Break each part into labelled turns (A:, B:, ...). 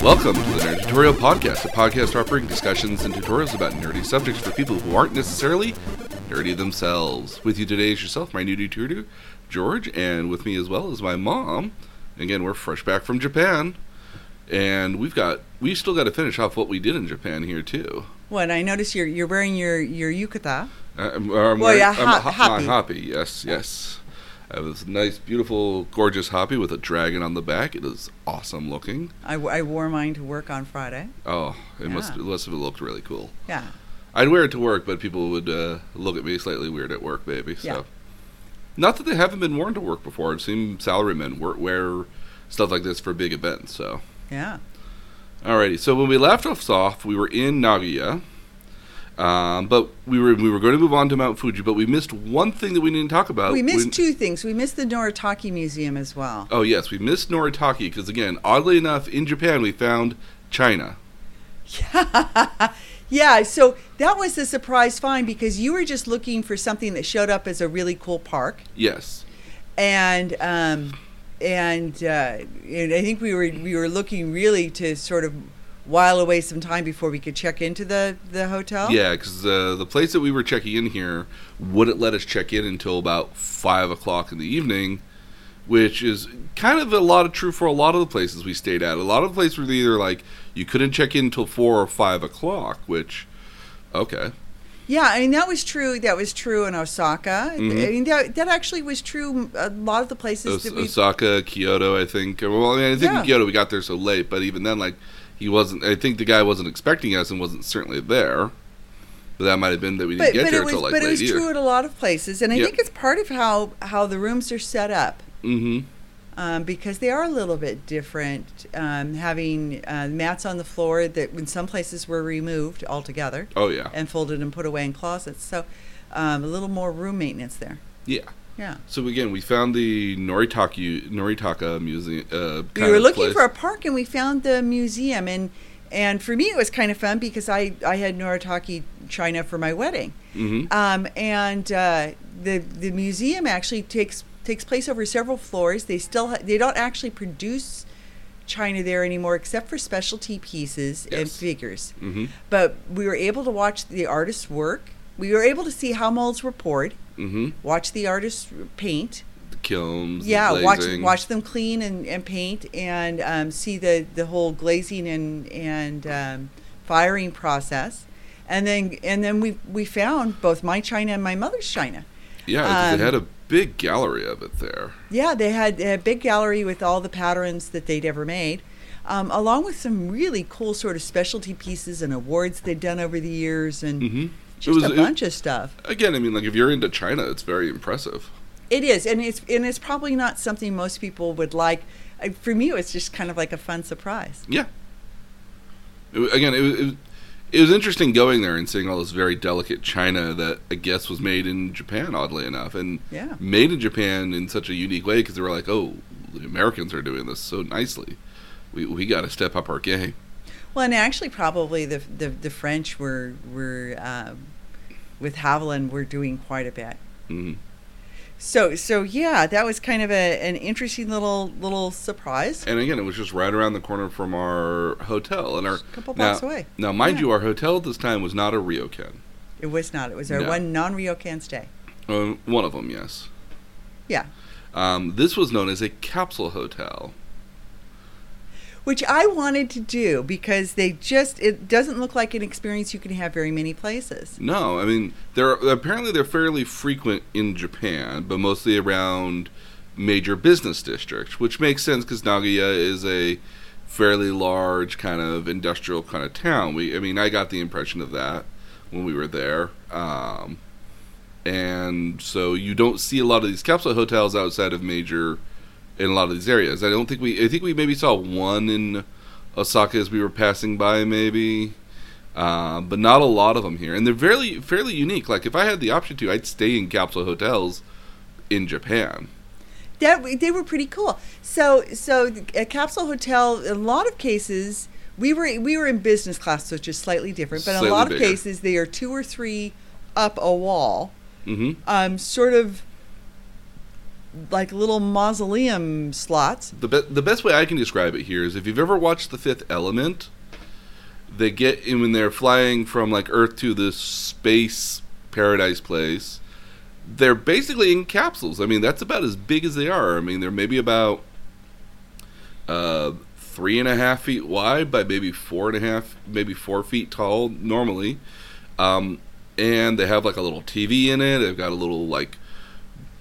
A: Welcome to the Nerd Tutorial Podcast, a podcast offering discussions and tutorials about nerdy subjects for people who aren't necessarily nerdy themselves. With you today is yourself, my new tutor, George, and with me as well is my mom. Again, we're fresh back from Japan, and we've got we still got to finish off what we did in Japan here too.
B: What I notice you're you're wearing your your yukata.
A: I- I'm, Uh, um, I'm
B: Well, yeah,
A: I'm
B: hop-
A: ho-
B: hoppy.
A: my hoppy. Yes, yes. I have this nice, beautiful, gorgeous hoppy with a dragon on the back. It is awesome looking.
B: I, w- I wore mine to work on Friday.
A: Oh, it must
B: Yeah.
A: it must have looked really cool.
B: Yeah,
A: I'd wear it to work, but people would uh, look at me slightly weird at work, maybe. So,
B: Yeah.
A: not that they haven't been worn to work before. I've seen salarymen wear, wear stuff like this for big events. So,
B: yeah.
A: alrighty. So when we left us off, we were in Nagoya, um, but we were we were going to move on to Mount Fuji, but we missed one thing that we didn't talk about.
B: we missed
A: We-
B: two things. We missed the Noritake Museum as well.
A: Oh yes, we missed Noritake because again, oddly enough, in Japan we found China.
B: Yeah, so that was a surprise find because you were just looking for something that showed up as a really cool park,
A: Yes.
B: and um, and, uh, and I think we were we were looking really to sort of while away some time before we could check into the the hotel.
A: Yeah, because uh, the place that we were checking in here wouldn't let us check in until about five o'clock in the evening, which is kind of a lot of true for a lot of the places we stayed at. A lot of the places were either like you couldn't check in until four or five o'clock, which okay,
B: Yeah, I mean that was true. That was true in Osaka.
A: Mm-hmm.
B: I mean that that actually was true. A lot of the places
A: Os-
B: that we
A: Osaka, Kyoto, I think. Well, I, mean, I think
B: Yeah.
A: in Kyoto we got there so late, but even then, like he wasn't. I think the guy wasn't expecting us and wasn't certainly there. But that might have been that we didn't
B: but,
A: get
B: but
A: there
B: it was
A: until like
B: but
A: late
B: it was
A: either.
B: true at a lot of places, and I
A: Yeah.
B: think it's part of how how the rooms are set up
A: hmm
B: um, because they are a little bit different. Um, having uh, mats on the floor that in some places were removed altogether
A: Oh yeah,
B: and folded and put away in closets, so um, a little more room maintenance there.
A: yeah.
B: Yeah,
A: So again, we found the Noritake Noritaka museum. Uh,
B: we
A: kind
B: were
A: of
B: looking
A: place.
B: for a park and we found the museum and and for me it was kind of fun because I I had Noritake China for my wedding.
A: Mhm.
B: Um, and uh, the the museum actually takes takes place over several floors. They still ha- they don't actually produce china there anymore, except for specialty pieces and
A: Yes.
B: figures.
A: Mhm.
B: But we were able to watch the artists work. We were able to see how molds were poured,
A: Mhm.
B: watch the artists paint.
A: The kilns. the
B: Yeah, watch
A: glazing.
B: watch them clean and, and paint and um, see the, the whole glazing and and um, firing process, and then and then we we found both my china and my mother's china.
A: Yeah, 'cause they
B: um,
A: had a big gallery of it there.
B: Yeah, they had a big gallery with all the patterns that they'd ever made, um, along with some really cool sort of specialty pieces and awards they'd done over the years and
A: Mhm. It
B: just
A: was-
B: a
A: it-
B: bunch of stuff.
A: Again, I mean, like if you're into China, it's very impressive.
B: It is, and it's and it's probably not something most people would like. Uh, For me, it was just kind of like a fun surprise.
A: Yeah. It, wa- again, it, wa- it, was- it was interesting going there and seeing all this very delicate china that I guess was made in Japan, oddly enough, and
B: Yeah.
A: made in Japan in such a unique way because they were like, "Oh, the Americans are doing this so nicely. We we got to step up our game."
B: Well, and actually, probably the the, the French were were um, with Haviland were doing quite a bit.
A: Mhm.
B: So so yeah, that was kind of a, an interesting little little surprise.
A: And again, it was just right around the corner from our hotel and our
B: Just a couple
A: now-
B: blocks away.
A: Now, mind
B: Yeah.
A: you, our hotel at this time was not a Ryokan.
B: It was not. It was our
A: No.
B: one non Ryokan stay.
A: Uh, one of them, yes.
B: Yeah,
A: Um, this was known as a capsule hotel.
B: which I wanted to do because they just it doesn't look like an experience you can have very many places.
A: No, I mean they're apparently they're fairly frequent in Japan, but mostly around major business districts, which makes sense because Nagoya is a fairly large kind of industrial kind of town. We, I mean, I got the impression of that when we were there, um, and so you don't see a lot of these capsule hotels outside of major in a lot of these areas. I don't think we, I think we maybe saw one in Osaka as we were passing by, maybe. Um, but not a lot of them here, and they're fairly fairly unique. Like if I had the option to, I'd stay in capsule hotels in Japan.
B: That they were pretty cool. So so a capsule hotel. In a lot of cases, we were we were in business class, which is slightly different. But in
A: Slightly
B: a lot of
A: bigger.
B: cases, they are two or three up a wall.
A: hmm
B: um, sort of like little mausoleum slots.
A: The be- the best way I can describe it here is if you've ever watched The Fifth Element, they get in when they're flying from like Earth to this space paradise place. They're basically in capsules. I mean, that's about as big as they are. I mean, they're maybe about uh, three and a half feet wide by maybe four and a half, maybe four feet tall normally. Um, and they have like a little TV in it. They've got a little like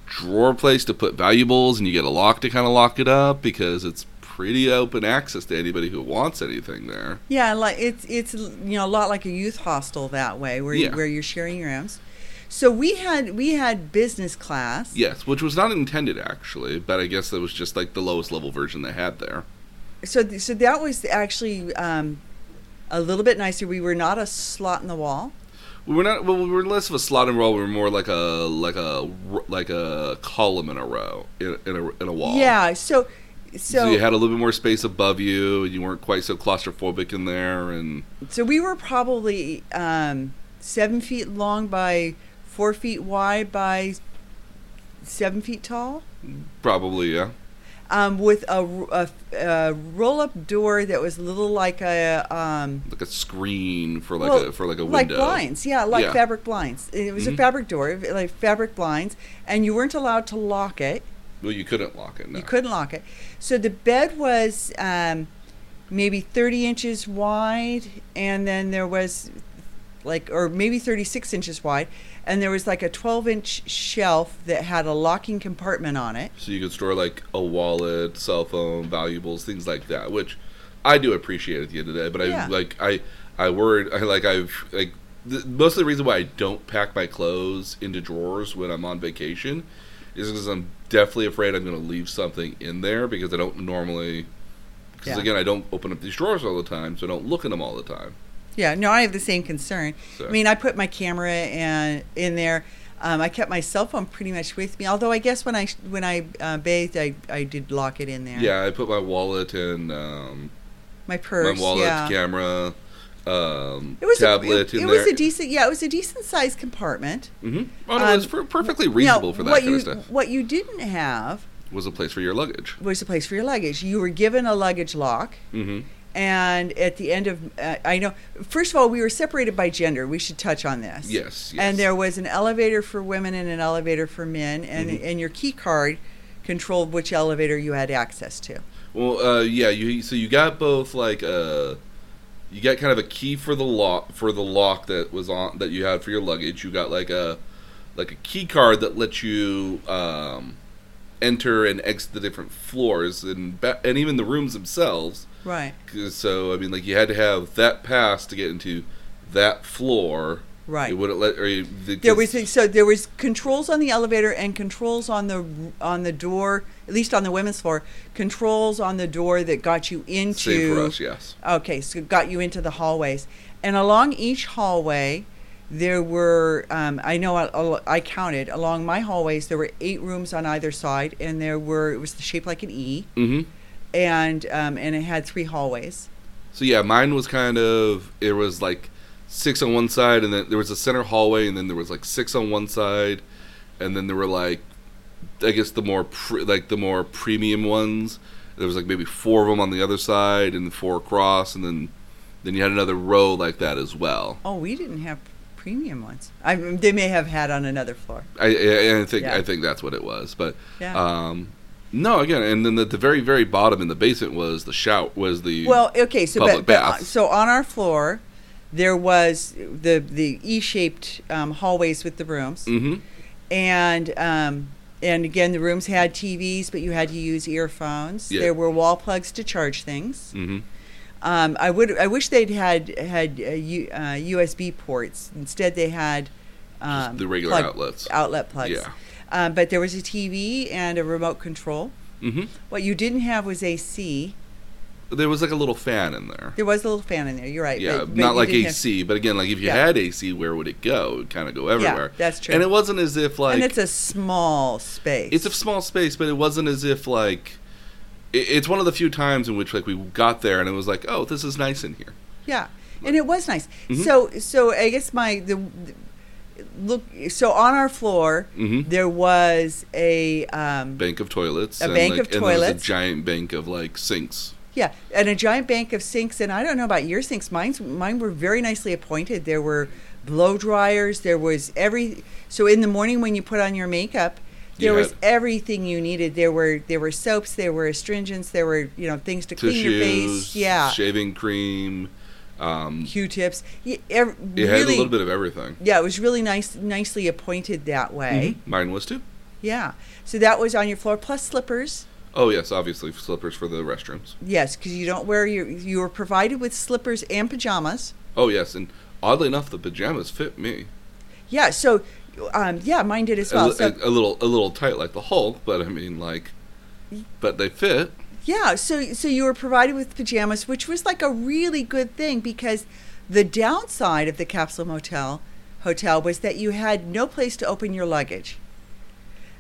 A: drawer place to put valuables, and you get a lock to kind of lock it up because it's pretty open access to anybody who wants anything there.
B: Yeah, like it's it's you know a lot like a youth hostel that way where
A: Yeah.
B: you, where you're sharing rooms. So we had we had business class.
A: Yes, which was not intended actually, but I guess that was just like the lowest level version they had there.
B: So th- so that was actually um, a little bit nicer. We were not a slot in the wall.
A: We were not. Well, we were less of a slot and roll. We were more like a like a r- like a column in a row in, in a in a wall.
B: Yeah. So
A: So,
B: so
A: you had a little bit more space above you, and you weren't quite so claustrophobic in there. And
B: so we were probably um, seven feet long by four feet wide by seven feet tall.
A: probably yeah,
B: Um, with a, r- a- a roll-up door that was a little like a um,
A: like a screen for like
B: Well,
A: a for like a
B: like
A: window.
B: blinds yeah like
A: Yeah.
B: fabric blinds it was
A: Mhm.
B: a fabric door like fabric blinds and you weren't allowed to lock it
A: Well, you couldn't lock it. No.
B: you couldn't lock it so the bed was um, maybe 30 inches wide and then there was like or maybe 36 inches wide and there was like a 12 inch shelf that had a locking compartment on it
A: So you could store like a wallet, cell phone, valuables, things like that, which I do appreciate at the end of the day. But I
B: Yeah.
A: like I I worried I like I've like the, most of the reason why I don't pack my clothes into drawers when I'm on vacation is because I'm definitely afraid I'm going to leave something in there because I don't normally because
B: Yeah.
A: again I don't open up these drawers all the time, so I don't look in them all the time.
B: yeah no i have the same concern
A: So.
B: I mean, I put my camera and in there. Um, I kept my cell phone pretty much with me. Although I guess when I when I uh, bathed, I, I did lock it in there.
A: yeah, I put my wallet and um,
B: my purse.
A: my wallet,
B: yeah.
A: camera, um,
B: It was
A: tablet.
B: a, it,
A: in
B: it
A: there.
B: was a decent yeah it was a decent sized compartment.
A: Mm-hmm. Oh, no,
B: Um,
A: it's per- perfectly reasonable
B: now,
A: for that
B: what
A: kind
B: you
A: of stuff.
B: what you didn't have
A: Was a place for your luggage.
B: was a place for your luggage. You were given a luggage lock,
A: Mm-hmm.
B: and at the end of uh, I know first of all we were separated by gender. We should touch on this.
A: Yes, yes.
B: and there was an elevator for women and an elevator for men and
A: Mhm.
B: and your key card controlled which elevator you had access to
A: Well, uh, yeah. You so you got both like uh, you got kind of a key for the lock for the lock that was on that you had for your luggage. You got like a like a key card that lets you um, enter and exit the different floors and ba- and even the rooms themselves.
B: right
A: 'Cause- So I mean, like you had to have that pass to get into that floor.
B: right
A: It wouldn't let or you, the,
B: there was so there was controls on the elevator and controls on the on the door at least on the women's floor controls on the door that got you into
A: same for us. Yes.
B: Okay, so it got you into the hallways, and along each hallway, there were um, I know I, I counted along my hallways there were eight rooms on either side, and there were it was shaped like an E,
A: Mm-hmm.
B: and um, and it had three hallways.
A: So yeah, mine was kind of it was like six on one side, and then there was a center hallway, and then there was like six on one side, and then there were like I guess the more pre, like the more premium ones. There was like maybe four of them on the other side, and four across, and then then you had another row like that as well.
B: Oh, we didn't have premium ones. I they may have had on another floor.
A: I I, I think
B: Yeah.
A: I think that's what it was, but
B: Yeah.
A: um, no, again, and then at the very very bottom in the basement was the shout was the
B: well, okay, so
A: public
B: but, but
A: bath.
B: so on our floor, there was the the E-shaped um, hallways with the rooms.
A: hmm
B: and um, and again the rooms had TVs, but you had to use earphones.
A: Yeah.
B: There were wall plugs to charge things.
A: hmm
B: Um, I would I wish they'd had had uh, U, uh, USB ports. Instead, they had um,
A: the regular
B: plug-
A: outlets.
B: outlet plugs.
A: Yeah.
B: Um, but there was a TV and a remote control.
A: hmm
B: What you didn't have was AC.
A: There was like a little fan in there.
B: There was a little fan in there. You're right.
A: Yeah,
B: but- but
A: not
B: you
A: like
B: didn't have-
A: AC, but again, like if you
B: Yeah.
A: had AC, where would it go? It would kind of go
B: yeah,
A: everywhere.
B: that's true.
A: and it wasn't as if like
B: and it's a small space.
A: it's a small space, but it wasn't as if like it, it's one of the few times in which like we got there and it was like, oh, this is nice in here.
B: Yeah, and it was nice.
A: Mhm.
B: So, so I guess my the look so on our floor
A: Mhm.
B: there was a um,
A: bank of toilets.
B: A bank
A: like,
B: of
A: and there was
B: toilets.
A: a giant bank of like sinks.
B: yeah and a giant bank of sinks and i don't know about your sinks mine's mine were very nicely appointed there were blow dryers there was every so in the morning when you put on your makeup there
A: You
B: was
A: had-
B: everything you needed there were there were soaps there were astringents there were you know things to
A: Tissues,
B: clean your face yeah
A: shaving cream. Um,
B: q-tips Y- ev-
A: it had a
B: really-
A: little bit of everything.
B: yeah it was really nice nicely appointed that way
A: Mhm. Mine was too.
B: yeah so that was on your floor plus slippers
A: Oh yes, obviously slippers for the restrooms.
B: Yes, because you don't wear your. You were provided with slippers and pajamas.
A: Oh yes, and oddly enough, the pajamas fit me.
B: Yeah. So, um, yeah, mine did as
A: A,
B: well.
A: li-
B: So,
A: a, a little, a little tight like the Hulk, but I mean like, but they fit.
B: yeah. So, so you were provided with pajamas, which was like a really good thing because the downside of the capsule motel hotel was that you had no place to open your luggage.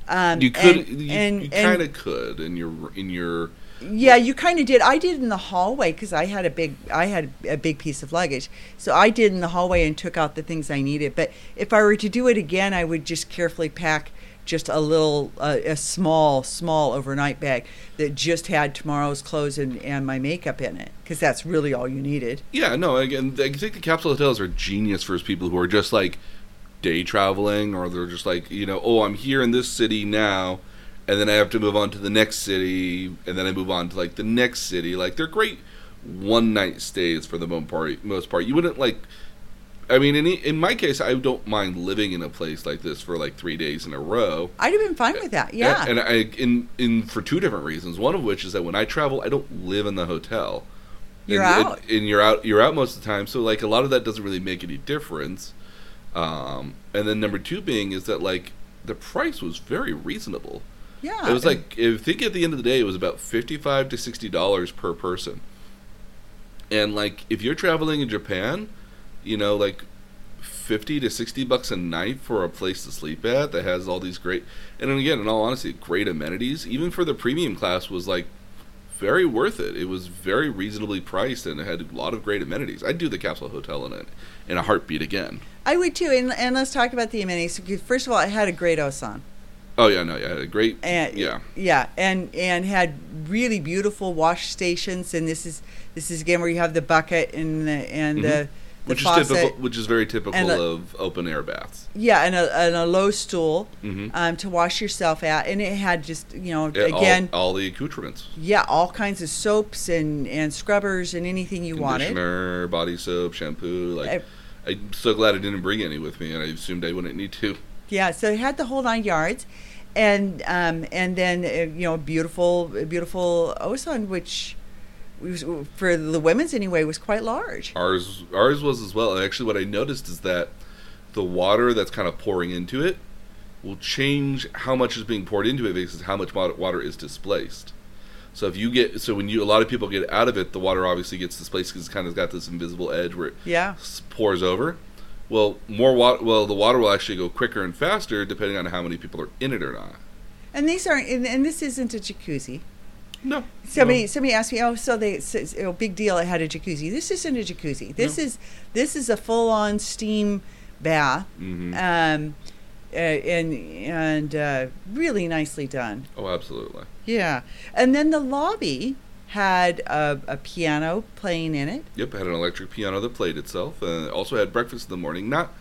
B: Um,
A: You could,
B: and-
A: you,
B: and-
A: you
B: and-
A: kind of could in your in your
B: Yeah, you kind of did. I did in the hallway because I had a big, I had a big piece of luggage, so I did in the hallway and took out the things I needed. But if I were to do it again, I would just carefully pack just a little, uh, a small, small overnight bag that just had tomorrow's clothes and, and my makeup in it because that's really all you needed.
A: Yeah, no, again, I think the capsule hotels are genius for people who are just like day traveling or they're just like, you know, oh, I'm here in this city now and then I have to move on to the next city and then I move on to like the next city. Like they're great one night stays for the most part. Most part. You wouldn't like I mean, in in my case, I don't mind living in a place like this for like 3 days in a row.
B: I'd have been fine with that. Yeah,
A: And I in in for two different reasons. One of which is that when I travel, I don't live in the hotel.
B: You're
A: and,
B: out.
A: and, and you're out. You're out most of the time. So like a lot of that doesn't really make any difference. Um, and then number two being is that like the price was very reasonable.
B: yeah.
A: it was like I think at the end of the day it was about fifty five to sixty dollars per person. And like if you're traveling in Japan, you know like. 50 to 60 bucks a night for a place to sleep at that has all these great and then again in all honesty great amenities even for the premium class was like very worth it it was very reasonably priced and it had a lot of great amenities i'd do the capsule hotel in it in a heartbeat again
B: I would too. And, and let's talk about the amenities. 'Cause First of all, I had a great Osan.
A: oh yeah no yeah I had a great
B: and
A: yeah
B: yeah and and had really beautiful wash stations and this is this is again where you have the bucket and the and the, the
A: Mm-hmm. which is
B: faucet
A: typical which is very typical
B: and the-
A: of open air baths
B: yeah and a, and a low stool
A: Mhm.
B: um, to wash yourself at and it had just you know
A: Yeah, all-
B: again
A: all, the accoutrements
B: yeah all kinds of soaps and and scrubbers and anything you wanted
A: conditioner body soap shampoo like
B: Ev-
A: i'm so glad i didn't bring any with me and i assumed i wouldn't need to
B: yeah so it had the whole nine yards and um and then uh, you know beautiful beautiful osan which was, for the women's anyway was quite large
A: Ours ours was as well. And actually, what I noticed is that the water that's kind of pouring into it will change how much is being poured into it versus how much mod- water is displaced. So if you get so when you a lot of people get out of it, the water obviously gets displaced because it's kind of got this invisible edge where it
B: yeah
A: s- pours over. Well, more water. Well, the water will actually go quicker and faster depending on how many people are in it or not.
B: And these aren't, and, and this isn't a jacuzzi.
A: No,
B: Somebody, somebody asked me, oh, so they, so, it's- oh, big deal, I had a jacuzzi. This isn't a jacuzzi. This
A: No.
B: is, this is a full-on steam bath,
A: hmm
B: um, uh, and and uh, really nicely done.
A: Oh, absolutely.
B: Yeah. And then the lobby had a, a piano playing in it.
A: Yep, had an electric piano that played itself, and it also had breakfast in the morning. Not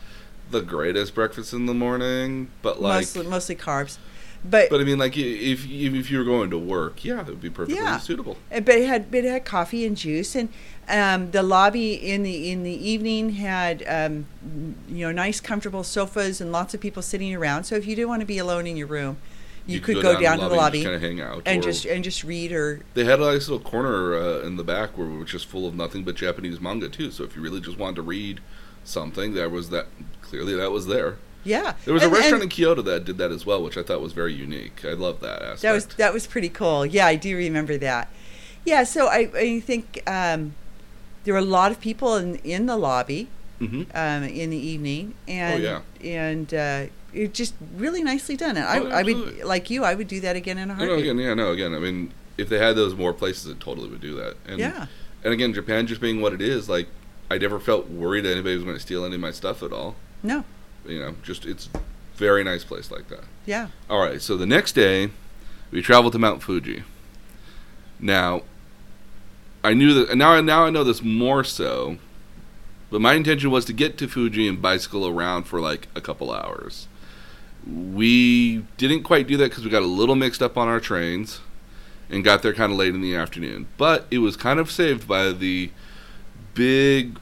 A: the greatest breakfast in the morning, but like,
B: mostly, mostly carbs, but
A: but I mean, like i- if if you were going to work, yeah, it would be perfectly
B: Yeah.
A: suitable.
B: Uh, but it had but it had coffee and juice and um, the lobby in the in the evening had um, you know nice comfortable sofas and lots of people sitting around so if you didn't want to be alone in your room you, could go, down, to the lobby
A: kind of hang out,
B: and
A: or-
B: just and just read or
A: they had a nice little corner uh, in the back where it was just full of nothing but Japanese manga too. So if you really just wanted to read something, there was that. Clearly, that was there.
B: yeah
A: There was
B: And-
A: a restaurant
B: and
A: in Kyoto that did that as well, which I thought was very unique. I love that aspect.
B: that was that was pretty cool yeah I do remember that yeah so I I think um, there were a lot of people in in the lobby
A: hmm
B: um, in the evening, and
A: Oh, yeah.
B: and uh, it just really nicely done. And I,
A: Oh,
B: I would
A: absolutely.
B: like you, I would do that again in
A: No,
B: a
A: no,
B: heartbeat.
A: again, yeah, no, again. I mean, if they had those more places, it totally would do that. And,
B: yeah,
A: And again, Japan just being what it is, like I never felt worried that anybody was going to steal any of my stuff at all.
B: no,
A: You know, just it's very nice place like that.
B: Yeah.
A: All right, so the next day, we traveled to Mount Fuji. Now, I knew that now. Now I know this more so, but my intention was to get to Fuji and bicycle around for like a couple hours. We didn't quite do that because we got a little mixed up on our trains, and got there kind of late in the afternoon. But it was kind of saved by the big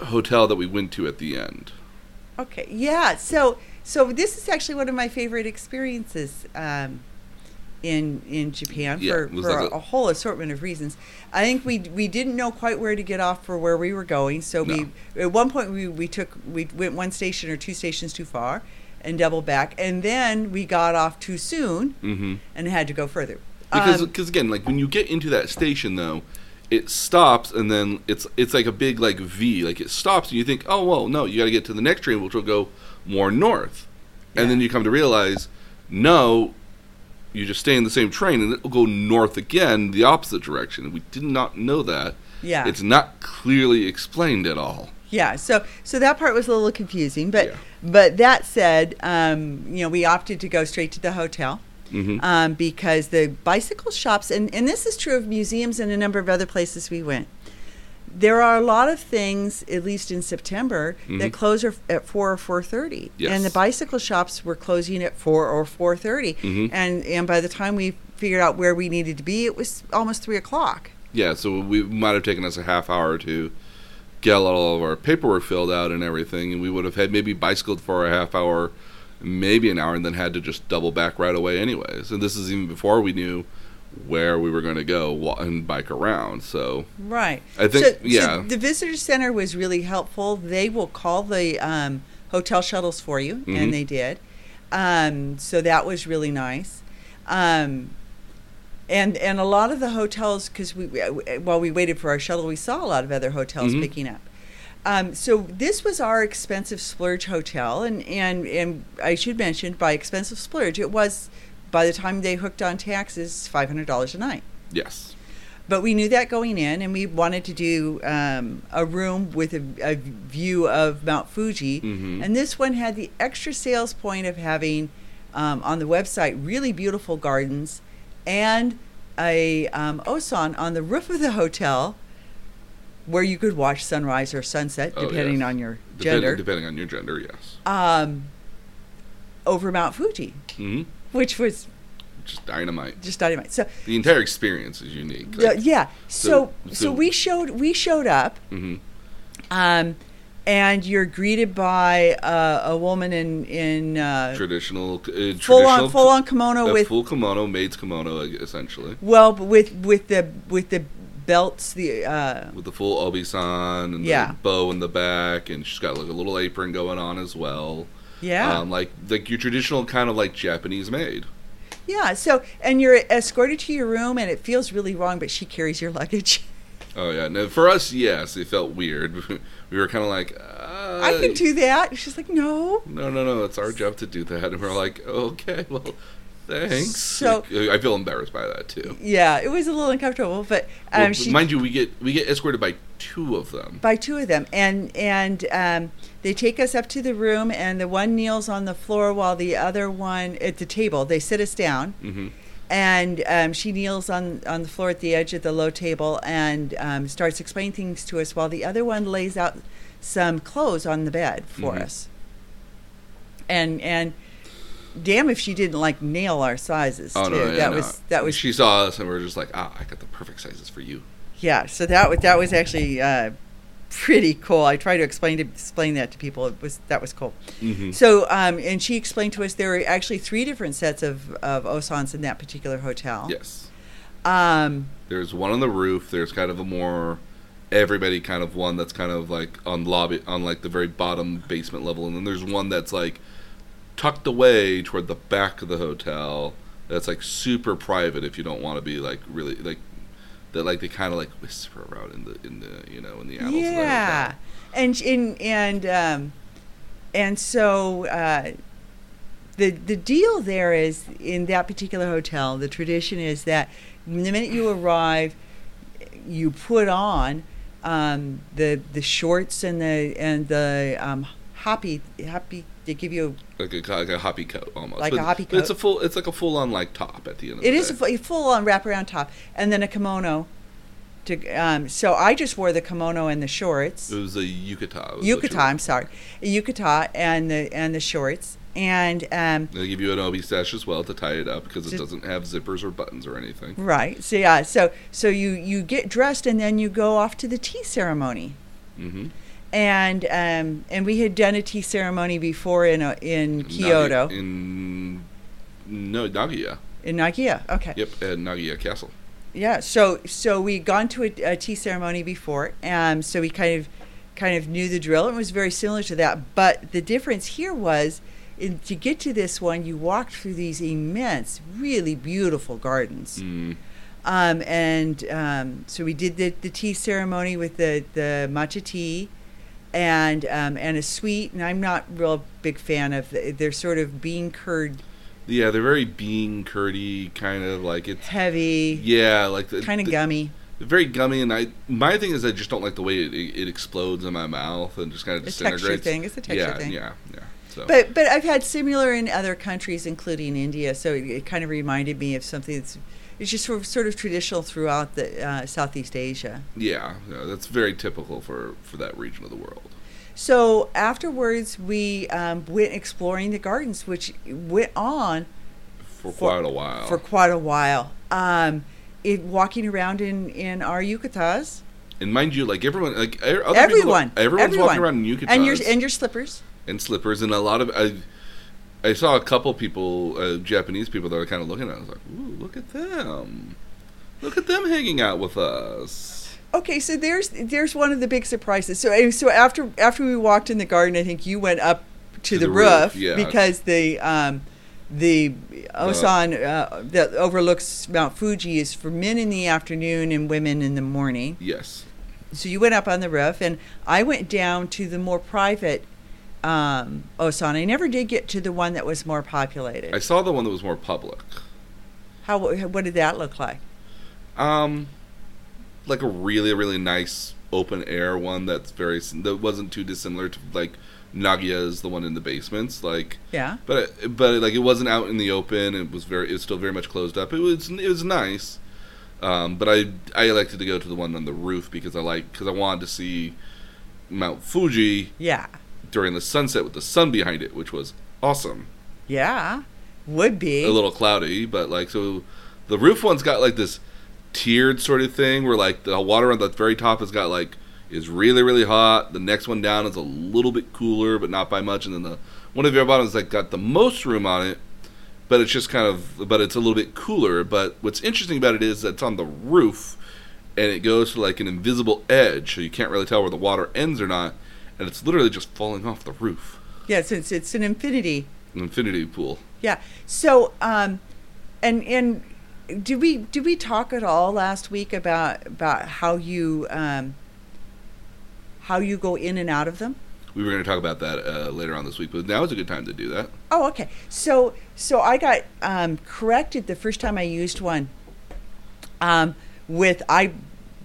A: hotel that we went to at the end.
B: Okay. Yeah. So so this is actually one of my favorite experiences um, in in Japan
A: Yeah,
B: for,
A: it was
B: for
A: like
B: a,
A: a-
B: whole assortment of reasons. I think we we didn't know quite where to get off for where we were going, so we at one point we, we took we went one station or two stations too far and doubled back, and then we got off too soon
A: Mm-hmm.
B: and had to go further.
A: because
B: Um,
A: cause again like when you get into that station though it stops and then it's it's like a big like v like it stops and you think oh well no you got to get to the next train which will go more north and then
B: Yeah.
A: you come to realize no you just stay in the same train and it'll go north again the opposite direction and we did not know that
B: yeah.
A: it's not clearly explained at all
B: Yeah, so so that part was a little confusing, but
A: Yeah.
B: but that said, um, you know, we opted to go straight to the hotel
A: Mhm.
B: um, because the bicycle shops, and and this is true of museums and a number of other places we went. There are a lot of things, at least in September, that
A: Mhm.
B: close or- at four or four thirty,
A: Yes.
B: and the bicycle shops were closing at four or four
A: Mhm.
B: and and by the time we figured out where we needed to be, it was almost three o'clock.
A: yeah so we might have taken us a half hour to get all of our paperwork filled out and everything and we would have had maybe bicycled for a half hour maybe an hour and then had to just double back right away anyways and this is even before we knew where we were going to go wa- and bike around so
B: Right.
A: I think- yeah.
B: the visitor center was really helpful. They will call the um, hotel shuttles for you,
A: Mhm.
B: and they did. Um, so that was really nice. Um, and and a lot of the hotels, because we we- while we waited for our shuttle, we saw a lot of other hotels
A: Mhm.
B: picking up. Um, so this was our expensive splurge hotel, and and and I should mention by expensive splurge, it was by the time they hooked on taxes, five hundred dollars a night
A: yes
B: but we knew that going in, and we wanted to do um, a room with a, a view of Mount Fuji.
A: Mhm.
B: And this one had the extra sales point of having um, on the website really beautiful gardens and a um, osan on the roof of the hotel where you could watch sunrise or sunset,
A: Oh,
B: depending
A: yes.
B: on your
A: depending,
B: gender,
A: depending on your gender yes
B: um, over Mount Fuji,
A: hmm
B: which was
A: just dynamite
B: just dynamite. So
A: the entire experience is unique
B: yeah, yeah.
A: so-
B: So, so
A: so-
B: we showed we showed up.
A: hmm
B: um, and you're greeted by uh, a woman in in uh,
A: traditional uh,
B: full
A: traditional
B: on full on kimono
A: a
B: with
A: full kimono maid's kimono like, essentially
B: well but with with the with the belts the uh,
A: with the full obi-san and
B: Yeah.
A: the bow in the back and she's got like a little apron going on as well
B: yeah
A: um, like like your traditional kind of like japanese maid
B: yeah so and you're escorted to your room and it feels really wrong but she carries your luggage
A: oh yeah no, for us yes it felt weird we were kind of like uh,
B: I can do that she's like no
A: no no no it's our job to do that and we're like okay well thanks
B: So-
A: Like, i feel embarrassed by that too
B: yeah it was a little uncomfortable but um,
A: Well,
B: she
A: mind you we get we get escorted by two of them
B: by two of them and and um, they take us up to the room and the one kneels on the floor while the other one at the table they sit us down
A: mm-hmm.
B: and um, she kneels on, on the floor at the edge of the low table and um, starts explaining things to us while the other one lays out some clothes on the bed for
A: Mhm.
B: us and and damn if she didn't like nail our sizes
A: oh
B: too
A: no yeah,
B: that
A: no.
B: was that was
A: she saw us and we were just like ah i got the perfect sizes for you
B: yeah so that was that was actually uh, pretty cool i try to explain to explain that to people it was that was cool
A: mm-hmm.
B: so um, and she explained to us there were actually three different sets of of osans in that particular hotel
A: yes
B: um
A: There's one on the roof. There's kind of a more everybody kind of one that's kind of like on lobby on like the very bottom basement level, and then there's one that's like tucked away toward the back of the hotel. That's like super private if you don't want to be like really like that. Like they kind of like whisper around in the in the you know in the annals. of the hotel.
B: yeah and sh- and and um and so uh the the deal there is in that particular hotel the tradition is that the minute you arrive you put on um the the shorts and the and the um happy happy they give you
A: like a like a hoppy coat almost,
B: Like a
A: But-
B: hoppy
A: But it's a
B: coat?
A: full. It's like a full on like top at the end. of
B: It
A: the
B: is a
A: day.
B: fu- a full on wraparound top, and then a kimono. To um, so I just wore the kimono and the shorts,
A: It was a yukata. was what you-
B: yukata. I'm sorry, yukata and the and the shorts, and um,
A: They give you an obi sash as well to tie it up because it
B: Just-
A: doesn't have zippers or buttons or anything.
B: right. So yeah, so so you you get dressed and then you go off to the tea ceremony,
A: Mm-hmm.
B: and um, and we had done a tea ceremony before in a, in Kyoto
A: in no Nagoya.
B: in Nagoya. Okay.
A: Yep, at Nagoya Castle.
B: Yeah. So so we had gone to a, a tea ceremony before, um, so we kind of kind of knew the drill. It was very similar to that, but the difference here was in, to get to this one, you walked through these immense, really beautiful gardens.
A: Mm.
B: Um, and um, so we did the, the tea ceremony with the, the matcha tea and um, and a sweet. And I'm not real big fan of the, they're sort of bean curd
A: Yeah, they're very bean curdy kind of like it's
B: heavy,
A: yeah like the,
B: kind of
A: the-
B: gummy.
A: very gummy and I my thing is I just don't like the way it, it, explodes in my mouth and just kind of
B: It's a texture
A: disintegrates.
B: thing. It's a texture
A: yeah,
B: thing.
A: yeah, yeah. So
B: But but I've had similar in other countries, including India. So it, it kind of reminded me of something that's it's just sort of, sort of traditional throughout the uh, Southeast Asia.
A: yeah, yeah, that's very typical for for that region of the world.
B: So afterwards, we um, went exploring the gardens, which went on
A: For,
B: For-
A: quite a while.
B: for quite a while. Um, it, walking around in, in our yucatas,
A: and mind you, like everyone, like er- other people-
B: everyone,
A: everyone's walking
B: everyone.
A: around in yukatas
B: and your and your slippers.
A: and slippers, and a lot of I, I saw a couple people, uh, Japanese people, that were kind of looking at. us like, ooh, look at them, look at them hanging out with us.
B: Okay, so there's there's one of the big surprises. So uh, so after after we walked in the garden, I think you went up to, the, roof,
A: yeah.
B: because the um, the Osan uh, that overlooks Mount Fuji is for men in the afternoon and women in the morning.
A: Yes,
B: So you went up on the roof, and I went down to the more private um, Osan. I never did get to the one that was more populated.
A: I saw the one that was more public,
B: How what did that look like?
A: um, like a really, really nice open air one that's very sim- that wasn't too dissimilar to like Nagia's the one in the basements, like.
B: Yeah.
A: But it- but it, like it wasn't out in the open. It was very it was still very much closed up. It was it was nice, um, but I I elected to go to the one on the roof because I like because I wanted to see Mount Fuji
B: Yeah.
A: during the sunset with the sun behind it, which was awesome.
B: Yeah. Would be.
A: A little cloudy, but like so, the roof one's got like this tiered sort of thing where like the water on the very top has got like is really really hot. The next one down is a little bit cooler, but not by much. And then the one at the very bottom is like got the most room on it, but it's just kind of but it's a little bit cooler. But what's interesting about it is that it's on the roof, and it goes to like an invisible edge, so you can't really tell where the water ends or not. And it's literally just falling off the roof.
B: Yeah, since it's an infinity.
A: An infinity pool.
B: Yeah. So, um, and and did we did we talk at all last week about about how you um, how you go in and out of them?
A: We were going to talk about that uh, later on this week, but now is a good time to do that.
B: Oh, okay. So so I got um, corrected the first time I used one. Um, with I,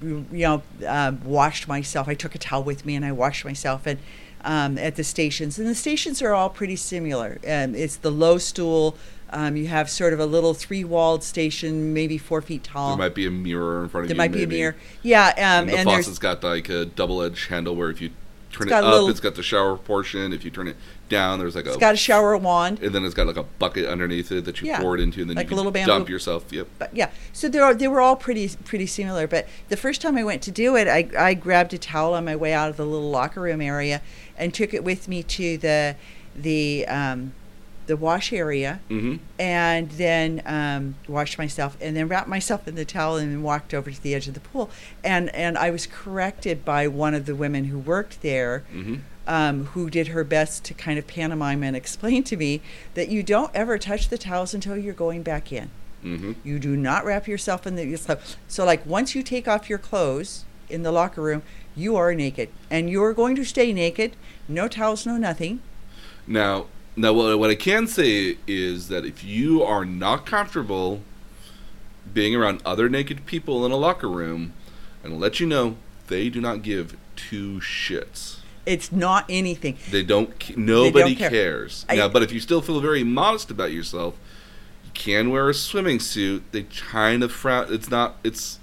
B: you know, um washed myself. I took a towel with me and I washed myself and. Um, at the stations, and the stations are all pretty similar. Um, it's the low stool. Um, you have sort of a little three-walled station, maybe four feet tall.
A: There might be a mirror in front of
B: Oh. There
A: you.
B: might be a
A: maybe.
B: mirror. Yeah, um,
A: and the
B: and there's
A: faucet's got like a double-edged handle where if you turn
B: It's
A: it
B: got
A: up,
B: a little-
A: it's got the shower portion. If you turn it down, there's like
B: it's
A: a,
B: got a shower wand.
A: and then it's got like a bucket underneath it that you
B: Yeah.
A: pour it into, and then
B: Like
A: you
B: a
A: can
B: little bamboo-
A: dump yourself. Yep.
B: but yeah, so they are they were all pretty pretty similar. But the first time I went to do it, I, I grabbed a towel on my way out of the little locker room area, and took it with me to the the um, the wash area,
A: hmm
B: and then um, washed myself, and then wrapped myself in the towel, and walked over to the edge of the pool. And and I was corrected by one of the women who worked there
A: hmm
B: um, who did her best to kind of pantomime and explain to me that you don't ever touch the towels until you're going back in.
A: hmm
B: You do not wrap yourself in the it's like- so like once you take off your clothes in the locker room, you are naked and you are going to stay naked. No towels, no nothing.
A: Now, now what, what I can say is that if you are not comfortable being around other naked people in a locker room, and let you know they do not give two shits.
B: It's not anything.
A: They don't. ca- Nobody
B: care.
A: cares.
B: I-
A: now, but if you still feel very modest about yourself, you can wear a swimming suit. They kind of frown. It's not. It's.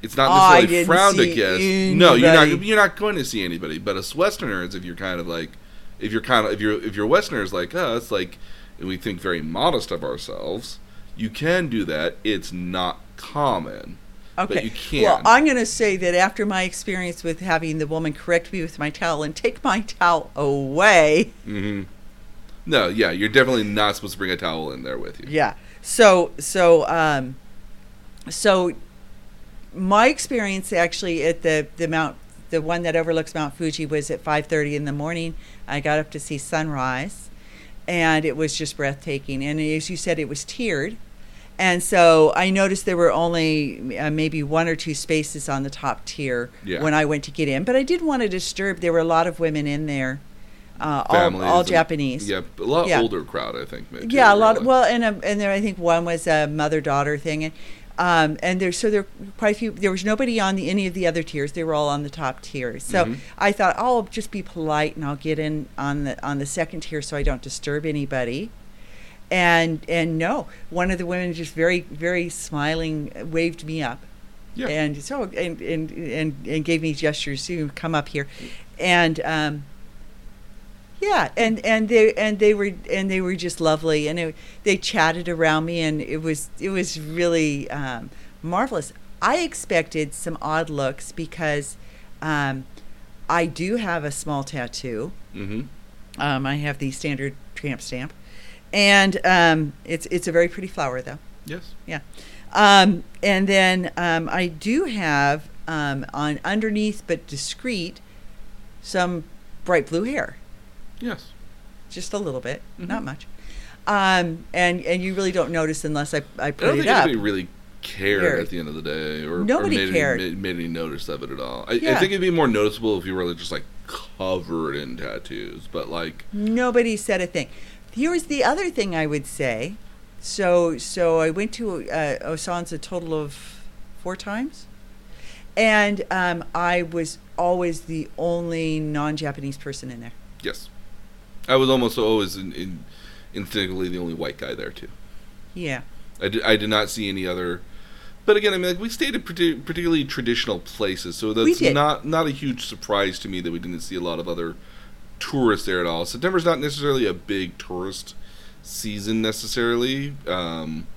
A: It's not
B: Oh, I
A: necessarily
B: didn't
A: frowned
B: see
A: against. No, you're not.
B: anybody.
A: You're not going to see anybody. But us Westerners, if you're kind of like, if you're kind of if you're if you're Westerners like us, like, and we think very modest of ourselves, you can do that. It's not common.
B: Okay.
A: you can.
B: Well, I'm going to say that after my experience with having the woman correct me with my towel and take my towel away,
A: hmm
B: Mm-hmm.
A: No, yeah, you're definitely not supposed to bring a towel in there with you.
B: yeah. So so um, so my experience actually at the the Mount the one that overlooks Mount Fuji was at 5:30 in the morning. I got up to see sunrise, and it was just breathtaking. And as you said, it was tiered. And so I noticed there were only uh, maybe one or two spaces on the top tier
A: Yeah.
B: when I went to get in, but I didn't want to disturb. There were a lot of women in there, uh, all,
A: Families
B: all
A: and-
B: Japanese.
A: Yeah, a lot
B: Yeah.
A: older crowd, I think. Maybe,
B: Yeah, a lot.
A: really.
B: Well, and um, and there I think one was a mother daughter thing, and um, and there so there were quite a few. There was nobody on the, any of the other tiers. They were all on the top tiers. So
A: Mhm.
B: I thought "Oh, I'll just be polite and I'll get in on the on the second tier so I don't disturb anybody. And and no, one of the women just very very smiling uh, waved me up.
A: Yeah.
B: And so and and and, and gave me gestures to come up here, and um, yeah, and and they and they were and they were just lovely, and it, they chatted around me, and it was it was really um, marvelous. I expected some odd looks because um, I do have a small tattoo.
A: hmm
B: Um, I have the standard tramp stamp, and um, it's it's a very pretty flower though.
A: Yes.
B: Yeah. Um, and then um, I do have um, on underneath but discreet some bright blue hair,
A: Yes.
B: just a little bit,
A: Mhm.
B: not much. Um, and and you really don't notice unless I, I
A: I don't
B: put
A: think
B: it up.
A: anybody really cared
B: Cared.
A: at the end of the day, or
B: Nobody
A: or made
B: cared.
A: Any, made, made any notice of it at all. I, I
B: Yeah.
A: think it'd be more noticeable if you were just like covered in tattoos, but like
B: Nobody said a thing. Here's the other thing I would say. So so I went to uh, Osan's a total of four times, and um, I was always the only non-Japanese person in there.
A: yes, I was almost always in, in, instinctively the only white guy there too.
B: Yeah.
A: I did, I did not see any other. But again, I mean, like we stayed at parti- particularly traditional places, so that's
B: did.
A: not not a huge surprise to me that we didn't see a lot of other tourists there at all. September's not necessarily a big tourist season necessarily. Um,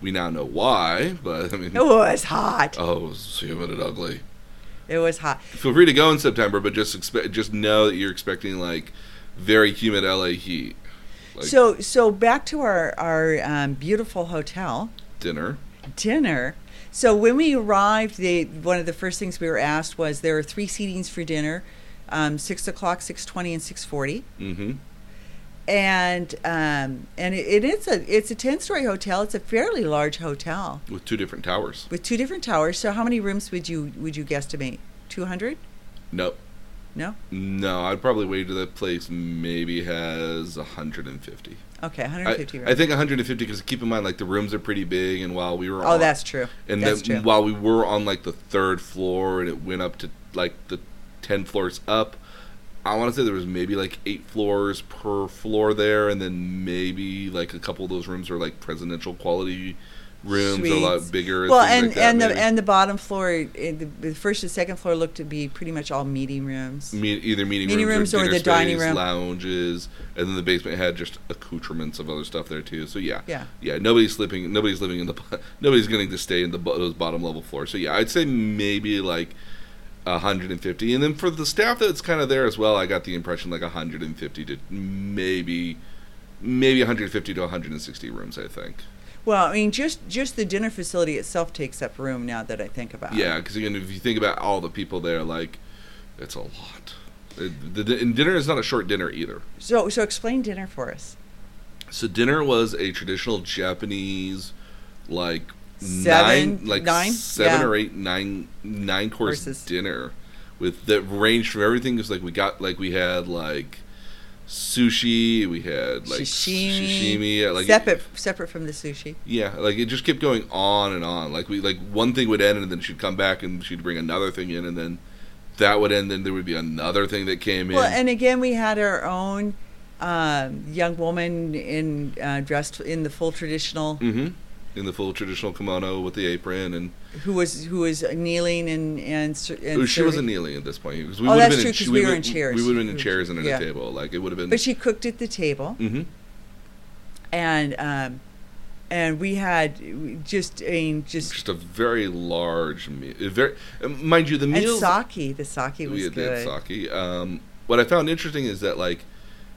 A: we now know why, but I mean,
B: It was hot.
A: oh, it was humid and ugly.
B: It was hot.
A: Feel free to go in September, but just expect just know that you're expecting like very humid LA heat. Like
B: so so back to our our um, beautiful hotel
A: dinner,
B: dinner. So when we arrived, they one of the first things we were asked was there are three seatings for dinner, um, six o'clock, six twenty, and six forty.
A: mm-hmm.
B: And um, and it, it is a it's a ten story hotel. It's a fairly large hotel
A: with two different towers.
B: with two different towers. So how many rooms would you would you guesstimate? Two hundred?
A: Nope.
B: No.
A: No, I'd probably wager that place maybe has 150.
B: Okay, one
A: I,
B: hundred fifty rooms.
A: I think 150 because keep in mind like the rooms are pretty big, and while we were
B: oh,
A: on,
B: that's true.
A: and
B: that's
A: then
B: true.
A: while we were on like the third floor and it went up to like the 10 floors up, I want to say there was maybe like eight floors per floor there, and then maybe like a couple of those rooms are like presidential quality rooms, or a
B: Suites.
A: lot bigger.
B: well,
A: things like
B: and
A: that,
B: and the
A: maybe.
B: and the bottom floor, eh, the, the first and second floor looked to be pretty much all meeting rooms.
A: Me- either meeting,
B: Meeting
A: rooms, or,
B: rooms or
A: dinner
B: the dining
A: space,
B: room.
A: lounges, and then the basement had just accoutrements of other stuff there too. So yeah,
B: Yeah.
A: yeah. Nobody's sleeping. Nobody's living in the. bo- Nobody's getting to stay in the bo- those bottom level floors. So yeah, I'd say maybe like. 150 and then for the staff that's kind of there as well i got the impression like 150 to maybe maybe 150 to 160 rooms i think
B: Well, I mean, just just the dinner facility itself takes up room. Now that I think about it,
A: Yeah, because again, if you think about all the people there like it's a lot It- the, the, and dinner is not a short dinner either
B: So so explain dinner for us.
A: So dinner was a traditional Japanese, like
B: Seven-
A: nine, like
B: nine?
A: seven
B: Yeah.
A: or eight, nine, nine course
B: Courses.
A: dinner, with that ranged from everything. It was like we got like we had like sushi, we had like
B: Sashimi,
A: sashimi, like
B: separate separate from the sushi.
A: yeah, like it just kept going on and on. Like we like one thing would end and then she'd come back and she'd bring another thing in and then that would end. Then there would be another thing that came
B: Well,
A: in.
B: and again, we had our own um, young woman in uh, dressed in the full traditional,
A: hmm In the full traditional kimono with the apron, and
B: who was who was kneeling and and, ser- and
A: Oh, she
B: serving.
A: wasn't kneeling at this point because we
B: Oh,
A: would have been
B: that's true,
A: in,
B: 'cause
A: we
B: we were
A: would've-
B: in chairs.
A: We would have been in
B: We-
A: chairs and at
B: yeah.
A: a table. Like it would have been.
B: But she cooked at the table,
A: hmm
B: and um, and we had just I mean, just
A: Just a very large meal. a Very, uh, mind you, the
B: and
A: meals
B: sake. The sake was
A: we had
B: good.
A: Oh, they had sake. Um, what I found interesting is that like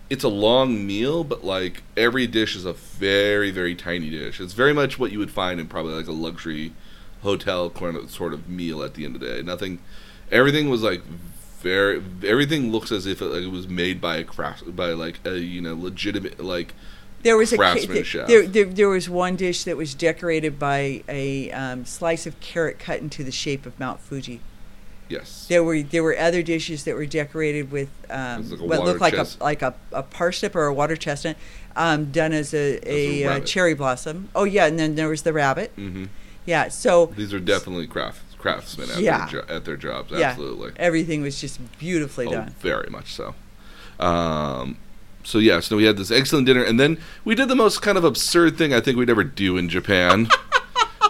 A: it's a long meal, but like every dish is a very very tiny dish. It's very much what you would find in probably like a luxury hotel kind of- sort of meal at the end of the day. Nothing, everything was like very everything looks as if it, like, it was made by a craft by like a you know legitimate like
B: There was a ca-
A: Craftsman
B: th-
A: chef.
B: there, there there was one dish that was decorated by a um, slice of carrot cut into the shape of Mount Fuji.
A: yes
B: There were there were other dishes that were decorated with um,
A: It's like a
B: what
A: water
B: looked like
A: chest-
B: a like a, a parsnip or a water chestnut, um, done as a,
A: a
B: a, uh,
A: rabbit.
B: cherry blossom. Oh yeah, and then there was the rabbit.
A: hmm
B: Yeah, so
A: these are definitely craft craftsmen at,
B: Yeah.
A: their, jo- at their jobs
B: Yeah.
A: absolutely
B: everything was just beautifully
A: Oh,
B: done.
A: very much so. Um, so yes, no, we had this excellent dinner, and then we did the most kind of absurd thing I think we'd ever do in Japan.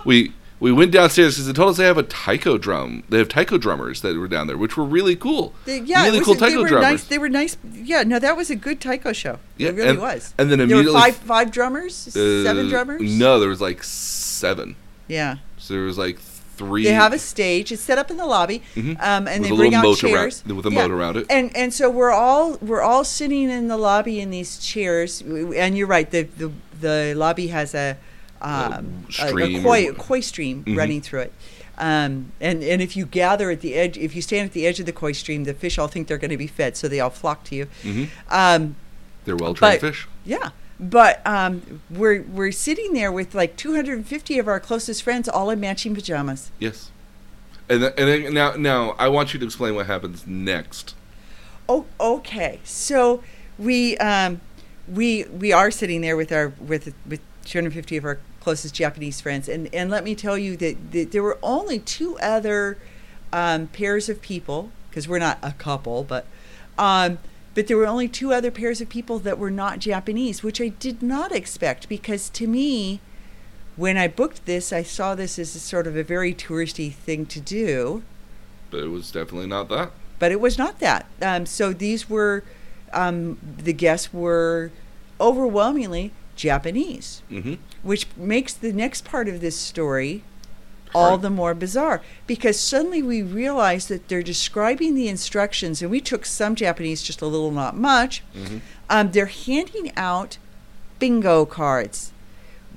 A: we we went downstairs because they told us they have a taiko drum. They have taiko drummers that were down there, which were really cool.
B: The- yeah, it
A: really
B: was-
A: cool
B: they
A: taiko
B: were
A: drummers.
B: nice. They were nice. Yeah, no, that was a good taiko show.
A: Yeah,
B: it really
A: and-
B: was.
A: and then
B: there were
A: immediately-
B: five five drummers, seven
A: Uh,
B: drummers.
A: No, there was like seven.
B: yeah.
A: So there was like three.
B: They have a stage. It's set up in the lobby,
A: Mhm.
B: um,
A: with a
B: and they bring
A: little
B: out
A: moat
B: chairs
A: around with a
B: Yeah.
A: moat around it.
B: And and so we're all we're all sitting in the lobby in these chairs. And you're right. The the, the lobby has a um, a- a,
A: stream
B: koi,
A: or-
B: a koi stream
A: Mhm.
B: running through it. Um, and and if you gather at the edge, if you stand at the edge of the koi stream, the fish all think they're going to be fed, so they all flock to you.
A: Mhm.
B: Um,
A: They're well trained
B: but-
A: fish.
B: yeah. But um, we're we're sitting there with like 250 of our closest friends, all in matching pajamas.
A: Yes. And th- and then, now now I want you to explain what happens next.
B: Oh, okay. So we um, we we are sitting there with our with with 250 of our closest Japanese friends, and and let me tell you that, that there were only two other um, pairs of people because we're not a couple, but um, but there were only two other pairs of people that were not Japanese, which I did not expect because to me. When I booked this, I saw this as a sort of a very touristy thing to do
A: But it was definitely not that.
B: but it was not that. Um, so these were um, the guests were overwhelmingly Japanese,
A: hmm
B: which makes the next part of this story all
A: Hard.
B: the more bizarre because suddenly we realize that they're describing the instructions, and we took some Japanese, just a little, not much.
A: Mhm.
B: Um, they're handing out bingo cards,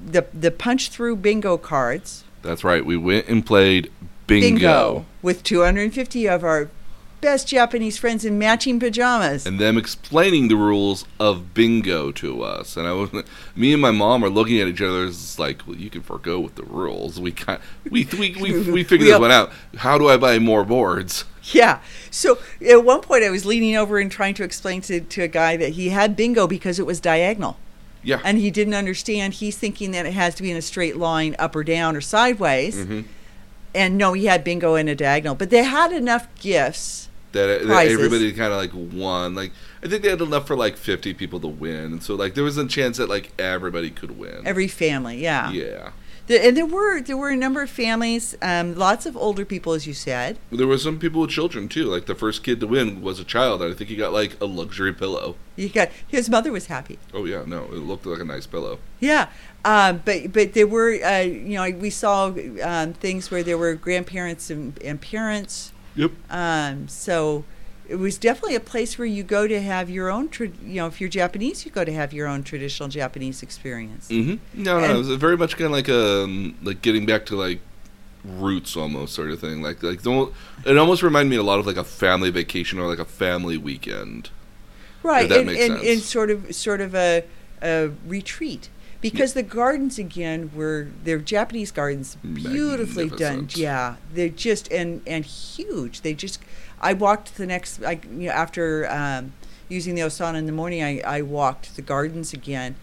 B: the the punch through bingo cards.
A: That's right. We went and played bingo,
B: with 250 of our best Japanese friends in matching pajamas.
A: and them explaining the rules of bingo to us. And I was, me and my mom are looking at each other. It's like, well, you can forego with the rules. We can we we we, we figured this
B: We'll-
A: one out. How do I buy more boards?
B: Yeah. So at one point, I was leaning over and trying to explain to, to a guy that he had bingo because it was diagonal.
A: Yeah.
B: And he didn't understand. He's thinking that it has to be in a straight line, up or down or sideways.
A: Mhm.
B: And no, he had bingo in a diagonal. But they had enough gifts.
A: that, that
B: Prizes.
A: everybody kind of like won. Like I think they had enough for like fifty people to win, and so like there was a chance that like everybody could win.
B: Every family, yeah.
A: yeah,
B: The- and there were there were a number of families, um, lots of older people, as you said.
A: there were some people with children too. Like the first kid to win was a child, and I think he got like a luxury pillow.
B: You got his mother was happy.
A: Oh yeah, no, it looked like a nice pillow.
B: Yeah, um, but but there were uh, you know we saw um, things where there were grandparents and, and parents.
A: Yep.
B: Um, so it was definitely a place where you go to have your own tra- you know if you're Japanese you go to have your own traditional Japanese experience.
A: hmm No, no,
B: And-
A: it was very much kind of like um like getting back to like roots almost sort of thing. Like like don't, it almost reminded me a lot of like a family vacation or like a family weekend.
B: Right,
A: that
B: and,
A: makes
B: and,
A: sense.
B: and sort of sort of a, a retreat because the gardens again were they're Japanese gardens, beautifully done.
A: Magnificent.
B: Yeah, they're just and and huge. They just I walked the next I you know after um, using the Osana in the morning, I, I walked the gardens again.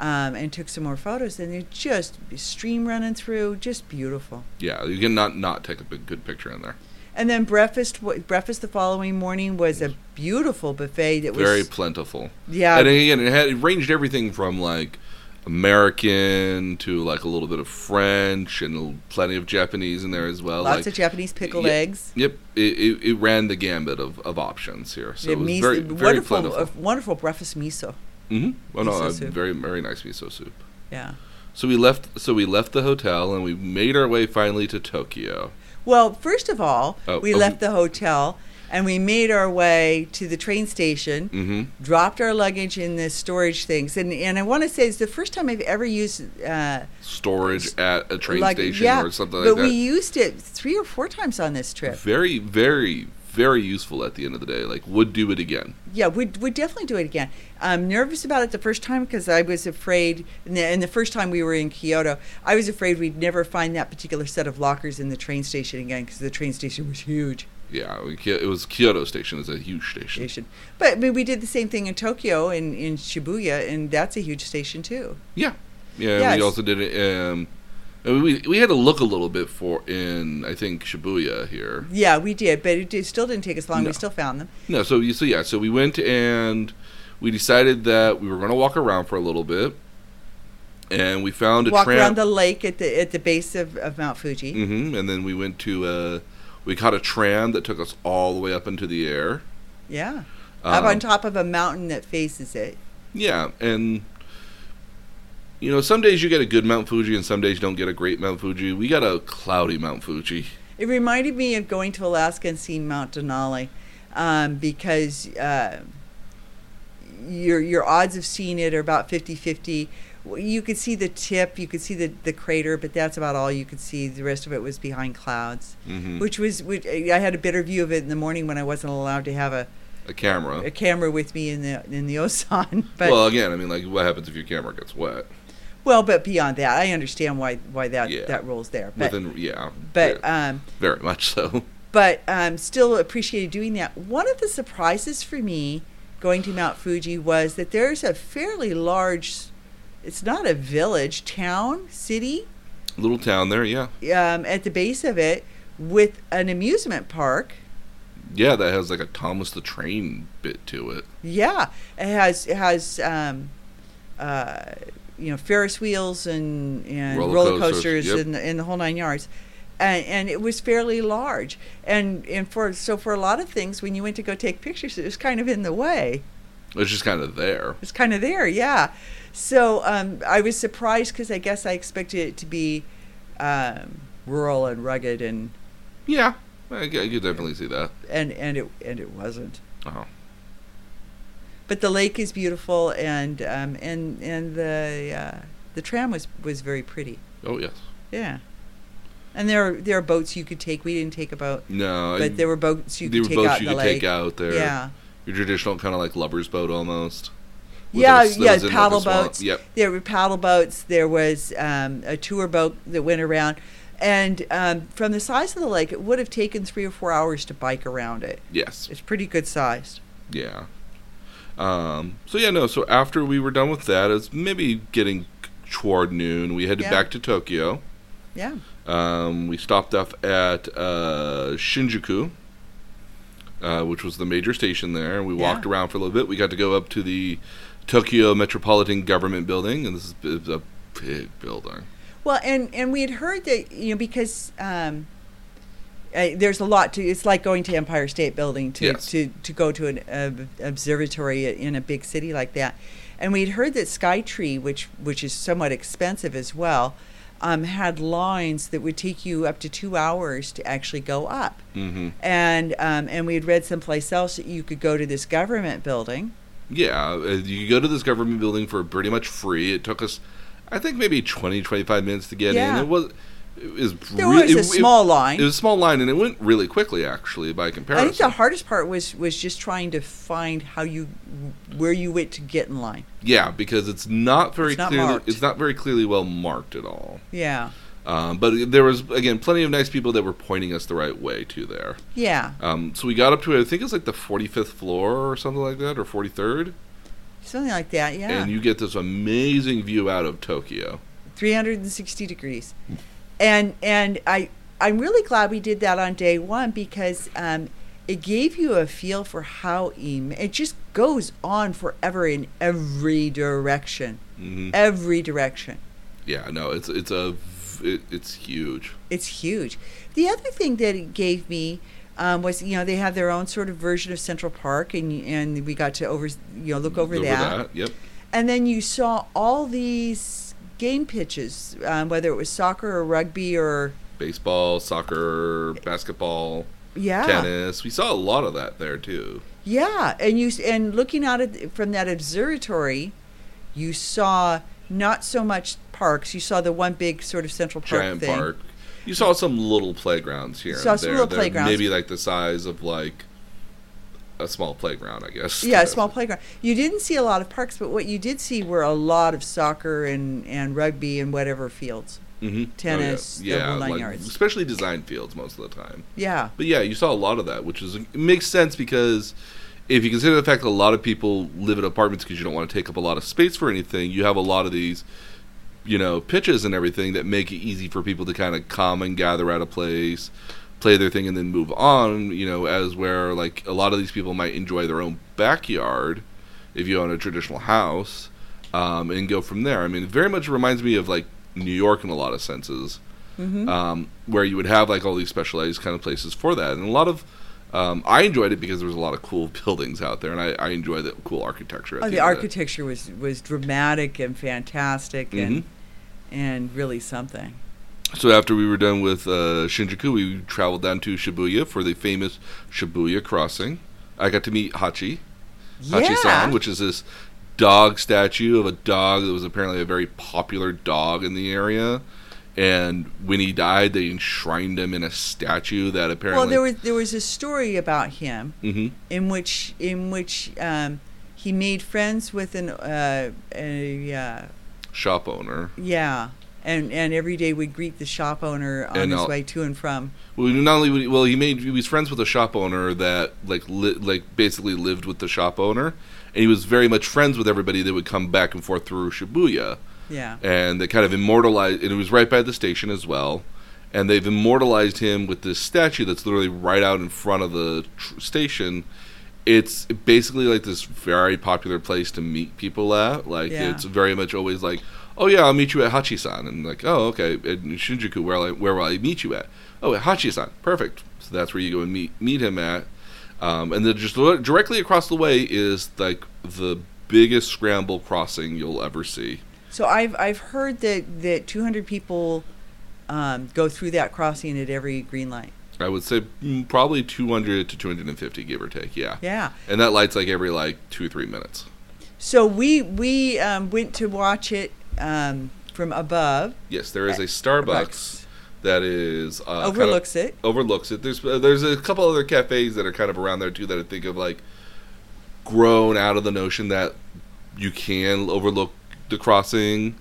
B: Um, and took some more photos, and they're just stream running through, just beautiful.
A: Yeah, you can not not take a big, good picture in there.
B: And then breakfast wa- breakfast the following morning was a beautiful buffet that was
A: Very plentiful.
B: yeah
A: and again, it had it ranged everything from like American to like a little bit of French and plenty of Japanese in there as well.
B: lots
A: like,
B: of Japanese pickled
A: yeah,
B: eggs.
A: Yep, it, it, it ran the gambit of, of options here. So
B: The
A: it was
B: miso-
A: very, very
B: wonderful,
A: plentiful.
B: uh, wonderful breakfast miso.
A: hmm Oh no,
B: miso
A: uh,
B: soup.
A: very very nice miso soup.
B: Yeah.
A: So we left. So we left the hotel and we made our way finally to Tokyo.
B: Well, first of all,
A: Oh,
B: we
A: oh.
B: left the hotel and we made our way to the train station,
A: hmm
B: dropped our luggage in the storage things, and and I want to say it's the first time I've ever used uh,
A: Storage at a train
B: lug-
A: station
B: yeah,
A: or something
B: but
A: like that.
B: we used it three or four times on this trip.
A: very very very useful at the end of the day. Like would do it again.
B: Yeah, we'd, we'd definitely do it again. I'm nervous about it the first time because I was afraid, and the, and the first time we were in Kyoto, I was afraid we'd never find that particular set of lockers in the train station again because the train station was huge.
A: Yeah, we, Ky- it was Kyoto Station. It's a huge station.
B: station. But I mean, we did the same thing in Tokyo and in Shibuya, and that's a huge station too.
A: Yeah, yeah.
B: Yes.
A: We also did it. Um, I mean, we we had to look a little bit for in I think Shibuya here.
B: Yeah, we did, but it, did- still didn't take us long.
A: No.
B: We still found them.
A: No, so you so yeah, so we went and we decided that we were going to walk around for a little bit, and we found a
B: Walked
A: tram.
B: around the lake at the at the base of, of Mount Fuji.
A: hmm and then we went to uh, we caught a tram that took us all the way up into the air.
B: Yeah, up
A: Um,
B: on top of a mountain that faces it.
A: Yeah, and you know, some days you get a good Mount Fuji, and some days you don't get a great Mount Fuji. We got a cloudy Mount Fuji.
B: It reminded me of going to Alaska and seeing Mount Denali, um, because uh, your your odds of seeing it are about 50-50. You could see the tip, you could see the, the crater, but that's about all you could see. The rest of it was behind clouds,
A: Mm-hmm.
B: which was which, I had a better view of it in the morning when I wasn't allowed to have a,
A: A camera.
B: a camera with me in the in the Osan. But well,
A: Oh. well, again, I mean, like, what happens if your camera gets wet?
B: but beyond that, I understand why why that
A: Yeah.
B: that rule's there. But
A: Within, yeah,
B: but
A: yeah,
B: um,
A: very much so.
B: but um, still appreciated doing that. One of the surprises for me going to Mount Fuji was that there's a fairly large, it's not a village, town, city
A: Little town there, yeah.
B: um, at the base of it with an amusement park.
A: Yeah, that has like a Thomas the Train bit to it.
B: Yeah, it has it has um, uh, you know Ferris wheels and and
A: Roller
B: roller,
A: coasters,
B: coasters,
A: yep.
B: and, the, and the whole nine yards, and, and it was fairly large. And and for so for a lot of things, when you went to go take pictures, it was kind of in the way.
A: It's just kind of there.
B: It's kind of there, yeah. So um, I was surprised because I guess I expected it to be um, rural and rugged, and
A: Yeah, I, g- I could definitely see that.
B: and and it and it wasn't.
A: Oh,
B: But the lake is beautiful, and um, and and the uh, the tram was was very pretty,
A: oh yes.
B: yeah. And there are, there are boats you could take. We didn't take a boat,
A: No, I-
B: but there were boats you
A: there
B: could
A: were
B: take
A: boats
B: out in
A: you
B: the
A: could
B: lake.
A: take out there.
B: yeah,
A: Your traditional kind of like lover's boat almost. with
B: yeah,
A: a s- that
B: yeah.
A: was in, like, a
B: Paddle
A: swamp.
B: boats.
A: Yep.
B: There were paddle boats. There was um, a tour boat that went around, and um, from the size of the lake, it would have taken three or four hours to bike around it.
A: Yes.
B: It's pretty good sized.
A: Yeah. Um. So yeah, no. So after we were done with that, it's maybe getting toward noon. We headed
B: Yeah.
A: back to Tokyo.
B: Yeah,
A: Um, we stopped off at uh, Shinjuku, uh, which was the major station there. We walked
B: Yeah.
A: around for a little bit. We got to go up to the Tokyo Metropolitan Government Building, and this is a big building.
B: Well, and and we had heard that you know because um, uh, there's a lot to. It's like going to Empire State Building to
A: Yes.
B: to, to go to an ob- observatory in a big city like that. And we'd heard that SkyTree, which which is somewhat expensive as well, um, had lines that would take you up to two hours to actually go up.
A: hmm
B: And um, and we had read someplace else that you could go to this government building.
A: Yeah, uh, you could go to this government building for pretty much free. It took us, I think, maybe 20, 25 minutes to get
B: Yeah.
A: in. It was. It was
B: There
A: re-
B: was
A: it-
B: a
A: it-
B: small line.
A: It was a small line, and it went really quickly, actually, by
B: I
A: comparison.
B: think the hardest part was was just trying to find how you where you went to get in line.
A: yeah, because it's not very
B: It's not
A: clearly
B: marked.
A: it's not very clearly well marked at all.
B: Yeah,
A: Um, but there was again plenty of nice people that were pointing us the right way to there.
B: yeah,
A: Um, so we got up to I think it's like the 45th floor or something like that, or 43rd,
B: something like that. Yeah,
A: and you get this amazing view out of Tokyo.
B: three hundred and sixty degrees, and and I I'm really glad we did that on day one because um, it gave you a feel for how em- it just goes on forever in every direction,
A: hmm
B: every direction.
A: Yeah, no, it's it's a v- it, it's huge.
B: It's huge. The other thing that it gave me um, was you know they have their own sort of version of Central Park, and and we got to over you know look over, that.
A: Yep.
B: and then you saw all these game pitches, um, whether it was soccer or rugby or
A: Baseball, soccer, basketball,
B: yeah,
A: tennis. We saw a lot of that there too.
B: Yeah, and you s- and looking out at it from that observatory, you saw not so much parks. You saw the one big sort of Central Park
A: Giant
B: thing.
A: park. You saw some little playgrounds here.
B: Saw
A: and
B: some
A: there.
B: little
A: They're
B: playgrounds.
A: Maybe like the size of like a small playground, I guess.
B: Yeah, a small playground. You didn't see a lot of parks, but what you did see were a lot of soccer and, and rugby and whatever fields.
A: hmm
B: tennis, the
A: yeah,
B: whole nine
A: like,
B: yards.
A: especially design fields most of the time.
B: Yeah,
A: But yeah, you saw a lot of that, which is it makes sense because if you consider the fact that a lot of people live in apartments because you don't want to take up a lot of space for anything, you have a lot of these, you know, pitches and everything that make it easy for people to kind of come and gather at a place, play their thing, and then move on. You know, as where like a lot of these people might enjoy their own backyard if you own a traditional house, um, and go from there. I mean, it very much reminds me of like New York in a lot of senses
B: hmm
A: um, where you would have like all these specialized kind of places for that. And a lot of, um, I enjoyed it because there was a lot of cool buildings out there, and I, I enjoy the uh, cool architecture. at
B: oh, the
A: end of it.
B: architecture was was dramatic and fantastic and and really something.
A: So after we were done with uh, Shinjuku, we traveled down to Shibuya for the famous Shibuya crossing. I got to meet Hachi, Hachi-san,
B: yeah,
A: which is this dog statue of a dog that was apparently a very popular dog in the area. And when he died, they enshrined him in a statue that apparently.
B: well, there was there was a story about him
A: Mhm.
B: in which in which um, he made friends with an uh, a uh,
A: shop owner.
B: yeah, and and every day would greet the shop owner on
A: And
B: his
A: I'll-
B: way to and from.
A: Well, not only well, he made he was friends with a shop owner that like li- like basically lived with the shop owner, and he was very much friends with everybody that would come back and forth through Shibuya,
B: Yeah,
A: and they kind of immortalized. And it was right by the station as well, and they've immortalized him with this statue that's literally right out in front of the tr- station. It's basically like this very popular place to meet people at. Like
B: Yeah.
A: it's very much always like, oh yeah, I'll meet you at Hachi-san, and like, oh okay, in Shinjuku, where I, where will I meet you at? Oh, at Hachi-san, perfect. So that's where you go and meet meet him at. Um, and then just lo- directly across the way is like the biggest scramble crossing you'll ever see.
B: so I've I've heard that that 200 people um, go through that crossing at every green light.
A: I would say mm, probably 200 to 250, give or take. Yeah.
B: Yeah,
A: And that light's like every like two, three minutes.
B: so we we um, went to watch it um, from above.
A: Yes, there is a
B: Uh,
A: Starbucks that is uh, kind of-
B: overlooks it.
A: overlooks it. There's uh, there's a couple other cafes that are kind of around there too that I think of like grown out of the notion that you can overlook the crossing.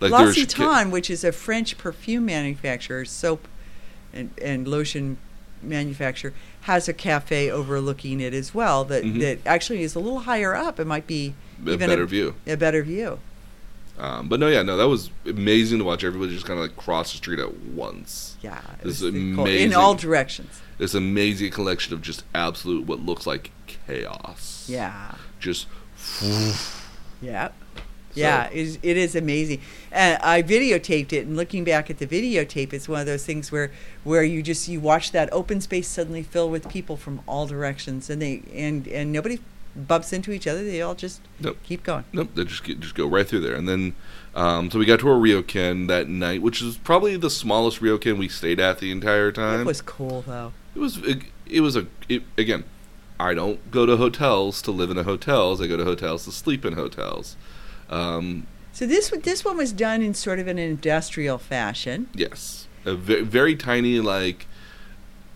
A: Like
B: La
A: there's ca-
B: Citan, which is a French perfume manufacturer, soap and, and lotion manufacturer, has a cafe overlooking it as well. That
A: Mhm.
B: that actually is a little higher up. It might be
A: a
B: even
A: better view.
B: a better view.
A: Um, but no, yeah, no, that was amazing to watch. Everybody just kind of like cross the street at once.
B: Yeah,
A: This
B: it was
A: is
B: cool. in
A: amazing.
B: all directions.
A: This amazing collection of just absolute what looks like chaos.
B: Yeah,
A: Just
B: yeah. Yeah, it is, it is amazing. And I videotaped it, and looking back at the videotape, it's one of those things where where you just you watch that open space suddenly fill with people from all directions, and they and and nobody bumps into each other. They all just
A: Nope.
B: keep going.
A: Nope, they just get, just go right through there, and then um, so we got to a ryokan that night, which is probably the smallest ryokan we stayed at the entire time.
B: It was cool though.
A: it was it, it was a it, again. I don't go to hotels to live in a hotels. I go to hotels to sleep in hotels. Um,
B: So this one- this one was done in sort of an industrial fashion.
A: yes, a ve- very tiny like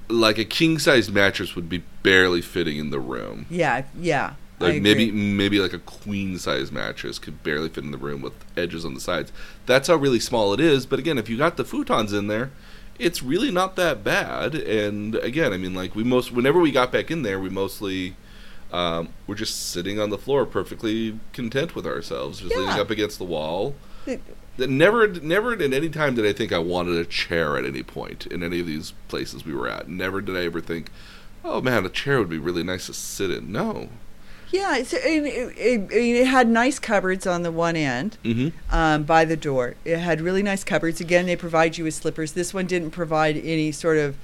A: like a king sized mattress would be barely fitting in the room.
B: Yeah, yeah. I
A: Like maybe
B: agree.
A: maybe like a queen size mattress could barely fit in the room with edges on the sides. That's how really small it is. But again, if you got the futons in there, it's really not that bad. And again, I mean, like we most whenever we got back in there, we mostly um, were just sitting on the floor, perfectly content with ourselves, just leaning
B: Yeah.
A: up against the wall.
B: It-
A: that never never at any time did I think I wanted a chair at any point in any of these places we were at. Never did I ever think, oh man, a chair would be really nice to sit in. No.
B: Yeah, it's, it, it, it, it had nice cupboards on the one end
A: Mm-hmm.
B: um, by the door. It had really nice cupboards. Again, they provide you with slippers. This one didn't provide any sort of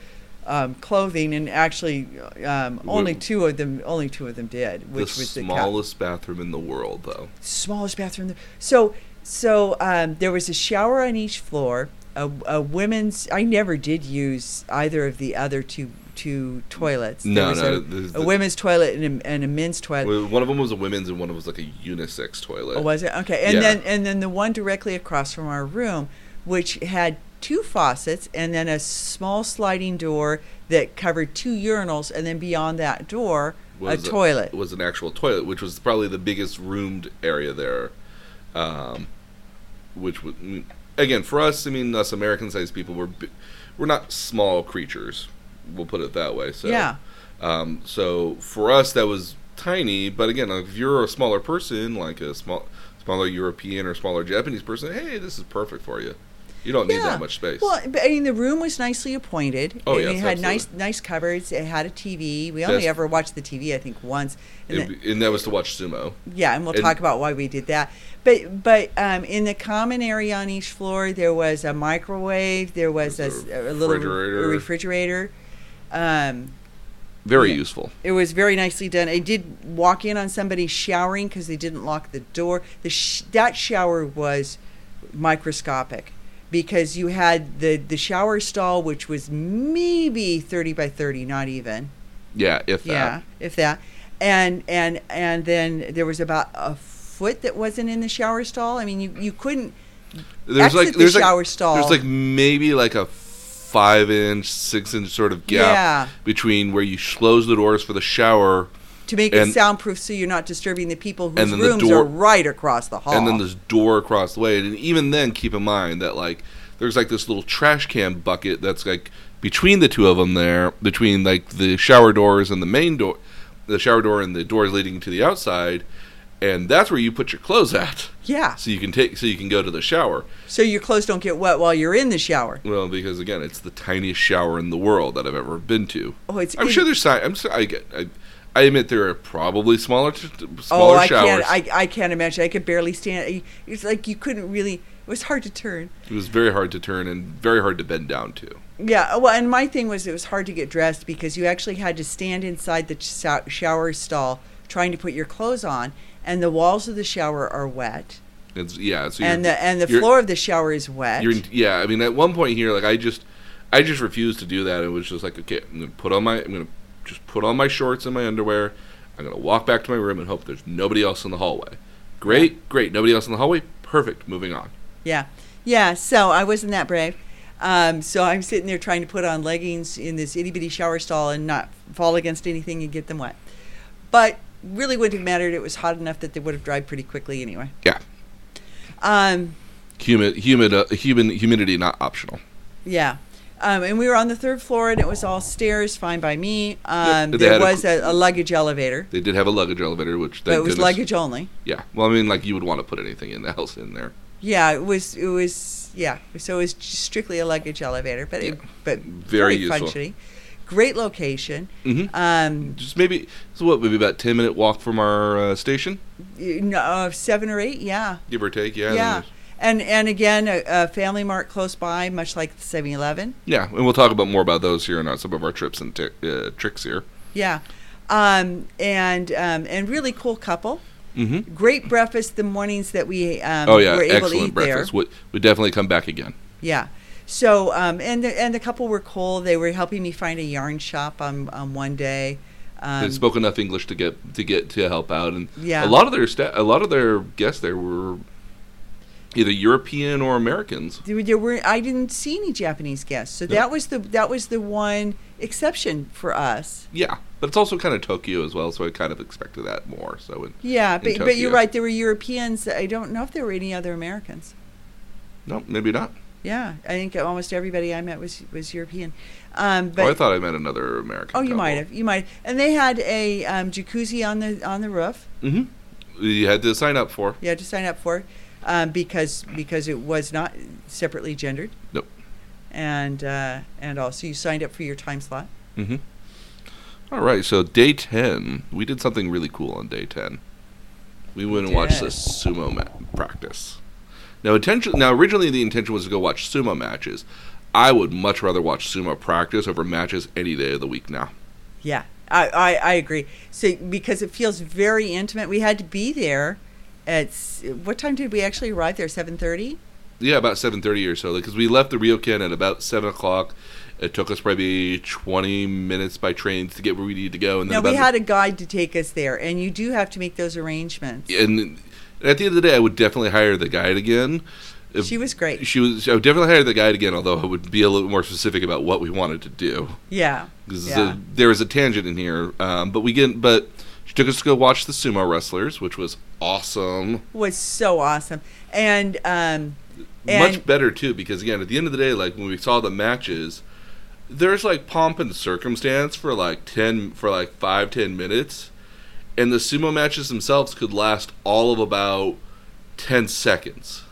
B: um, clothing, and actually, um, only
A: Wh-
B: two of them only two of them did, which
A: the
B: was the cou-
A: smallest bathroom in the world, though.
B: smallest bathroom. There. So so um, there was a shower on each floor. A, a women's. I never did use either of the other two two toilets. There
A: No,
B: was
A: no,
B: a,
A: there's
B: a
A: the-
B: women's toilet and a, and a men's toilet.
A: Well, One of them was a women's, and one of them was like a unisex toilet.
B: Oh, was it okay? And
A: Uh, Yeah.
B: then and then the one directly across from our room, which had two faucets and then a small sliding door that covered two urinals, and then beyond that door,
A: was
B: a toilet.
A: was an actual toilet, which was probably the biggest roomed area there. Um, which was, I mean, again for us, I mean, us American-sized people, we're bi- we're not small creatures. We'll put it that way. So
B: Yeah.
A: Um, so for us, that was tiny. But again, like, if you're a smaller person, like a small smaller European or smaller Japanese person, hey, this is perfect for you. You don't need
B: Yeah.
A: that much space.
B: Well, but, I mean, the room was nicely appointed.
A: Oh,
B: and
A: yes,
B: it had nice
A: absolutely.
B: nice cupboards. It had a TV. We
A: That's-
B: only ever watched the TV, I think, once. And
A: It'd
B: then-
A: be- and that was to watch sumo.
B: yeah, and we'll
A: and-
B: talk about why we did that. But but um, in the common area on each floor, there was a microwave. There was a,
A: There's
B: s-
A: a
B: a little
A: refrigerator.
B: refrigerator. A refrigerator. Um,
A: Very
B: Yeah.
A: useful.
B: It was very nicely done. I did walk in on somebody showering because they didn't lock the door. The sh- that shower was microscopic because you had the, the shower stall, which was maybe 30 by 30, not even.
A: Yeah, if that.
B: Yeah, if that. And, and, and then there was about a foot that wasn't in the shower stall. I mean, you, you couldn't.
A: there's
B: Exit
A: like
B: the
A: there's
B: shower
A: like,
B: stall.
A: There's like maybe like a five inch, six inch sort of gap
B: Yeah.
A: between where you close the doors for the shower,
B: To make
A: And-
B: it soundproof so you're not disturbing the people whose
A: And then the
B: rooms
A: door-
B: are right across the hall.
A: and then this door across the way. And even then, keep in mind that like there's like this little trash can bucket that's like between the two of them there, between like the shower doors and the main door, the shower door and the doors leading to the outside, and that's where you put your clothes at,
B: Yeah.
A: so you can take so you can go to the shower.
B: So your clothes don't get wet while you're in the shower.
A: Well, because again, it's the tiniest shower in the world that I've ever been to.
B: Oh, it's
A: I'm
B: in-
A: sure there's. si- I'm. si- I get. I, I admit there are probably smaller, t- t-
B: Oh,
A: smaller
B: I
A: showers.
B: can't. I, I can't imagine. I could barely stand. It's like you couldn't really. It was hard to turn.
A: it was very hard to turn and very hard to bend down to.
B: Yeah. uh, Well, and my thing was it was hard to get dressed because you actually had to stand inside the sho- shower stall trying to put your clothes on, and the walls of the shower are wet,
A: It's yeah. So you're,
B: and the and the
A: you're-
B: floor of the shower is wet.
A: You're, yeah. I mean, at one point here, like I just, I just refused to do that. It was just like, okay, I'm gonna put on my. I'm gonna just put on my shorts and my underwear. I'm gonna walk back to my room and hope there's nobody else in the hallway. Great, great. Nobody else in the hallway. Perfect. Moving on.
B: Yeah. Yeah. So I wasn't that brave. Um, so I'm sitting there trying to put on leggings in this itty bitty shower stall and not fall against anything and get them wet. But really wouldn't have mattered. It was hot enough that they would have dried pretty quickly anyway.
A: Yeah.
B: Um,
A: Humid, humid, uh, human humidity not optional.
B: yeah. Um, and we were on the third floor and it was all stairs, fine by me. Um,
A: They
B: there
A: had a-
B: was a, a luggage elevator,
A: They did have a luggage elevator, which
B: but
A: thank
B: it was
A: goodness-
B: luggage only.
A: Yeah. Well, I mean, like you would want to put anything in the house in there,
B: Yeah, it was. It was. Yeah, so it was strictly a luggage elevator, but it, but
A: Very
B: very,
A: useful.
B: functioning, great location.
A: Mhm.
B: Um,
A: just maybe. So what? Maybe about ten minute walk from our uh, station,
B: you know, uh, seven or eight, yeah,
A: give or take. Yeah.
B: yeah.
A: and
B: And and again, a, a Family Mart close by, much like the 7-Eleven.
A: yeah. And we'll talk about more about those here and on some of our trips and t- uh, tricks here.
B: Yeah, um, and um, and really cool couple.
A: Mm-hmm.
B: Great breakfast the mornings that we um,
A: oh yeah,
B: were able to
A: excellent
B: eat
A: breakfast.
B: there.
A: Would would definitely come back again.
B: Yeah. So um, and the, and the couple were cool. They were helping me find a yarn shop on, on one day. Um,
A: they spoke enough English to get to get to help out, and
B: Yeah.
A: a lot of their sta- a lot of their guests there were either European or Americans.
B: there, were- there were I didn't see any Japanese guests, so
A: No.
B: that was the that was the one exception for us.
A: Yeah, but it's also kind of Tokyo as well, so I kind of expected that more. So it,
B: Yeah,
A: in
B: but, but
A: Tokyo.
B: you're right. There were Europeans. I don't know if there were any other Americans.
A: no, maybe not.
B: Yeah, I think almost everybody I met was was European. Um,
A: oh, I
B: but oh,
A: thought I met another American.
B: you might have, you might. And they had a um, jacuzzi on the on the roof.
A: Mm-hmm. You had to sign up for.
B: You had to sign up for. um, because because it was not separately gendered.
A: Nope.
B: And uh, and also you signed up for your time slot.
A: Mm-hmm. All right, so day ten, we did something really cool on day ten. We went and watched the
B: did.
A: sumo ma- practice. Now, intention. Now, originally the intention was to go watch sumo matches. I would much rather watch sumo practice over matches any day of the week now.
B: Yeah, I, I, I agree. So because it feels very intimate, we had to be there at s- what time did we actually arrive there? Seven thirty.
A: Yeah, about seven thirty or so, because we left the Ryokan at about seven o'clock. It took us probably twenty minutes by trains to get where we needed to go, and then
B: Now
A: about
B: we
A: the-
B: had a guide to take us there, and you do have to make those arrangements.
A: and at the end of the day, I would definitely hire the guide again. If-
B: She was great.
A: She was. I would definitely hire the guide again, although I would be a little more specific about what we wanted to do
B: Yeah,
A: because
B: Yeah.
A: there is a tangent in here. Um, but we get. But she took us to go watch the sumo wrestlers, which was awesome.
B: was so awesome, and um, and
A: Much better too, because again, at the end of the day, like when we saw the matches, there's like pomp and circumstance for like ten for like five ten minutes, and the sumo matches themselves could last all of about ten seconds.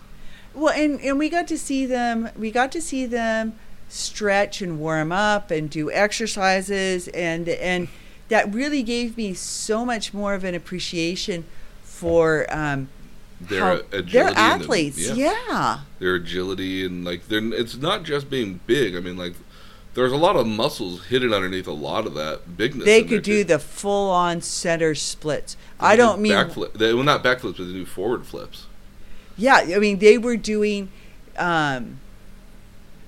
B: Well, and, and we got to see them. We got to see them stretch and warm up and do exercises, and and that really gave me so much more of an appreciation for um,
A: Their
B: how-
A: agility and
B: They're
A: their-
B: athletes,
A: yeah.
B: yeah.
A: their agility and like they're it's not just being big. I mean like there's a lot of muscles hidden underneath a lot of that bigness.
B: They
A: in there,
B: could do
A: too.
B: the full on center splits.
A: They
B: I
A: do
B: don't mean
A: backflip. They, well, not backflips, but they do forward flips.
B: Yeah, I mean they were doing. Um,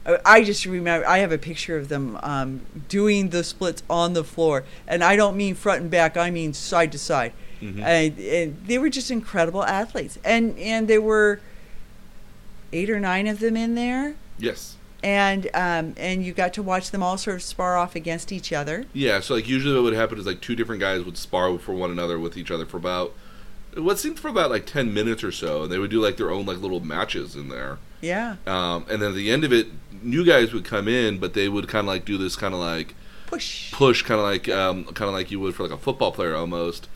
B: I- I just remember I have a picture of them um, doing the splits on the floor, and I don't mean front and back. I mean side to side.
A: Mm-hmm. Uh,
B: And, and they were just incredible athletes, and and there were eight or nine of them in there,
A: Yes.
B: and um, and you got to watch them all sort of spar off against each other.
A: Yeah. So like usually what would happen is like two different guys would spar for one another with each other for about what seemed for about like ten minutes or so, and they would do like their own like little matches in there.
B: Yeah,
A: Um, and then at the end of it, new guys would come in, but they would kind of like do this kind of like
B: push.
A: push, kind of like um, kind of like you would for like a football player almost.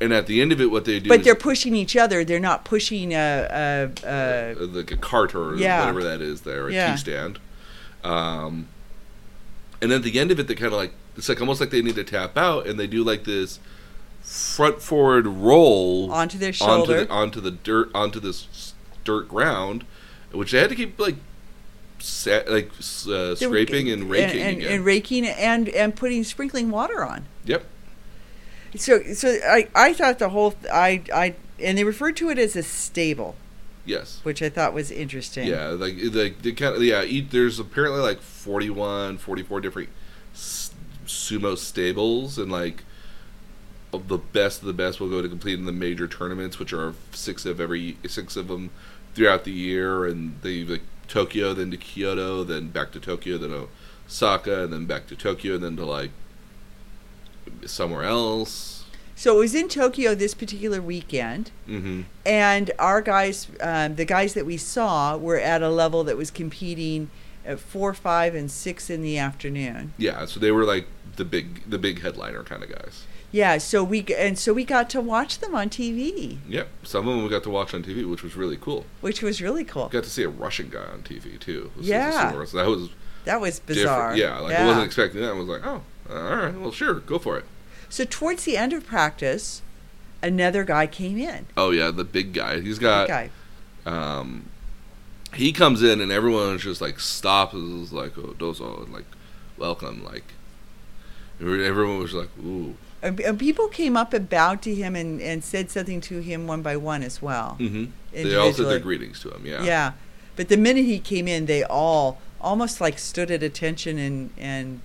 A: And at the end of it, what they do,
B: But
A: is-
B: they're pushing each other. They're not pushing uh, a. a, a
A: uh, like a cart or
B: Yeah.
A: whatever that is there, a
B: Yeah.
A: tea stand. Um, and at the end of it, they kind of like it's like almost like they need to tap out, and they do like this front forward roll
B: onto their shoulder.
A: onto the, onto the dirt onto this s- dirt ground, which they had to keep like sa- like s- uh,
B: They were-
A: scraping and raking
B: and, and,
A: again.
B: and raking and and putting sprinkling water on.
A: yep.
B: So so I I thought the whole I I and they referred to it as a stable,
A: Yes.
B: which I thought was interesting.
A: Yeah, like like they kind of yeah. Each, there's apparently like 41, 44 different s- sumo stables, and like of the best of the best will go to completing the major tournaments, which are six of every six of them throughout the year, and they like Tokyo, then to Kyoto, then back to Tokyo, then Osaka, and then back to Tokyo, and then to like somewhere else.
B: So it was in Tokyo this particular weekend,
A: Mm-hmm.
B: and our guys, um, the guys that we saw, were at a level that was competing at four, five, and six in the afternoon.
A: Yeah, so they were like the big the big headliner kind of guys.
B: Yeah. So we g- and so we got to watch them on TV,
A: Yep, some of them we got to watch on TV, which was really cool.
B: which was really cool.
A: got to see a Russian guy on TV too. This is a
B: Yeah.
A: similar- so that was
B: That was bizarre.
A: different. Yeah, like I wasn't expecting that. I was like, oh, all right, well, sure, go for it.
B: So towards the end of practice, another guy came in.
A: Oh yeah, the big guy. He's got.
B: That guy.
A: Um, he comes in and everyone's just like stops and is like, oh, dozo, and like, welcome, like. Everyone was like, ooh.
B: And and people came up and bowed to him and, and said something to him one by one as well.
A: Mm-hmm. They all said their
B: individually.
A: greetings to him. Yeah.
B: Yeah. But the minute he came in, they all almost like stood at attention and, and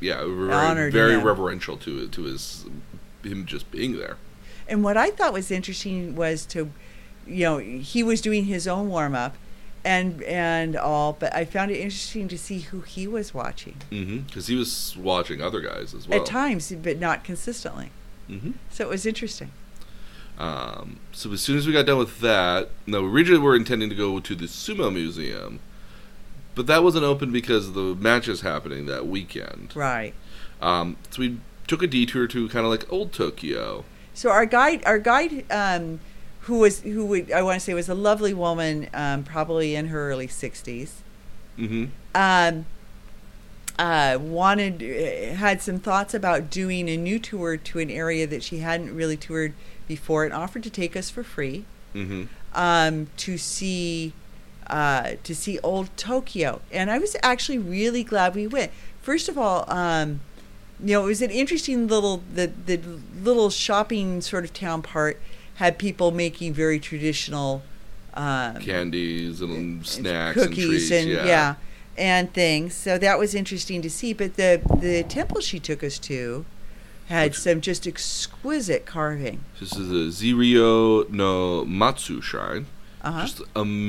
A: Yeah. we were Very,
B: Honored
A: very
B: him. reverential
A: reverential to to his him just being there.
B: And what I thought was interesting was to, you know, he was doing his own warm up, and and all. But I found it interesting to see who he was watching
A: Mm-hmm. Because he was watching other guys as well.
B: at times, but not consistently.
A: Mm-hmm.
B: So it was interesting.
A: Um, so as soon as we got done with that, no, originally we were intending to go to the Sumo Museum, but that wasn't open because of the matches happening that weekend.
B: Right.
A: Um, so we took a detour to kind of like old Tokyo.
B: So our guide, our guide, um, who was who would I want to say was a lovely woman, um, probably in her early sixties.
A: Mm-hmm.
B: Um, uh, wanted uh, had some thoughts about doing a new tour to an area that she hadn't really toured before, and offered to take us for free
A: Mm-hmm.
B: um, to see uh, to see old Tokyo, and I was actually really glad we went. First of all, um, you know, it was an interesting little the the little shopping sort of town part had people making very traditional um,
A: Candies and snacks and
B: cookies
A: treats.
B: and,
A: yeah.
B: yeah. and things. So that was interesting to see. But the the temple she took us to had
A: Which-
B: some just exquisite carving.
A: This is a Ziryo no Matsu shrine.
B: Uh-huh.
A: Just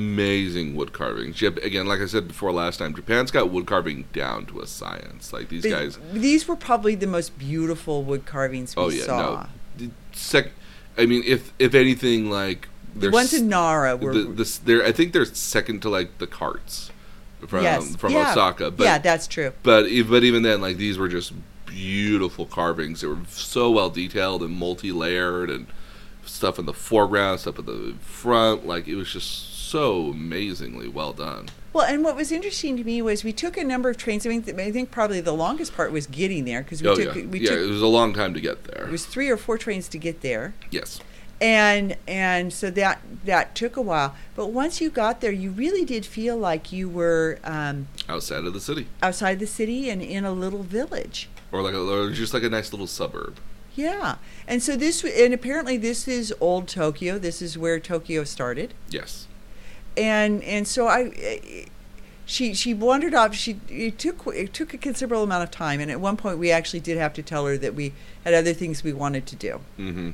A: amazing wood carvings. Jap- Again, like I said before last time, Japan's got wood carving down to a science. Like these
B: But
A: guys.
B: These were probably the most beautiful wood carvings we
A: Oh yeah,
B: saw.
A: no. Sec. I mean, if if anything, like
B: the
A: they're
B: ones
A: s-
B: in Nara
A: the,
B: were
A: the, they're, I think they're second to like the carts from
B: yes.
A: from
B: yeah.
A: Osaka. But
B: yeah, that's true.
A: but e- but even then, like these were just beautiful carvings. They were so well detailed and multi layered and stuff in the foreground, stuff in the front. Like it was just so amazingly well done.
B: Well, and what was interesting to me was we took a number of trains. I mean, th- I think probably the longest part was getting there because we
A: oh
B: took
A: yeah,
B: we
A: yeah.
B: took
A: it was a long time to get there.
B: it was three or four trains to get there.
A: yes.
B: and and so that that took a while but once you got there you really did feel like you were um,
A: Outside of the city,
B: outside the city and in a little village
A: or like a, or just like a nice little suburb.
B: yeah and so this w- and apparently this is old tokyo this is where tokyo started
A: Yes.
B: and and so i eh, she she wandered off she it took it took a considerable amount of time and at one point we actually did have to tell her that we had other things we wanted to do
A: Mm-hmm.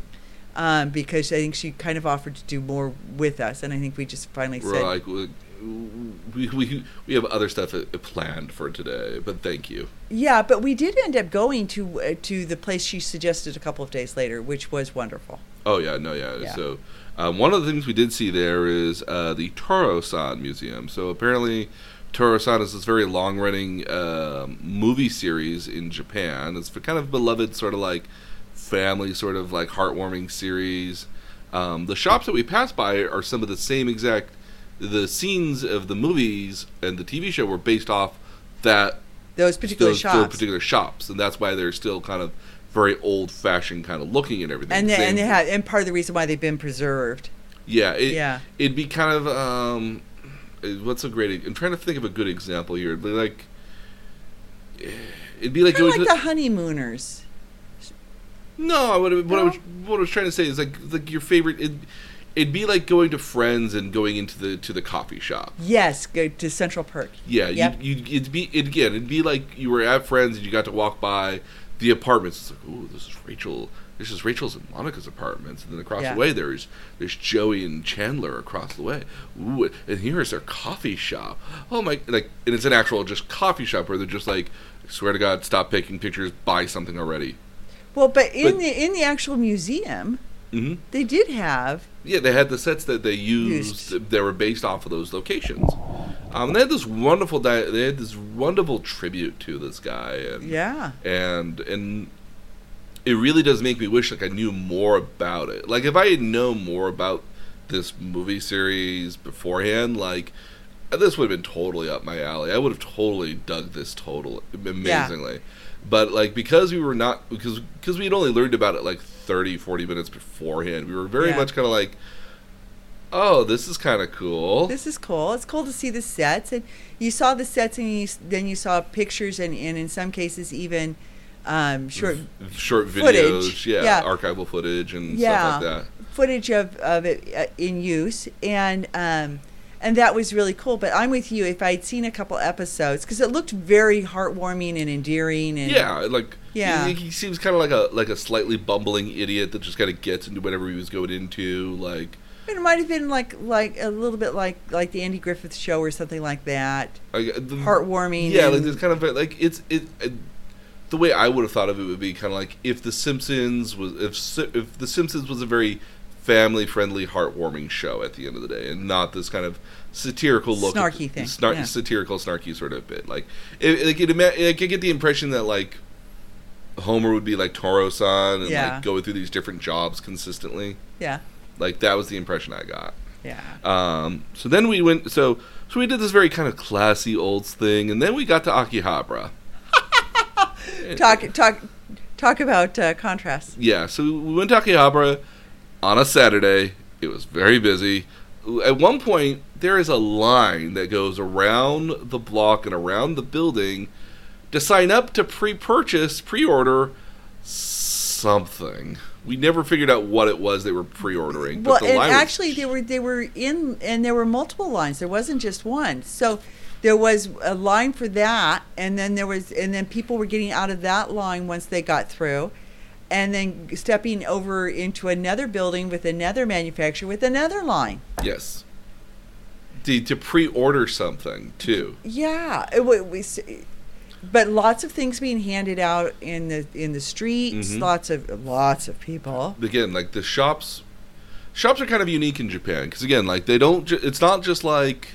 B: um, because i think she kind of offered to do more with us and i think we just finally
A: We're
B: said
A: like we, we we we have other stuff uh, planned for today, but thank you.
B: Yeah, but we did end up going to uh, to the place she suggested a couple of days later, which was wonderful.
A: Oh yeah, no yeah.
B: Yeah.
A: So um, one of the things we did see there is uh, the Toro-san Museum. So apparently, Toro-san is this very long-running um movie series in Japan. It's for kind of beloved, sort of like family, sort of like heartwarming series. Um, the shops that we passed by are some of the same exact. The scenes of the movies and the TV show were based off that
B: Those particular
A: those, those
B: shops,
A: particular shops, and that's why they're still kind of very old-fashioned kind of looking and everything.
B: and they,
A: Same-
B: and they had, and part of the reason why they've been preserved.
A: yeah, it,
B: Yeah.
A: it'd be kind of um, uh, what's a great? I'm trying to think of a good example here. It'd be like, eh, it'd be like,
B: Kind of
A: going
B: like
A: to-
B: the honeymooners.
A: no. I would, what, I
B: No?
A: was, what I was trying to say is like like your favorite. It'd, it'd be like going to friends and going into the to the coffee shop.
B: Yes, go to Central Park.
A: Yeah,
B: Yep.
A: you you it'd be it again. It'd be like you were at friends and you got to walk by the apartments. It's like, ooh, this is Rachel. This is Rachel's and Monica's apartments, and then across
B: Yeah.
A: the way there's there's Joey and Chandler across the way. Ooh, and here is their coffee shop. Oh my! Like, and it's an actual just coffee shop where they're just like, I swear to God, stop taking pictures, buy something already.
B: Well, but in
A: But-
B: the in the actual museum,
A: hmm
B: they did have
A: Yeah, they had the sets that they used. They were based off of those locations. Um, they had this wonderful di- they had this wonderful tribute to this guy. And
B: yeah.
A: and and it really does make me wish like I knew more about it. Like if I had known more about this movie series beforehand, like this would have been totally up my alley. I would have totally dug this total amazingly. But like because we were not because because we had only learned about it like 30 40 minutes beforehand, we were very
B: Yeah.
A: much kind of like oh, this is kind of cool.
B: This is cool. It's cool to see the sets, and you saw the sets, and you, s- then you saw pictures, and, and in some cases even um, short
A: short
B: footage.
A: videos, yeah,
B: Yeah.
A: archival footage and stuff like that.
B: footage of, of it uh, in use and um, and that was really cool but i'm with you if i'd seen a couple episodes because it looked very heartwarming and endearing and
A: Yeah, like
B: Yeah.
A: he, he seems kind of like a like a slightly bumbling idiot that just kind of gets into whatever he was going into. Like
B: it might have been like like a little bit like like the andy griffith show or something like that
A: I, the, Mm.
B: heartwarming
A: Yeah, like
B: and-
A: there's kind of like it's it. it the way I would have thought of it would be kind of like if The Simpsons was if Si- if The Simpsons was a very family friendly, heartwarming show at the end of the day, and not this kind of satirical look, at
B: Snarky
A: the-
B: thing,
A: snar-
B: yeah.
A: satirical, snarky sort of bit. Like, it, like it, ima- I could get the impression that like Homer would be like Toro-san and
B: Yeah.
A: like going through these different jobs consistently.
B: yeah
A: Like that was the impression I got.
B: Yeah.
A: Um, so then we went. So so we did this very kind of classy olds thing, and then we got to Akihabara.
B: Talk talk talk about uh, contrast.
A: Yeah, so we went to Akihabara on a Saturday. It was very busy. At one point, there is a line that goes around the block and around the building to sign up to pre-purchase, pre-order something. We never figured out what it was they were pre-ordering.
B: Well,
A: the
B: and
A: was-
B: actually, they were they were in, and there were multiple lines. There wasn't just one. So there was a line for that, and then there was, and then people were getting out of that line once they got through, and then stepping over into another building with another manufacturer with another line.
A: yes, to, to pre-order something too.
B: Yeah, it, wa- we, s- but lots of things being handed out in the in the streets.
A: Mhm.
B: Lots of lots of people.
A: again like the shops shops are kind of unique in japan because again like they don't ju- it's not just like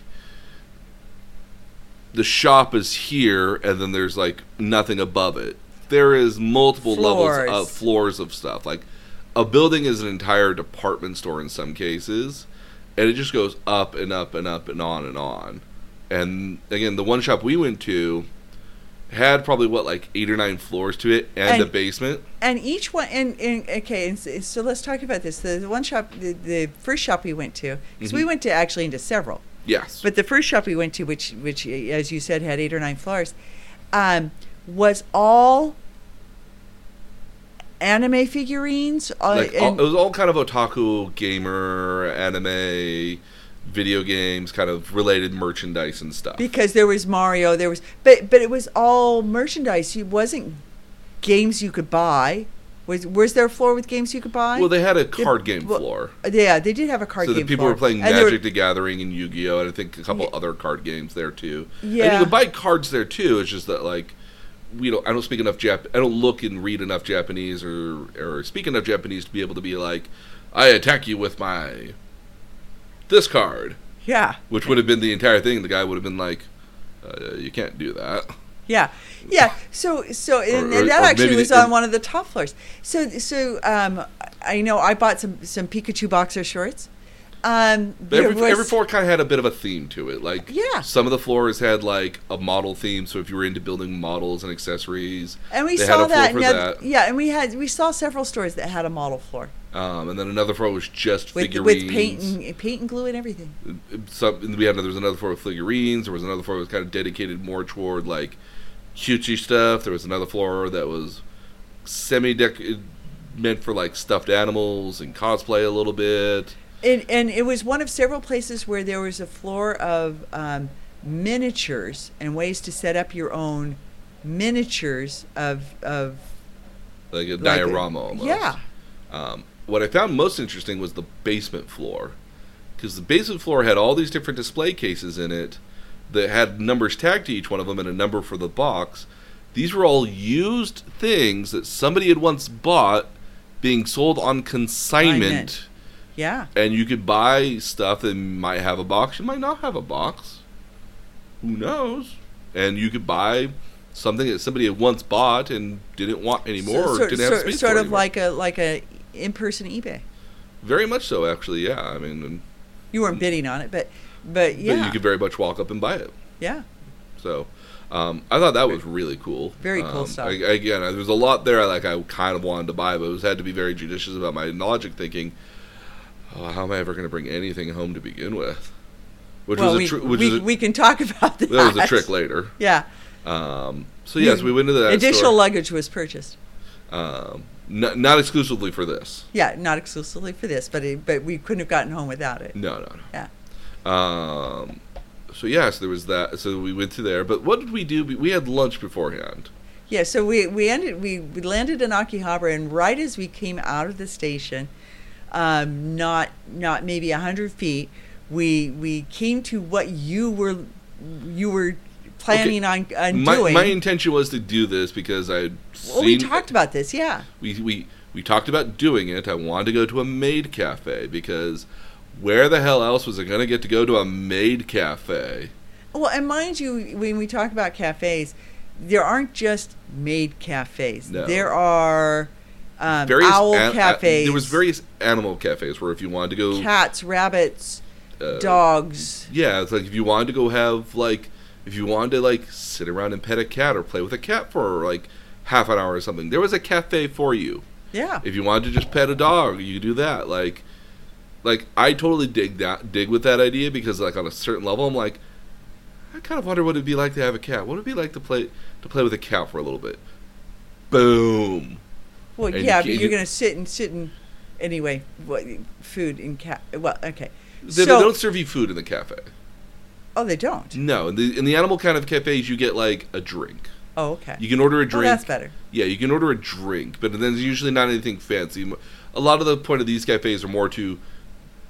A: the shop is here and then there's like nothing above it there is multiple
B: Floors.
A: levels of floors of stuff like a building is an entire department store in some cases and it just goes up and up and up and on and on and again the one shop we went to had probably what like eight or nine floors to it and,
B: And-
A: a basement
B: and each one and, and okay and s- so let's talk about this the, the one shop the, the first shop we went to because we
A: Mhm.
B: went to actually into several
A: yes
B: but the first shop we went to which which as you said had eight or nine floors um, was all anime figurines uh,
A: like all,
B: and,
A: it was all kind of otaku gamer anime video games kind of related merchandise and stuff
B: because there was mario there was but but it was all merchandise it wasn't games you could buy was was there a floor with games you could buy
A: well they had a card game
B: well,
A: floor
B: yeah they did have a card
A: so the
B: game
A: people
B: floor.
A: were playing
B: And they were-
A: magic the gathering and yu-gi-oh and i think a couple
B: Yeah.
A: other card games there too and
B: Yeah.
A: you can buy cards there too it's just that like we don't i don't speak enough jap i don't look and read enough japanese or or speak enough japanese to be able to be like i attack you with my this card
B: yeah
A: which would have been the entire thing the guy would have been like uh, you can't do that
B: Yeah, yeah. So, so, and,
A: Or- or-
B: and that
A: or
B: actually
A: maybe
B: was
A: the-
B: on one of the top floors. So, so, um, I know I bought some some Pikachu boxer shorts. Um,
A: But
B: there
A: every,
B: was-
A: every floor kind of had a bit of a theme to it. Like,
B: Yeah.
A: some of the floors had like a model theme. So if you were into building models and accessories,
B: and we
A: they
B: saw
A: had a
B: that,
A: floor
B: and
A: for
B: oth- yeah, and we had we saw several stores that had a model floor
A: that. Um, and then another floor was just
B: with
A: figurines.
B: with paint and paint and glue and everything.
A: Some, and we had there was another floor with figurines. There was another floor that was kind of dedicated more toward like cutesy stuff. There was another floor that was semi deck meant for like stuffed animals and cosplay a little bit.
B: And and it was one of several places where there was a floor of um, miniatures and ways to set up your own miniatures of of
A: Like a
B: like a-
A: diorama almost.
B: Yeah.
A: Um, what I found most interesting was the basement floor, because the basement floor had all these different display cases in it that had numbers tagged to each one of them and a number for the box. These were all used things that somebody had once bought, being sold on consignment,
B: Consignment. Yeah.
A: and you could buy stuff that might have a box, you might not have a box, who knows? And you could buy something that somebody had once bought and didn't want anymore,
B: So-
A: or
B: sort-
A: didn't have
B: sort-
A: space
B: sort
A: for
B: of
A: anymore.
B: like a like a in-person ebay
A: Very much so, actually. Yeah, I mean, and-
B: you weren't bidding on it but but
A: Mm. but
B: yeah
A: you could very much walk up and buy it.
B: yeah
A: So, um, I thought that was really cool.
B: Very cool
A: Um,
B: stuff.
A: I, again, I- there's a lot there. Like I kind of wanted to buy, but it was had to be very judicious about my logic thinking. Oh, how am I ever going to bring anything home to begin with? Which
B: well
A: was
B: we,
A: a tr- which
B: we,
A: was a,
B: we can talk about that
A: that was a trick later.
B: yeah
A: Um, so yes, we went into that
B: additional
A: store,
B: luggage was purchased
A: um, not, not exclusively for this.
B: yeah not exclusively for this but it, but we couldn't have gotten home without it
A: No, no, no.
B: yeah
A: Um, so yes, there was that. So we went to there. But what did we do? We- We had lunch beforehand.
B: yeah so we we ended we, we landed in akihabara and right as we came out of the station um, not not maybe a hundred feet we we came to what you were you were planning on, on
A: my,
B: doing
A: my intention was to do this because I
B: Well, we talked about this, yeah.
A: we, we we talked about doing it. I wanted to go to a maid cafe because where the hell else was I going to get to go to a maid cafe?
B: Well, and mind you, when we talk about cafes, there aren't just maid cafes.
A: No.
B: There are um,
A: various
B: owl
A: an- a-
B: cafes.
A: there was various animal cafes where if you wanted to go,
B: cats, rabbits,
A: uh,
B: dogs.
A: yeah, it's like if you wanted to go have like if you wanted to like sit around and pet a cat or play with a cat for like half an hour or something, there was a cafe for you.
B: Yeah,
A: If you wanted to just pet a dog, you could do that. Like, like I totally dig that dig with that idea because like on a certain level, I'm like, I kind of wonder what it'd be like to have a cat. What would it be like to play to play with a cat for a little bit? Boom.
B: well,
A: and you
B: yeah,
A: ca-
B: but
A: you-
B: you're gonna sit and sit and anyway, what food and cat? Well, okay.
A: They,
B: So-
A: they don't serve you food in the cafe.
B: Oh, they don't.
A: No, in the, in the animal kind of cafes, you get like a drink.
B: Oh, okay.
A: You can order a
B: Oh,
A: drink.
B: that's better.
A: Yeah, you can order a drink, but then there's usually not anything fancy. A lot of the point of these cafes are more to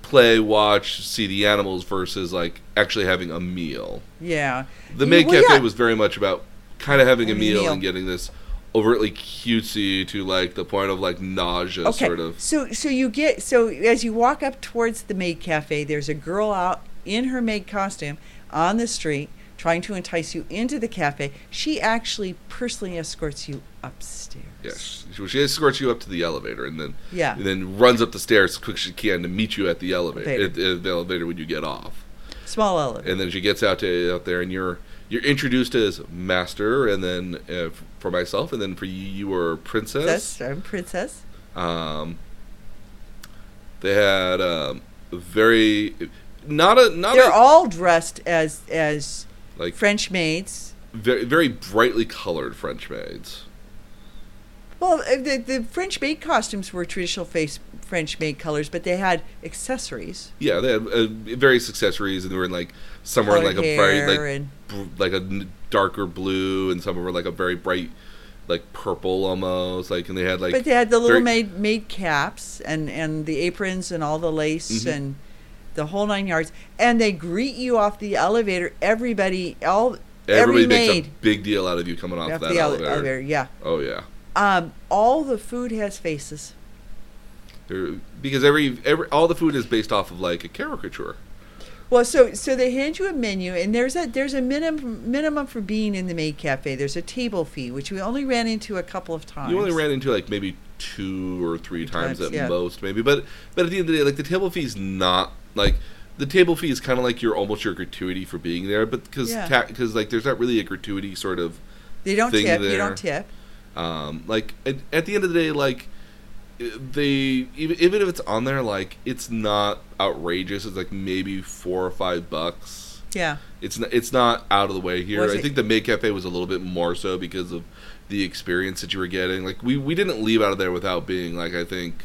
A: play, watch, see the animals versus like actually having a meal.
B: Yeah.
A: The
B: Yeah,
A: Maid
B: well,
A: Cafe
B: yeah.
A: was very much about kind of having a
B: Having a
A: meal,
B: meal.
A: and getting this overtly cutesy to like the point of like nausea,
B: Okay.
A: sort of.
B: So so you get so as you walk up towards the maid cafe, there's a girl out in her maid costume on the street trying to entice you into the cafe. She actually personally escorts you upstairs.
A: Yes, she, she escorts you up to the elevator, and then
B: Yeah.
A: and then runs up the stairs as quick as she can to meet you at the elevator.
B: Elevator.
A: At, at the elevator when you get off,
B: Small elevator.
A: and then she gets out to out there, and you're you're introduced as master, and then uh, f- for myself, and then for you, you were princess.
B: Princess. I'm princess.
A: Um, they had um, very not a not
B: They're
A: a,
B: all dressed as as
A: like
B: French maids.
A: very, very brightly colored French maids.
B: Well, uh, the, the French maid costumes were traditional face French maid colors, but they had accessories.
A: Yeah, they had uh, various accessories, and they were in like some were in like
B: Colored
A: a very like
B: hair and
A: br- like a n- darker blue, and some were like a very bright like purple almost. Like, and they had like
B: but they had the little
A: very-
B: maid maid caps and and the aprons and all the lace
A: Mhm.
B: and the whole nine yards. And they greet you off the elevator. Everybody, all
A: everybody
B: every
A: makes
B: maid
A: a big deal out of you coming off
B: off
A: that
B: the ele-
A: elevator.
B: elevator. Yeah,
A: Oh yeah,
B: um, all the food has faces.
A: They're- because every every all the food is based off of like a caricature.
B: Well, so so they hand you a menu, and there's a there's a minimum minimum for being in the maid cafe. There's a table fee, which we only ran into a couple of times.
A: You only ran into like maybe two or three times, at
B: Times, yeah.
A: most, maybe. But but at the end of the day, like the table fee is not like the table fee is kind of like your almost your gratuity for being there, but because
B: Yeah.
A: because like there's not really a gratuity sort of
B: They don't
A: thing
B: tip. You
A: there.
B: don't tip.
A: um like at, at the end of the day like they even even if it's on there like it's not outrageous. It's like maybe four or five bucks.
B: Yeah.
A: It's not, it's not out of the way here.
B: Was
A: I
B: it-
A: think the Maid Cafe was a little bit more so because of the experience that you were getting. Like we, we didn't leave out of there without being like I think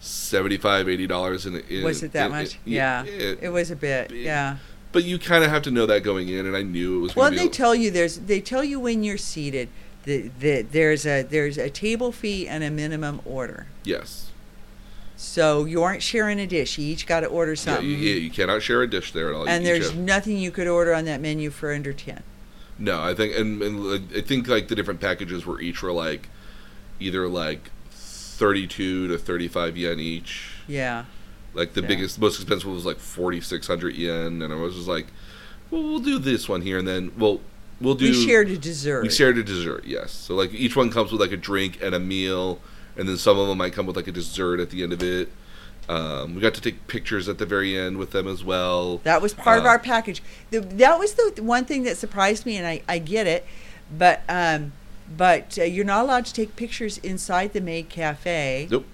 A: 75 80 dollars in, in
B: was it that
A: in-
B: much?
A: in-
B: yeah.
A: it-
B: it was a bit.
A: it-
B: Yeah.
A: but you kind of have to know that going in and I knew it was
B: Well,
A: gonna
B: they
A: be,
B: tell you there's they tell you when you're seated. The, the, there's a there's a table fee and a minimum order.
A: yes.
B: So you aren't sharing a dish. You each got to order
A: Yeah,
B: something.
A: you, yeah, you cannot share a dish there at all. You
B: and
A: each
B: there's
A: have-
B: nothing you could order on that menu for under ten.
A: No, I think, and, and like, I think like the different packages were each were like either like thirty-two to thirty-five yen each.
B: Yeah.
A: Like the
B: Yeah.
A: biggest, most expensive was like forty-six hundred yen, and I was just like, "Well, we'll do this one here, and then we'll we'll do."
B: we shared a dessert.
A: We shared a dessert, yes. So like each one comes with like a drink and a meal, and then some of them might come with like a dessert at the end of it. Um, we got to take pictures at the very end with them as well.
B: That was part of
A: Uh,
B: our package. The, that was the one thing that surprised me, and I, I get it, but um, but uh, you're not allowed to take pictures inside the maid cafe.
A: Nope.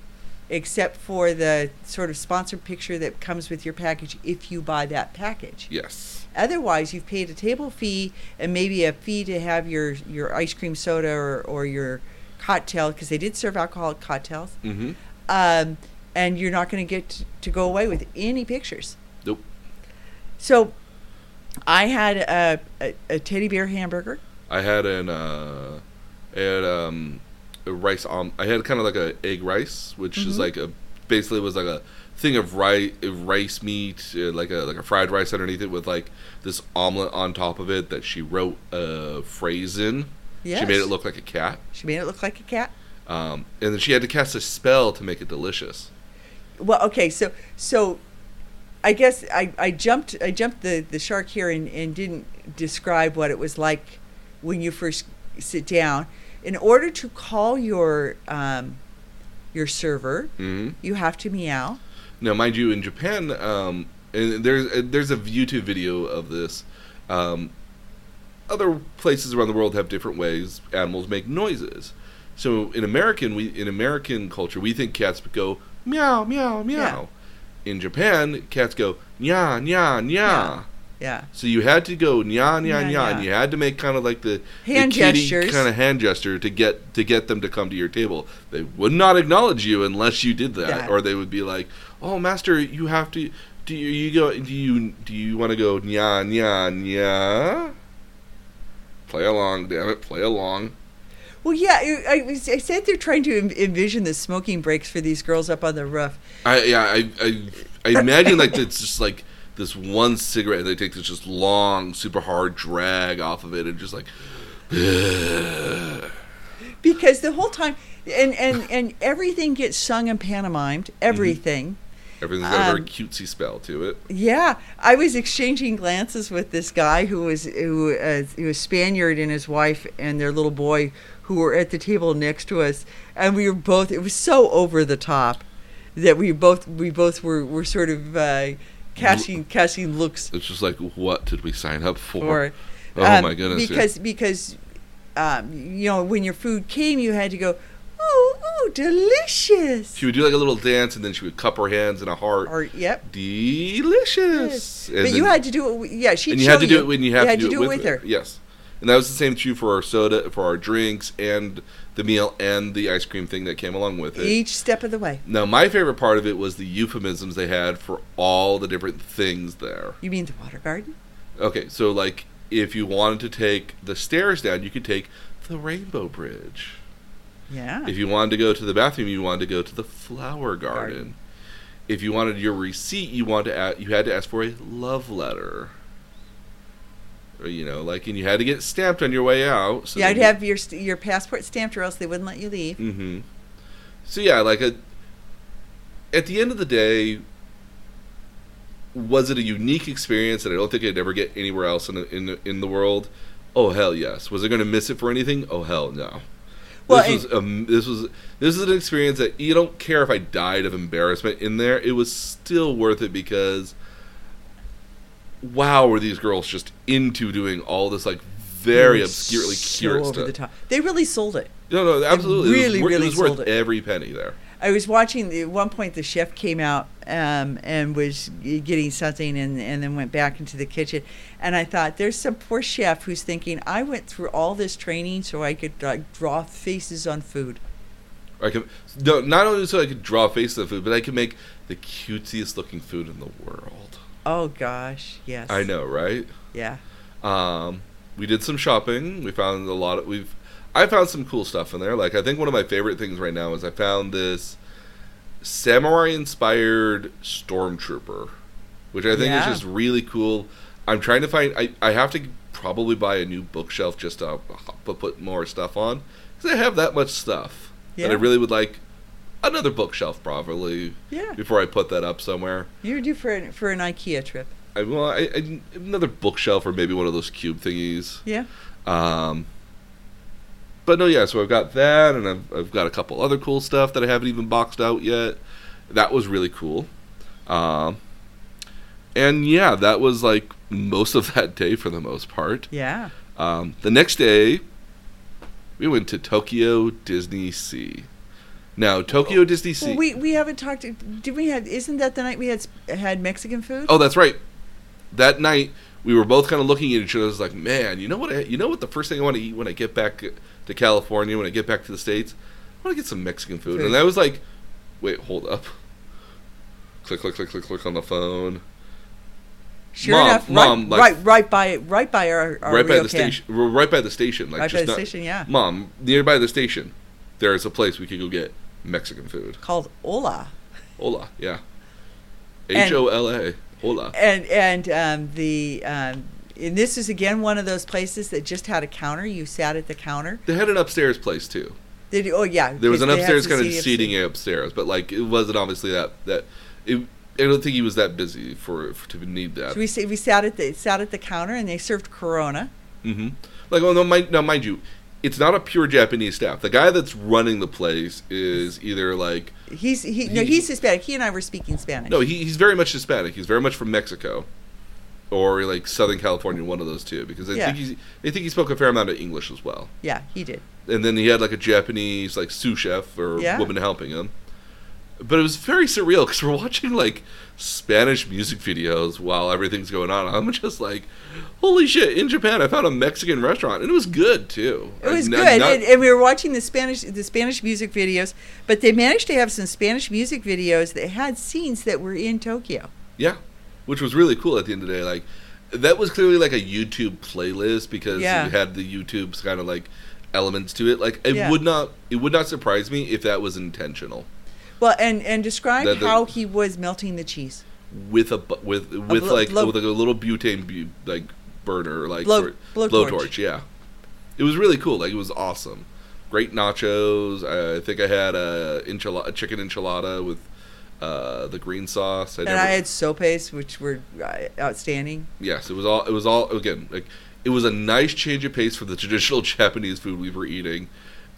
B: Except for the sort of sponsored picture that comes with your package if you buy that package.
A: Yes.
B: Otherwise, you've paid a table fee and maybe a fee to have your, your ice cream soda or, or your cocktail, because they did serve alcoholic cocktails.
A: Mm-hmm.
B: Um, and you're not going to get t- to go away with any pictures.
A: Nope.
B: So I had a, a, a teddy bear hamburger.
A: I had an uh, I had um, a rice om. I had kind of like a egg rice, which is
B: Mhm.
A: like a basically was like a thing of rice rice meat, uh, like a like a fried rice underneath it with like this omelet on top of it that she wrote a phrase in.
B: Yes.
A: She made it look like a cat,
B: She made it look like a cat.
A: um, and then she had to cast a spell to make it delicious.
B: Well, okay, so so I guess I, I jumped I jumped the, the shark here and, and didn't describe what it was like when you first sit down. In order to call your um, your server.
A: hmm
B: You have to meow.
A: Now, mind you, in Japan, um, and there's uh, there's a YouTube video of this. Um, other places around the world have different ways animals make noises. So in American we in American culture we think cats go meow meow meow. In Japan, cats go nya nya nya.
B: Yeah. Yeah.
A: So you had to go nya nya
B: Nya,
A: nya,
B: nya.
A: and you had to make kind of like the
B: Hand gestures.
A: kind of hand gesture to get to get them to come to your table. They would not acknowledge you unless you did that,
B: That.
A: or they would be like, "Oh, master, you have to." Do you, you go? Do you do you want to go nya nya nya? Play along, damn it, play along.
B: Well, yeah. I, I, was- I said they're trying to en- envision the smoking breaks for these girls up on the roof.
A: I yeah, I I, I imagine like it's just like this one cigarette, and they take this just long, super hard drag off of it, and just like.
B: because the whole time and and and everything gets sung and pantomimed everything
A: Everything's got a very
B: Um,
A: cutesy spell to it.
B: yeah i was exchanging glances with this guy who was who uh, he was spaniard and his wife and their little boy who were at the table next to us and we were both it was so over the top that we both we both were were sort of uh, casting casting looks
A: It's just like, what did we sign up for?
B: for
A: Oh
B: um,
A: my goodness! yeah.
B: Because because um, you know when your food came, you had to go, ooh ooh, delicious.
A: she would do like a little dance, and then she would cup her hands in a heart.
B: Or yep.
A: Delicious. And
B: but you
A: then-
B: had to do it. w- Yeah, she.
A: and you had to do it when you have
B: had
A: to, do it with,
B: her.
A: her. Yes, and that was the same true for our soda, for our drinks, and the meal, and the ice cream thing that came along with it.
B: Each step of the way.
A: Now, my favorite part of it was the euphemisms they had for all the different things there.
B: You mean the water garden?
A: Okay, so like if you wanted to take the stairs down, you could take the Rainbow Bridge.
B: Yeah.
A: If you wanted to go to the bathroom, you wanted to go to the flower garden.
B: Garden.
A: If you wanted your receipt, you wanted to a you had to ask for a love letter. Or, you know, like and you had to get stamped on your way out. So
B: yeah, I'd have your st- your passport stamped, or else they wouldn't let you leave.
A: Mm-hmm. So yeah, like a. At the end of the day, was it a unique experience that I don't think I'd ever get anywhere else in the, in the, in the world? Oh hell yes. Was I going to miss it for anything? Oh hell no.
B: Well,
A: this was um, this was this is an experience that you don't care if I died of embarrassment in there. It was still worth it because wow, were these girls just into doing all this like very
B: They were
A: obscurely
B: so
A: curious
B: over
A: stuff.
B: the top. They really sold it.
A: No, no, absolutely.
B: really,
A: it was, wor-
B: really
A: it was worth
B: sold it.
A: every penny there.
B: I was watching the- at one point the chef came out um, and was g- getting something and, and then went back into the kitchen and I thought there's some poor chef who's thinking I went through all this training so I could like, draw faces on food.
A: I can no, not only so I could draw faces of food, but I can make the cutesiest looking food in the world.
B: Oh gosh, yes.
A: I know, right?
B: Yeah.
A: Um, we did some shopping. We found a lot of we've. I found some cool stuff in there. Like I think one of my favorite things right now is I found this samurai-inspired stormtrooper, which I think
B: Yeah.
A: is just really cool. I'm trying to find. I, I have to probably buy a new bookshelf just to put, put more stuff on because I have that much stuff that
B: Yeah.
A: I really would like another bookshelf probably
B: Yeah.
A: before I put that up somewhere.
B: You're due for an, for an IKEA trip.
A: I well, I, I, another bookshelf or maybe one of those cube thingies.
B: Yeah.
A: Um, but no, yeah. So I've got that, and I've, I've got a couple other cool stuff that I haven't even boxed out yet. That was really cool. Um, and yeah, that was like most of that day for the most part.
B: Yeah.
A: Um, the next day, we went to Tokyo Disney Sea. Now Tokyo Disney Sea.
B: Oh. Well, we we haven't talked did we have isn't that the night we had sp- had Mexican food?
A: Oh, that's right. That night we were both kind of looking at each other. It's like, man, you know what? I, you know what? The first thing I want to eat when I get back to California, when I get back to the states, I want to get some Mexican food. And
B: Food.
A: I was like, wait, hold up. Click, click, click, click, click on the phone.
B: sure
A: Mom,
B: enough,
A: Mom,
B: right,
A: like-
B: right right by right by our, our
A: right by
B: Rio
A: the
B: Can.
A: station. We're right by the station. Like
B: right by
A: just
B: the
A: not,
B: station, yeah.
A: Mom, nearby the station, there is a place we could go get Mexican food.
B: Called Ola.
A: Hola, yeah.
B: And-
A: H O L A. Hola.
B: and and um, the um, and this is again one of those places that just had a counter. You sat at the counter.
A: They had an upstairs place too.
B: They do- oh yeah,
A: There was an
B: because they have
A: upstairs
B: some
A: kind of
B: seating-
A: seating upstairs, but like it wasn't obviously that that. It, I don't think he was that busy for, for to need that.
B: So we sa- we sat at the sat at the counter and they served Corona.
A: Mm-hmm. hmm Like, well, no, mind, now mind you, it's not a pure Japanese staff. The guy that's running the place is either like
B: He's he, no,
A: He-
B: he's Hispanic. He and I were speaking Spanish.
A: no, he, he's very much Hispanic. He's very much from Mexico, or like Southern California, one of those two. Because I
B: Yeah.
A: think he's, I think he spoke a fair amount of English as well.
B: Yeah, he did.
A: And then he had like a Japanese like sous chef or
B: Yeah.
A: woman helping him. But it was very surreal because we're watching like Spanish music videos while everything's going on. I'm just like, holy shit! In Japan, I found a Mexican restaurant and it was good too.
B: It was
A: I'm
B: good,
A: Uh, not-
B: and, and we were watching the Spanish the Spanish music videos. But they managed to have some Spanish music videos that had scenes that were in Tokyo.
A: Yeah, which was really cool at the end of the day. Like, that was clearly like a YouTube playlist because
B: Yeah.
A: it had the YouTube's kind of like elements to it. Like, it
B: Yeah.
A: would not it would not surprise me if that was intentional
B: Well, and and describe
A: That- that-
B: how he was melting the cheese.
A: with a bu- with with
B: blo-
A: like
B: blow-
A: with like a little butane bu- like burner like
B: Blow-
A: sort-
B: blowtorch.
A: Yeah, it was really cool. Like, it was awesome. Great nachos. I think I had a, enchilada, a chicken enchilada with uh, the green sauce. I
B: and I had sopes, which were uh, outstanding.
A: Yes, it was all. It was all again. Like it was a nice change of pace for the traditional Japanese food we were eating,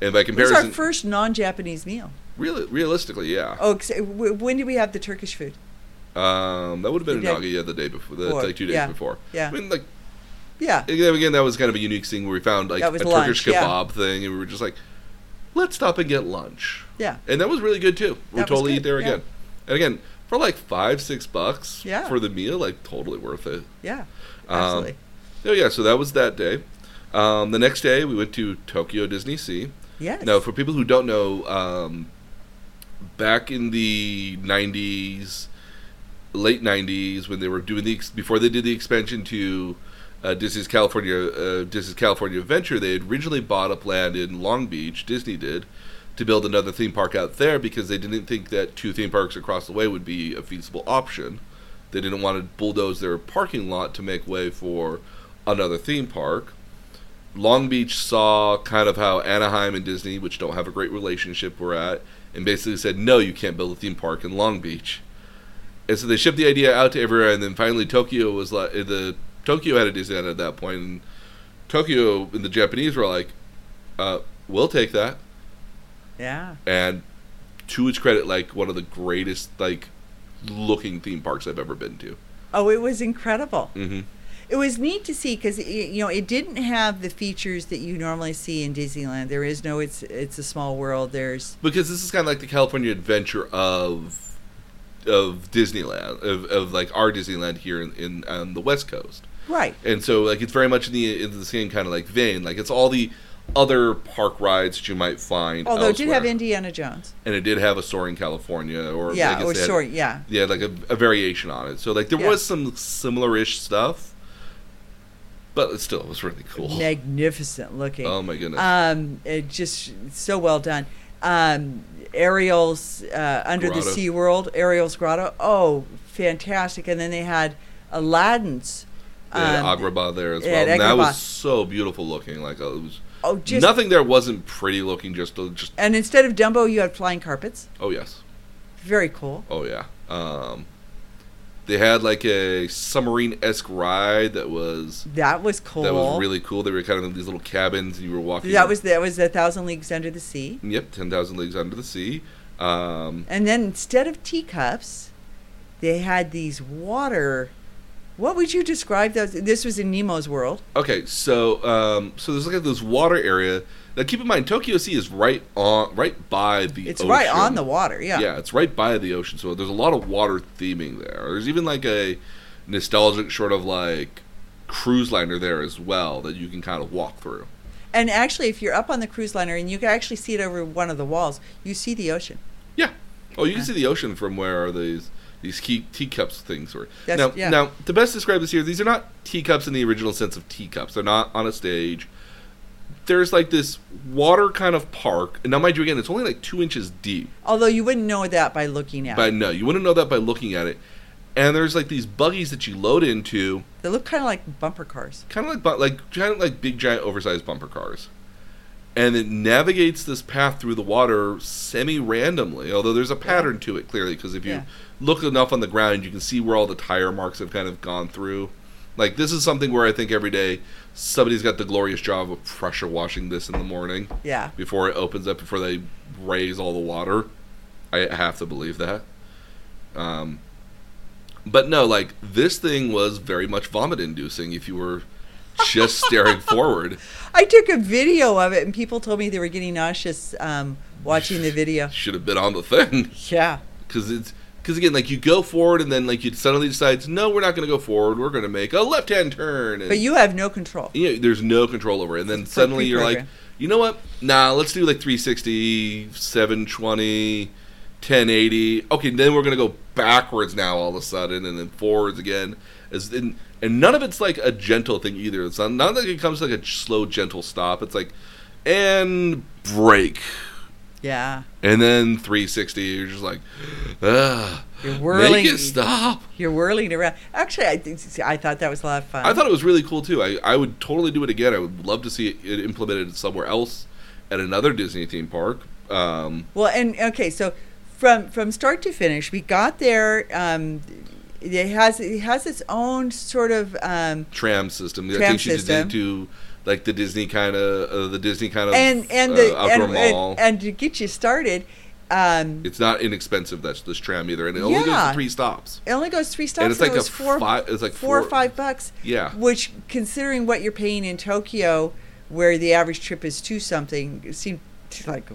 A: and by
B: It was our
A: comparison,
B: first non-Japanese meal.
A: real, realistically, yeah.
B: Oh, ex- w- when did we have the Turkish food?
A: Um, that would have been in
B: The day-
A: Nagoya the day before, the,
B: Before,
A: like two days
B: yeah,
A: before.
B: yeah.
A: I mean, like
B: Yeah,
A: again, again, that was kind of a unique thing where we found like a
B: That was
A: Turkish
B: lunch, yeah.
A: kebab thing, and we were just like, let's stop and get lunch,
B: yeah,
A: and that was really good too. We'll
B: That was
A: totally eat
B: good,
A: there
B: yeah.
A: again, and again for like five, six bucks
B: Yeah.
A: for the meal, like totally worth it.
B: yeah,
A: Um,
B: absolutely.
A: Oh yeah, so that was that day. Um, the next day, we went to Tokyo Disney Sea.
B: yes.
A: Now, for people who don't know, um, back in the '90s, late '90s, when they were doing the ex- before they did the expansion to uh, Disney's California uh, Disney's California Adventure, they had originally bought up land in Long Beach. Disney did to build another theme park out there because they didn't think that two theme parks across the way would be a feasible option. They didn't want to bulldoze their parking lot to make way for another theme park. Long Beach saw kind of how Anaheim and Disney, which don't have a great relationship, were at, and basically said, no, you can't build a theme park in Long Beach. And so they shipped the idea out to everywhere, and then finally Tokyo was like, uh, the Tokyo had a Disneyland at that point, and Tokyo and the Japanese were like, uh, we'll take that.
B: yeah,
A: And to its credit, like one of the greatest like looking theme parks I've ever been to.
B: oh, it was incredible.
A: Mm-hmm.
B: It was neat to see because you know it didn't have the features that you normally see in Disneyland. There is no it's it's a small world. There's
A: because this is kind of like the California adventure of of Disneyland of, of like our Disneyland here in, in on the West Coast,
B: right,
A: and so like it's very much in the in the same kind of like vein. Like it's all the other park rides that you might find.
B: although it did have
A: elsewhere.
B: Indiana Jones.
A: and it did have a soaring California or I
B: yeah,
A: guess
B: or
A: they had-
B: sorry, yeah,
A: yeah, like a, a variation on it. So like there
B: Yeah.
A: was some similar-ish stuff, but it still was really cool.
B: magnificent looking.
A: Oh my goodness!
B: um, it just so well done. Um, Ariel's uh, Under
A: Grotto.
B: the Sea World, Ariel's Grotto. Oh, fantastic! And then they had Aladdin's.
A: they had
B: um,
A: Agrabah there as
B: yeah,
A: well. And that
B: Agrabah.
A: was so beautiful looking. Like uh, it was
B: oh, just
A: Nothing there wasn't pretty looking. Just, just
B: And instead of Dumbo, you had flying carpets.
A: oh yes,
B: Very cool.
A: oh yeah. Um, they had like a submarine esque ride that was
B: That was cool.
A: that was really cool. They were kind of in these little cabins, and you were walking.
B: That was that was a thousand leagues under the sea.
A: yep, ten thousand leagues under the sea. Um,
B: And then instead of teacups, they had these water. What would you describe those? This was in Nemo's world.
A: okay, so um, so there's like this water area. Now keep in mind, Tokyo Sea is right on, right by the.
B: It's right on
A: ocean.
B: the water. Yeah.
A: yeah, it's right by the ocean, so there's a lot of water theming there. There's even like a nostalgic sort of like cruise liner there as well that you can kind of walk through.
B: And actually, if you're up on the cruise liner and you can actually see it over one of the walls, you see the ocean.
A: Yeah. Oh, you can
B: Yeah.
A: see the ocean from where these these key, teacups things were.
B: That's-
A: now,
B: yeah.
A: now to best describe this here, these are not teacups in the original sense of teacups. They're not on a stage. There's like this water kind of park. And now, mind you, again, it's only like two inches deep.
B: Although you wouldn't know that by looking at
A: But
B: it.
A: no, you wouldn't know that by looking at it. And there's like these buggies that you load into.
B: They look kind of like bumper cars.
A: kind of like bu- like giant like big giant oversized bumper cars and it navigates this path through the water semi randomly although there's a pattern to it clearly because if you
B: Yeah.
A: look enough on the ground you can see where all the tire marks have kind of gone through Like this is something where I think every day somebody's got the glorious job of pressure washing this in the morning
B: Yeah.
A: before it opens up before they raise all the water. I have to believe that. Um, but no, like this thing was very much vomit inducing if you were just staring forward.
B: I took a video of it, and people told me they were getting nauseous um, watching the video.
A: Should have been on the thing
B: Yeah.
A: because it's because again, like you go forward and then like you suddenly decides no, we're not going to go forward. We're going to make a left hand turn. And,
B: But you have no control.
A: you know, there's no control over it. And then
B: It's
A: suddenly you're like,
B: pre-programmed.
A: you know what? Nah, let's do like 360, 720, 1080. Okay, then we're gonna go backwards now all of a sudden, and then forwards again. As in, and none of it's like a gentle thing either. It's not, not like it comes like a slow, gentle stop. It's like and break,
B: Yeah.
A: and then 360. You're just like, ah,
B: You're whirling.
A: make it stop.
B: You're whirling around. Actually, I think see, I thought that was a lot of fun.
A: I thought it was really cool too. I, I would totally do it again. I would love to see it implemented somewhere else at another Disney theme park. Um,
B: Well, and okay, so from from start to finish, we got there. Um, it has it has its own sort of um,
A: tram system. I
B: Tram
A: think she did
B: system.
A: do like the Disney kind of uh, the Disney kind of
B: and and
A: uh,
B: the
A: outdoor
B: and,
A: mall.
B: and and to get you started, um,
A: it's not inexpensive. That's this tram either, and it only goes to
B: Yeah.
A: three stops.
B: it only goes three stops.
A: And it's like
B: it was
A: a
B: four,
A: fi- it's like
B: four or
A: four-
B: five bucks.
A: Yeah.
B: Which, considering what you're paying in Tokyo, where the average trip is two something, it seemed to like.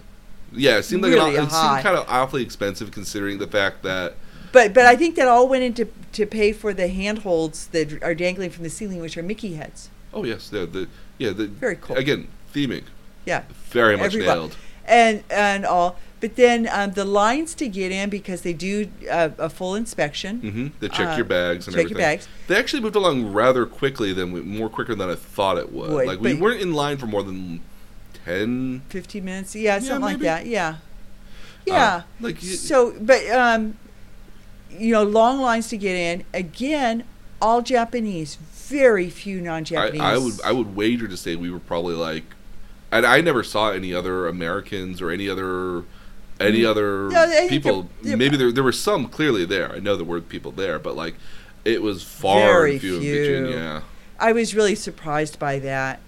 A: Yeah, it seemed like
B: Really
A: an, it
B: high.
A: seemed kind of awfully expensive considering the fact that
B: But but I think that all went into to pay for the handholds that are dangling from the ceiling, which are Mickey heads.
A: oh yes, the, the yeah the
B: Very cool.
A: again theming
B: Yeah.
A: very much
B: Everybody-
A: nailed.
B: and and all. But then um, the lines to get in because they do uh, a full inspection.
A: Mm-hmm. They check
B: Uh,
A: your bags and
B: check your
A: everything.
B: bags.
A: They actually moved along rather quickly than we, more quicker than I thought it would.
B: Would,
A: like we
B: but-
A: weren't in line for more than ten.
B: Fifteen minutes, yeah, something like
A: maybe.
B: that, yeah,
A: uh,
B: yeah.
A: like y-
B: so, but um, you know, long lines to get in. Again, all Japanese, very few
A: I,
B: non-Japanese.
A: I would I would wager to say we were probably like, and I never saw any other Americans or any other any other
B: Mm. No, I think
A: people.
B: they're- they're-
A: Maybe there there were some clearly there. I know there were people there, but like it was far
B: Very
A: and few, in
B: few.
A: between. Yeah,
B: I was really surprised by that.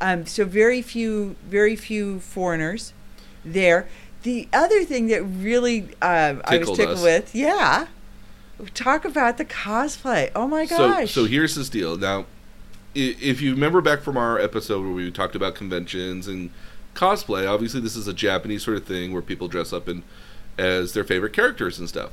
B: Um, so very few, very few foreigners there. The other thing that really uh, I was
A: Tickled
B: tickled
A: us.
B: with, yeah, talk about the cosplay. Oh my gosh!
A: So, so here's this deal. Now, i- if you remember back from our episode where we talked about conventions and cosplay, obviously this is a Japanese sort of thing where people dress up in as their favorite characters and stuff.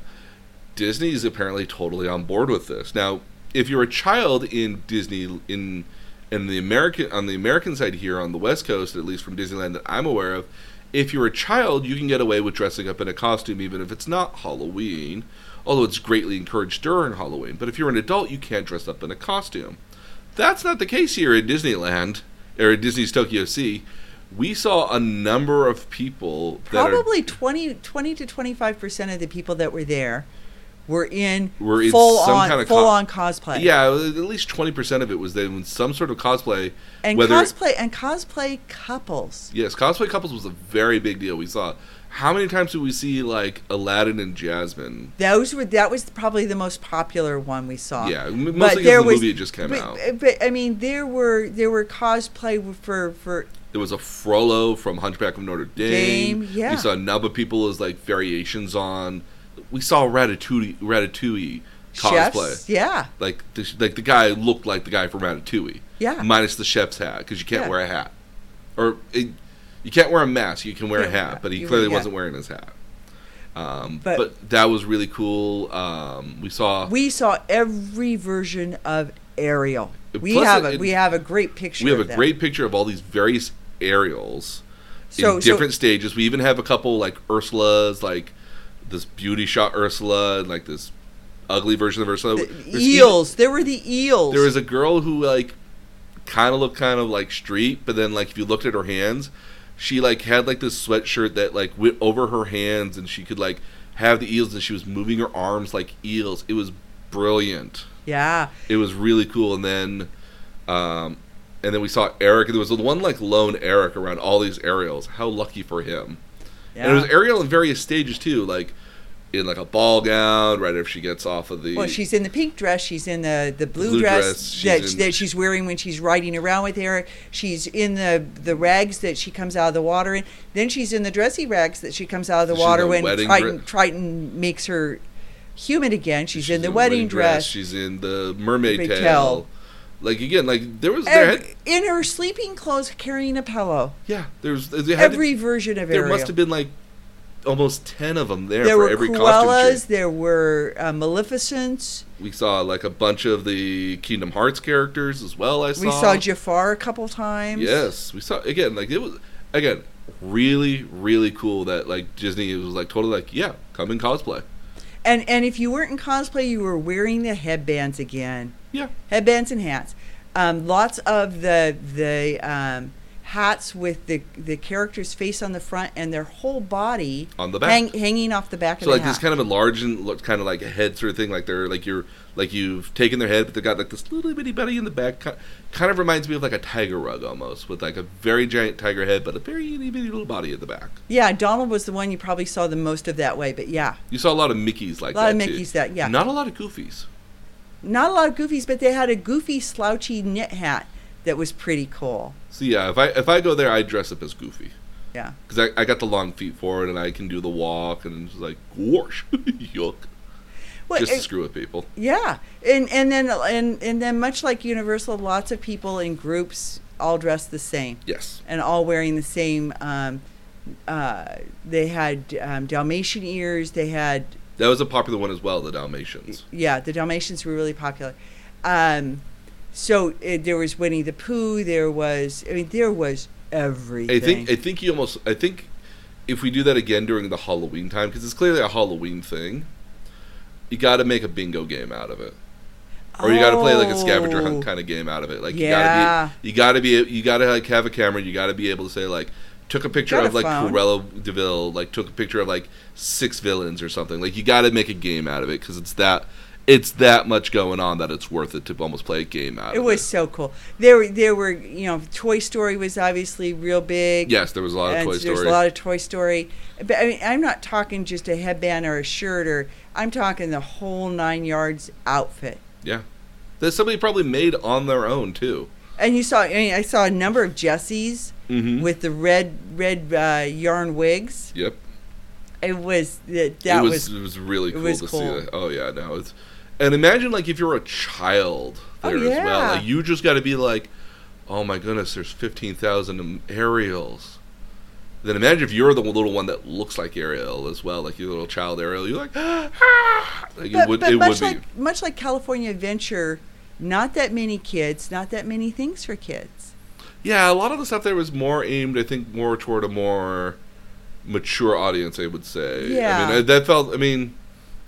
A: Disney is apparently totally on board with this. Now, if you're a child in Disney in in the American on the American side here on the West Coast, at least from Disneyland that I'm aware of, if you're a child, you can get away with dressing up in a costume even if it's not Halloween, although it's greatly encouraged during Halloween. But if you're an adult, you can't dress up in a costume. That's not the case here at Disneyland or at Disney's Tokyo Sea. We saw a number of people that are
B: probably twenty, twenty 20, to 25 percent of the people that were there were in
A: Were in
B: full
A: some
B: on
A: kind of co-
B: full on cosplay.
A: Yeah, at least twenty percent of it was then some sort of cosplay.
B: and
A: whether
B: cosplay and cosplay couples.
A: yes, cosplay couples was a very big deal. We saw how many times did we see like Aladdin and Jasmine?
B: Those were that was probably the most popular one we saw.
A: Yeah, m- mostly because the movie had just came
B: but, eh,
A: out.
B: But I mean, there were there were cosplay for for
A: There was a Frollo from Hunchback of Notre Dame.
B: Dame, yeah.
A: We saw a number of people as like variations on. We saw Ratatouille, Ratatouille cosplay.
B: chefs. Yeah,
A: Like the, sh- like the guy looked like the guy from Ratatouille.
B: Yeah.
A: Minus the chef's hat because you can't
B: Yeah.
A: wear a hat, or it, you can't wear a mask. You can wear a
B: Yeah,
A: hat, but he
B: you-
A: clearly
B: yeah.
A: wasn't wearing his hat. Um, but,
B: But-
A: that was really cool. Um, we saw we,
B: we saw every version of Ariel. We
A: Plus
B: have a
A: it-
B: we have a great picture.
A: have
B: of
A: a
B: that.
A: great picture of all these various aerials
B: So-
A: in
B: so-
A: different stages. We even have a couple like Ursula's, like this beauty shot Ursula, and like this ugly version of Ursula.
B: The
A: There's even-
B: eels. there were the eels.
A: There was a girl who like kind of looked kind of like street, but then like if you looked at her hands, she like had like this sweatshirt that like went over her hands, and she could like have the eels, and she was moving her arms like eels. It was brilliant.
B: yeah.
A: It was really cool. And then, um, and then we saw Eric. There was the one like lone Eric around all these aerials. How lucky for him!
B: yeah.
A: And it was aerial in various stages too. Like in like a ball gown right after she gets off of the
B: Well, she's in the pink dress. She's in the, the blue,
A: Blue
B: dress,
A: dress, she's
B: that,
A: in-
B: that she's wearing when she's riding around with Eric. She's in the, the rags that she comes out of the water in. Then she's in the dressy rags that she comes out of the
A: She's in
B: water
A: the
B: when
A: wedding
B: Triton,
A: dre-
B: Triton makes her human again. She's, in the
A: a
B: wedding, dress.
A: She's in the mermaid
B: Big
A: tail.
B: tail.
A: Like again, like there was there
B: And
A: had
B: in her sleeping clothes, carrying a pillow.
A: yeah there's there had to-
B: Every version of
A: there
B: Ariel.
A: must have been like almost ten of them there,
B: there
A: for
B: were
A: every costume.
B: Cruellas.
A: change.
B: There were uh, Maleficents.
A: We saw like a bunch of the Kingdom Hearts characters as well. I saw
B: We saw Jafar a couple times.
A: Yes, we saw again. Like it was again really really cool that like Disney was like totally like yeah come and cosplay
B: And and if you weren't in cosplay, you were wearing the headbands again.
A: yeah
B: Headbands and hats. Um, lots of the the um, hats with the the character's face on the front and their whole body
A: on the back.
B: hang, hanging off the back
A: so
B: of
A: like
B: the
A: this
B: hat.
A: kind of enlarged and look kind of like a head sort of thing. Like they're like you're like you've taken their head, but they got like this little bitty buddy in the back. Ki- Kind of reminds me of like a tiger rug almost, with like a very giant tiger head, but a very itty bitty little body at the back.
B: yeah, Donald was the one you probably saw the most of that way, but yeah,
A: You saw a lot of Mickey's like
B: a lot
A: that
B: of
A: too.
B: Mickey's that yeah,
A: Not a lot of Goofies.
B: not a lot of Goofies, but they had a goofy slouchy knit hat that was pretty cool.
A: So yeah, if I if I go there, I dress up as Goofy
B: Yeah.
A: because I, I got the long feet forward and I can do the walk and it's like whoosh, yuck,
B: Well,
A: just to
B: it-
A: screw with people.
B: Yeah, and and then and and then much like Universal, lots of people in groups all dressed the same
A: Yes,
B: and all wearing the same. Um, uh, they had um, Dalmatian ears. They had
A: that was a popular one as well. The Dalmatians.
B: yeah, the Dalmatians were really popular. Um, so uh there was Winnie the Pooh. There was I mean there was everything.
A: I think I think you almost I think if we do that again during the Halloween time because it's clearly a Halloween thing, you got to make a bingo game out of it, or you got to play like a scavenger
B: Oh.
A: hunt kind of game out of it. Like
B: Yeah.
A: you got to be you got to be you got to like have a camera. You got to be able to say like took a picture
B: Got
A: of
B: a
A: like
B: phone.
A: Cruella Deville, like took a picture of like six villains or something. Like you got to make a game out of it because it's that. It's that much going on that it's worth it to almost play a game out
B: It
A: of
B: was
A: it.
B: so cool. There were there were you know Toy Story was obviously real big.
A: Yes, there was a lot of
B: and
A: Toy
B: so there's
A: Story.
B: a lot of Toy Story. But I mean, I'm not talking just a headband or a shirt, or I'm talking the whole nine yards outfit.
A: yeah, that somebody probably made on their own too.
B: And you saw, I mean, I saw a number of Jessies
A: Mm-hmm.
B: with the red red uh, yarn wigs.
A: Yep.
B: It was that that
A: it
B: was,
A: was, it was really
B: it
A: cool
B: was
A: to
B: cool.
A: see that. Oh yeah, no, it's and imagine like if you're a child
B: Oh,
A: there as well.
B: yeah.
A: Like you just got to be like, oh my goodness, there's fifteen thousand Ariels. Then imagine if you're the little one that looks like Ariel as well, like your little child Ariel. You're like, ah! like
B: but,
A: it would
B: but
A: it would
B: much
A: be
B: like much like California Adventure, not that many kids, not that many things for kids.
A: yeah. A lot of the stuff there was more aimed, I think, more toward a more mature audience. I would say. I
B: Yeah.
A: mean, I, that felt. I mean.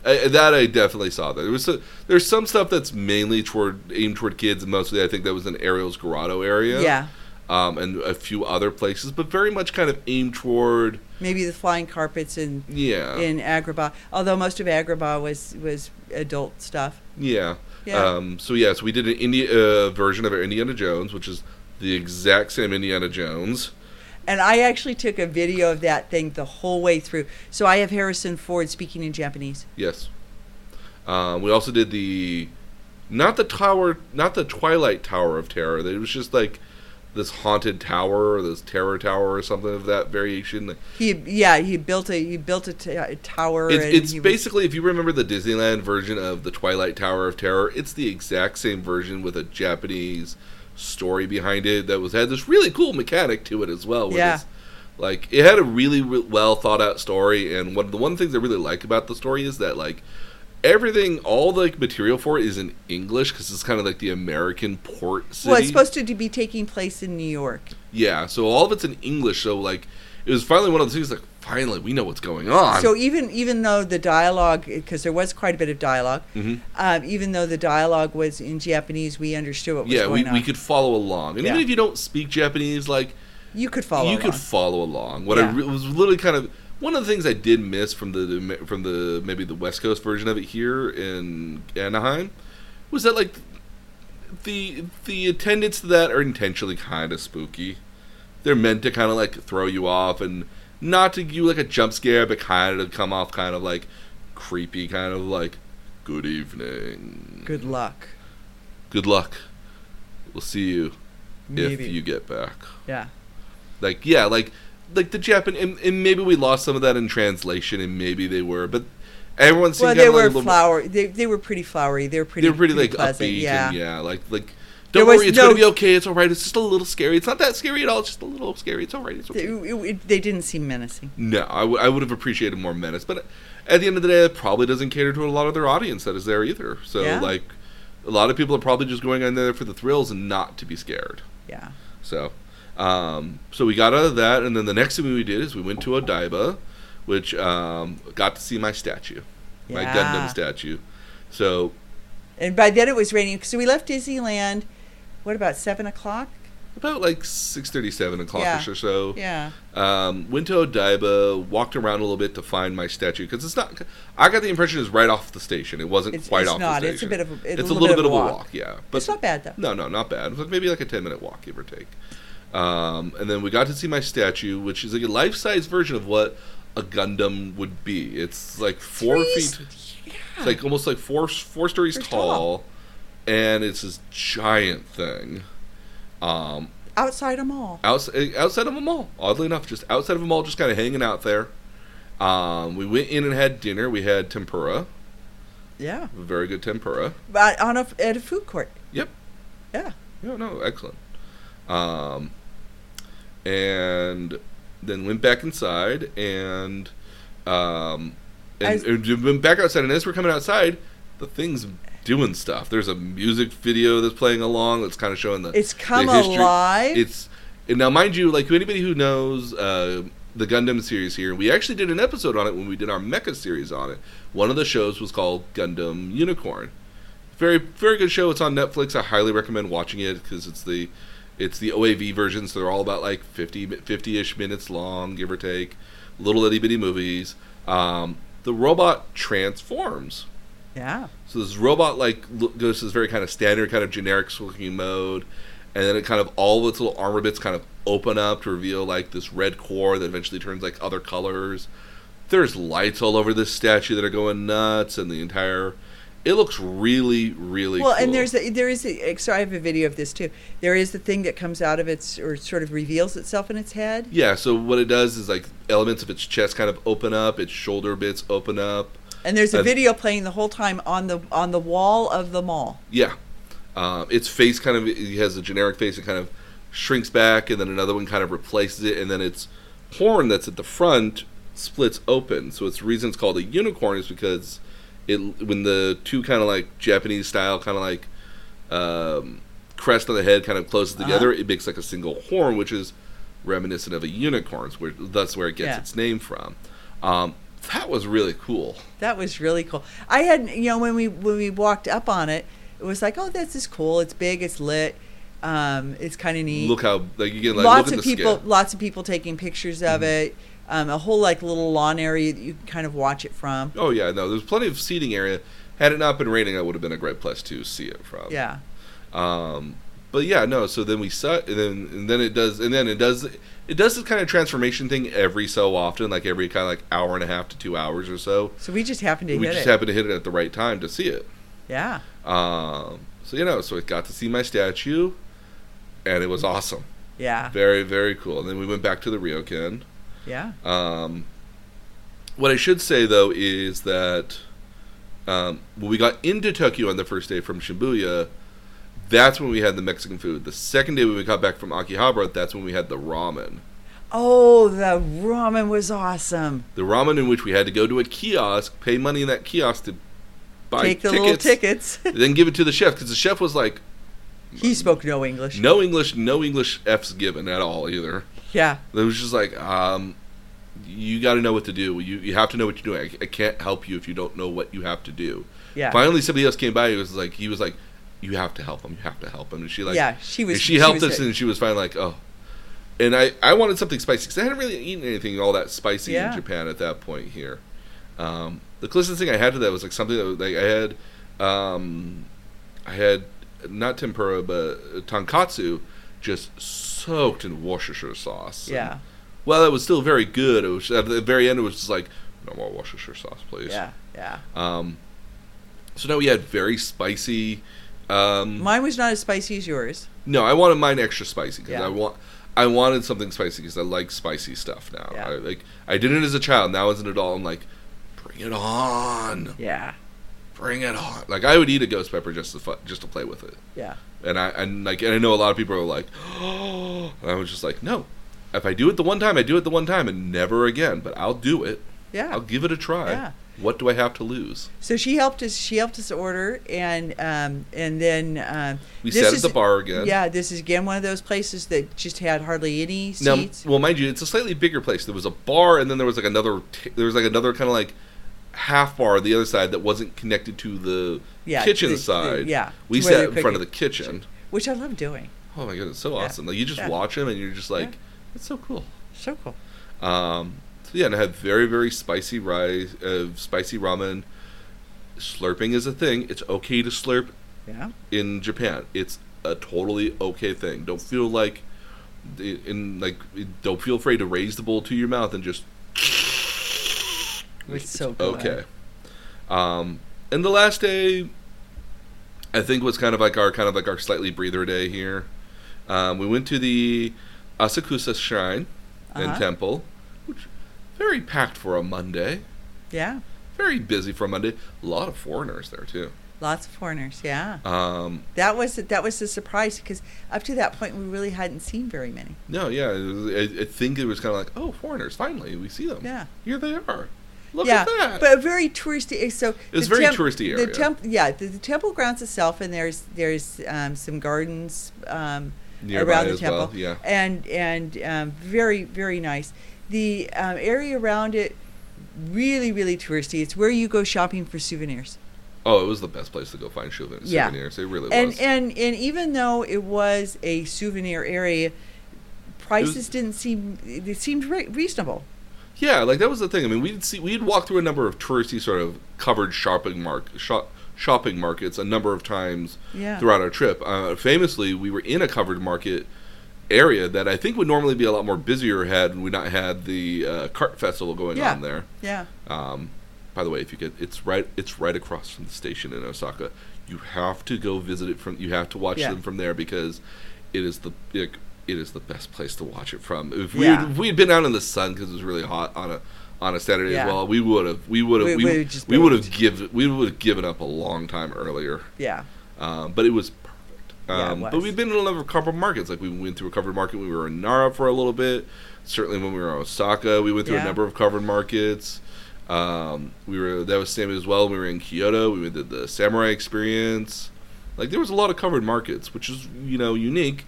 A: I, that I definitely saw that. There was a, there's some stuff that's mainly toward aimed toward kids. Mostly, I think that was in Ariel's Garado area,
B: yeah,
A: um, and a few other places, but very much kind of aimed toward
B: maybe the flying carpets and
A: yeah,
B: in Agrabah. Although most of Agrabah was was adult stuff.
A: yeah.
B: Yeah.
A: Um, so yeah, so we did an Indi- uh, version of Indiana Jones, which is the exact same Indiana Jones.
B: And I actually took a video of that thing the whole way through. So I have Harrison Ford speaking in Japanese.
A: Yes. Um, we also did the not the tower, not the Twilight Tower of Terror. It was just like this haunted tower, or this terror tower, or something of that variation. Like,
B: He yeah he built a he built a t- a tower. and
A: it's it's
B: he was-
A: basically if you remember the Disneyland version of the Twilight Tower of Terror, it's the exact same version with a Japanese story behind it that was had this really cool mechanic to it as well. where
B: Yeah.
A: this- like it had a really re- well thought out story, and one of the one things I really like about the story is that like everything, all the like, material for it is in English because it's kind of like the American port city.
B: well, it's supposed to be taking place in New York.
A: yeah, so all of it's in English. So like it was finally one of those things like finally we know what's going on.
B: So even even though the dialogue, because there was quite a bit of dialog
A: Mhm.
B: um, even though the dialogue was in Japanese, we understood what was
A: yeah,
B: going
A: we,
B: on.
A: we could follow along, and
B: Yeah.
A: even if you don't speak Japanese, like
B: you could follow.
A: you could
B: along.
A: follow along. What I
B: Yeah.
A: re- was literally kind of one of the things I did miss from the from the maybe the West Coast version of it here in Anaheim was that like the the attendants to that are intentionally kind of spooky. They're meant to kind of like throw you off and not to give you like a jump scare, but kind of come off kind of like creepy kind of like, good evening.
B: Good luck.
A: Good luck. We'll see you
B: Maybe.
A: if you get back.
B: yeah.
A: Like yeah, like like the Japan and, and maybe we lost some of that in translation and maybe they were, but everyone seemed
B: Well,
A: kinda
B: they
A: like a
B: were
A: little-
B: flowery. They, they were pretty flowery. They were pretty.
A: They're pretty, like
B: pleasant.
A: upbeat
B: Yeah.
A: and yeah, like like
B: There
A: don't
B: was
A: worry, it's
B: no-
A: gonna be okay. It's all right. It's just a little scary. It's not that scary at all. It's just a little scary. It's all right. It's
B: They,
A: okay.
B: it- it- they didn't seem menacing.
A: No, I would have appreciated more menace, but at the end of the day, it probably doesn't cater to a lot of their audience that is there either. So
B: Yeah.
A: like, a lot of people are probably just going in there for the thrills and not to be scared.
B: Yeah.
A: So, um, so we got out of that, and then the next thing we did is we went to Odaiba, which um, got to see my statue, my
B: yeah.
A: Gundam statue. So
B: And by then it was raining. So we left Disneyland. What about seven o'clock?
A: about like six thirty, seven o'clock ish
B: Yeah.
A: or so.
B: Yeah.
A: Um, went to Odaiba, walked around a little bit to find my statue because it's not. I got the impression it's right off the station. It wasn't
B: It's,
A: quite
B: it's
A: off
B: not.
A: the
B: It's a
A: station.
B: bit of a, it's
A: It's, a little bit of a walk,
B: walk.
A: yeah.
B: It's not bad though.
A: No, no, not bad. It was like maybe like a ten minute walk, give or take. Um, and then we got to see my statue, which is like a life size version of what a Gundam would be. It's like four
B: Three
A: feet.
B: s- Yeah.
A: It's like almost like four four stories
B: They're
A: tall,
B: tall.
A: and it's this giant thing. Um,
B: outside a mall.
A: outside outside of a mall. Oddly enough, just outside of a mall, just kind of hanging out there. Um, we went in and had dinner. We had tempura,
B: Yeah.
A: very good tempura.
B: But on a f at a food court.
A: Yep.
B: Yeah.
A: Yeah, no, excellent. Um, and then went back inside and um, and,
B: I-
A: and went back outside. And as we're coming outside, the thing's doing stuff. There's a music video that's playing along that's kind of showing the
B: It's come
A: the history-
B: alive.
A: It's and now, mind you, like anybody who knows uh, the Gundam series here, we actually did an episode on it when we did our Mecha series on it. One of the shows was called Gundam Unicorn. Very, very good show. It's on Netflix. I highly recommend watching it because it's the it's the OAV version, so they're all about like 50 50-ish minutes long, give or take. Little itty bitty movies. Um, the robot transforms.
B: yeah.
A: So this robot like lo- goes to this very kind of standard, kind of generic looking mode, and then it kind of all of its little armor bits kind of open up to reveal like this red core that eventually turns like other colors. There's lights all over this statue that are going nuts, and the entire it looks really, really
B: Well,
A: cool.
B: and there's a, there is a, so I have a video of this too. There is the thing that comes out of its or sort of reveals itself in its head.
A: yeah. So what it does is like elements of its chest kind of open up, its shoulder bits open up.
B: And there's a
A: Uh,
B: video playing the whole time on the on the wall of the mall.
A: Yeah. Um, its face kind of it has a generic face. It kind of shrinks back, and then another one kind of replaces it, and then its horn that's at the front splits open. So its reason it's called a unicorn is because it when the two kind of like Japanese style kind of like um, crest on the head kind of closes
B: Uh-huh.
A: together, it makes like a single horn, which is reminiscent of a unicorn's. Where that's where it gets
B: Yeah.
A: its name from. Um, that was really cool.
B: That was really cool. I had you know when we when we walked up on it, it was like oh this is cool. It's big. It's lit. Um, it's kind of neat.
A: Look how like you get like
B: lots
A: look at
B: of
A: the
B: people
A: scale. Mm-hmm.
B: lots of people taking pictures of it. Um, a whole like little lawn area that you can kind of watch it from.
A: Oh yeah, no, there's plenty of seating area. Had it not been raining, that would have been a great place to see it from.
B: Yeah.
A: Um, but yeah, no. So then we saw, and then and then it does, and then it does, it does this kind of transformation thing every so often, like every kind of like hour and a half to two hours or so.
B: So we just happened to
A: we
B: hit
A: just
B: it.
A: happened to hit it at the right time to see it.
B: yeah.
A: Um, so you know, so I got to see my statue, and it was awesome.
B: Yeah.
A: Very very cool. And then we went back to the Ryokan.
B: Yeah.
A: Um, what I should say though is that um, when we got into Tokyo on the first day from Shibuya, that's when we had the Mexican food. The second day when we got back from Akihabara, that's when we had the ramen.
B: Oh, the ramen was awesome.
A: The ramen in which we had to go to a kiosk, pay money in that kiosk to buy
B: Take the
A: tickets,
B: little tickets.
A: and then give it to the chef because the chef was like,
B: he spoke no English.
A: no English, no English F's given at all either.
B: Yeah.
A: It was just like, um, you got to know what to do. You you have to know what you're doing. I, I can't help you if you don't know what you have to do.
B: Yeah.
A: Finally, somebody else came by. It was like he was like, you have to help him. You have to help him. And she like,
B: yeah. She
A: and
B: was.
A: she helped
B: was
A: us,
B: hit.
A: and she was finally like, oh. And I I wanted something spicy because I hadn't really eaten anything all that spicy
B: Yeah.
A: in Japan at that point here. Um, the closest thing I had to that was like something that was, like I had, um, I had not tempura but tonkatsu, just soaked in Worcestershire sauce. And
B: yeah.
A: well, it was still very good. It was at the very end. It was just like normal Worcestershire sauce, please.
B: Yeah, yeah.
A: Um, so now we had very spicy. Um,
B: Mine was not as spicy as yours.
A: no, I wanted mine extra spicy because
B: Yeah.
A: I want I wanted something spicy because I like spicy stuff now.
B: Yeah.
A: I, like I did it as a child. Now as an adult, I'm like, bring it on,
B: Yeah,
A: bring it on. Like I would eat a ghost pepper just to fu- just to play with it.
B: yeah,
A: And I and like and I know a lot of people are like, oh, and I was just like, no. If I do it the one time, I do it the one time and never again. But I'll do it.
B: yeah.
A: I'll give it a try.
B: Yeah.
A: What do I have to lose?
B: So she helped us. She helped us order, and um, and then um,
A: We
B: this
A: sat
B: is-
A: at the bar again.
B: Yeah, this is again one of those places that just had hardly any
A: Now,
B: seats.
A: well, mind you, it's a slightly bigger place. There was a bar, and then there was like another. T- there was like another kind of like half bar on the other side that wasn't connected to the
B: Yeah,
A: kitchen
B: the- the-
A: side.
B: yeah,
A: we
B: to where
A: sat
B: they're
A: in front of the
B: cooking.
A: kitchen.
B: which I love doing.
A: Oh my god, it's so
B: Yeah,
A: awesome! Like you just
B: yeah.
A: watch them, and you're just like,
B: Yeah.
A: that's so cool.
B: So cool.
A: Um, so yeah, and I had very very spicy rice, uh, spicy ramen. Slurping is a thing. It's okay to slurp
B: Yeah.
A: in Japan. It's a totally okay thing. Don't feel like in like don't feel afraid to raise the bowl to your mouth and just
B: It's so good.
A: okay. Um and the last day I think was kind of like our kind of like our slightly breather day here. Um, we went to the Asakusa Shrine and
B: Uh-huh.
A: Temple, which very packed for a Monday.
B: Yeah.
A: Very busy for a Monday. A lot of foreigners there too.
B: Lots of foreigners. Yeah.
A: Um,
B: That was that was a surprise because up to that point we really hadn't seen very many.
A: No, yeah, it was- I, I think it was kind of like, oh, foreigners, finally, we see them.
B: Yeah.
A: here they are. Look
B: yeah,
A: at that.
B: but a very touristy. eh, So
A: It's
B: the
A: very touristy area.
B: The temp, yeah, the, the temple grounds itself, and there's there's um, some gardens um,
A: Nearby
B: around the
A: as well,
B: temple.
A: yeah.
B: and and um, very very nice. The um, area around it really really touristy. It's where you go shopping for souvenirs.
A: oh, it was the best place to go find souven-
B: Yeah.
A: souvenirs. It really
B: and
A: was.
B: and and even though it was a souvenir area, prices didn't seem they seemed re- reasonable.
A: yeah, like that was the thing. I mean, we'd see we'd walk through a number of touristy sort of covered shopping mark shop, shopping markets a number of times
B: Yeah.
A: throughout our trip. Uh, famously, we were in a covered market area that I think would normally be a lot more busier had we not had the uh, cart festival going
B: Yeah.
A: on there.
B: Yeah.
A: Um, by the way, if you get, it's right, it's right across from the station in Osaka. You have to go visit it from. You have to watch
B: Yeah.
A: them from there because it is the it, it is the best place to watch it from. If we
B: Yeah.
A: if we had been out in the sun because it was really hot on a on a Saturday
B: Yeah.
A: as well, we would have we would
B: We-
A: have we,
B: we just
A: we would have
B: moved.
A: given we would have given up a long time earlier.
B: Yeah.
A: Um, but it was perfect. Um,
B: Yeah, it
A: But
B: was.
A: we've been in a number of covered markets. Like we went through a covered market when we were in Nara for a little bit. Certainly when we were in Osaka, we went through a
B: Yeah.
A: number of covered markets. Um, we were that was same as well. We were in Kyoto. We did the samurai experience. Like there was a lot of covered markets, which is you know unique.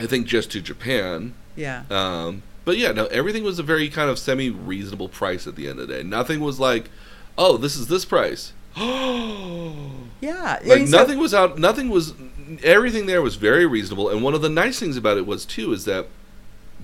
A: I think just to Japan.
B: Yeah.
A: Um, but yeah, no, everything was a very kind of semi reasonable price at the end of the day. Nothing was like, oh, this is this price. Oh.
B: Yeah. I
A: Like
B: mean, so-
A: nothing was out. Nothing was. Everything there was very reasonable. And one of the nice things about it was too is that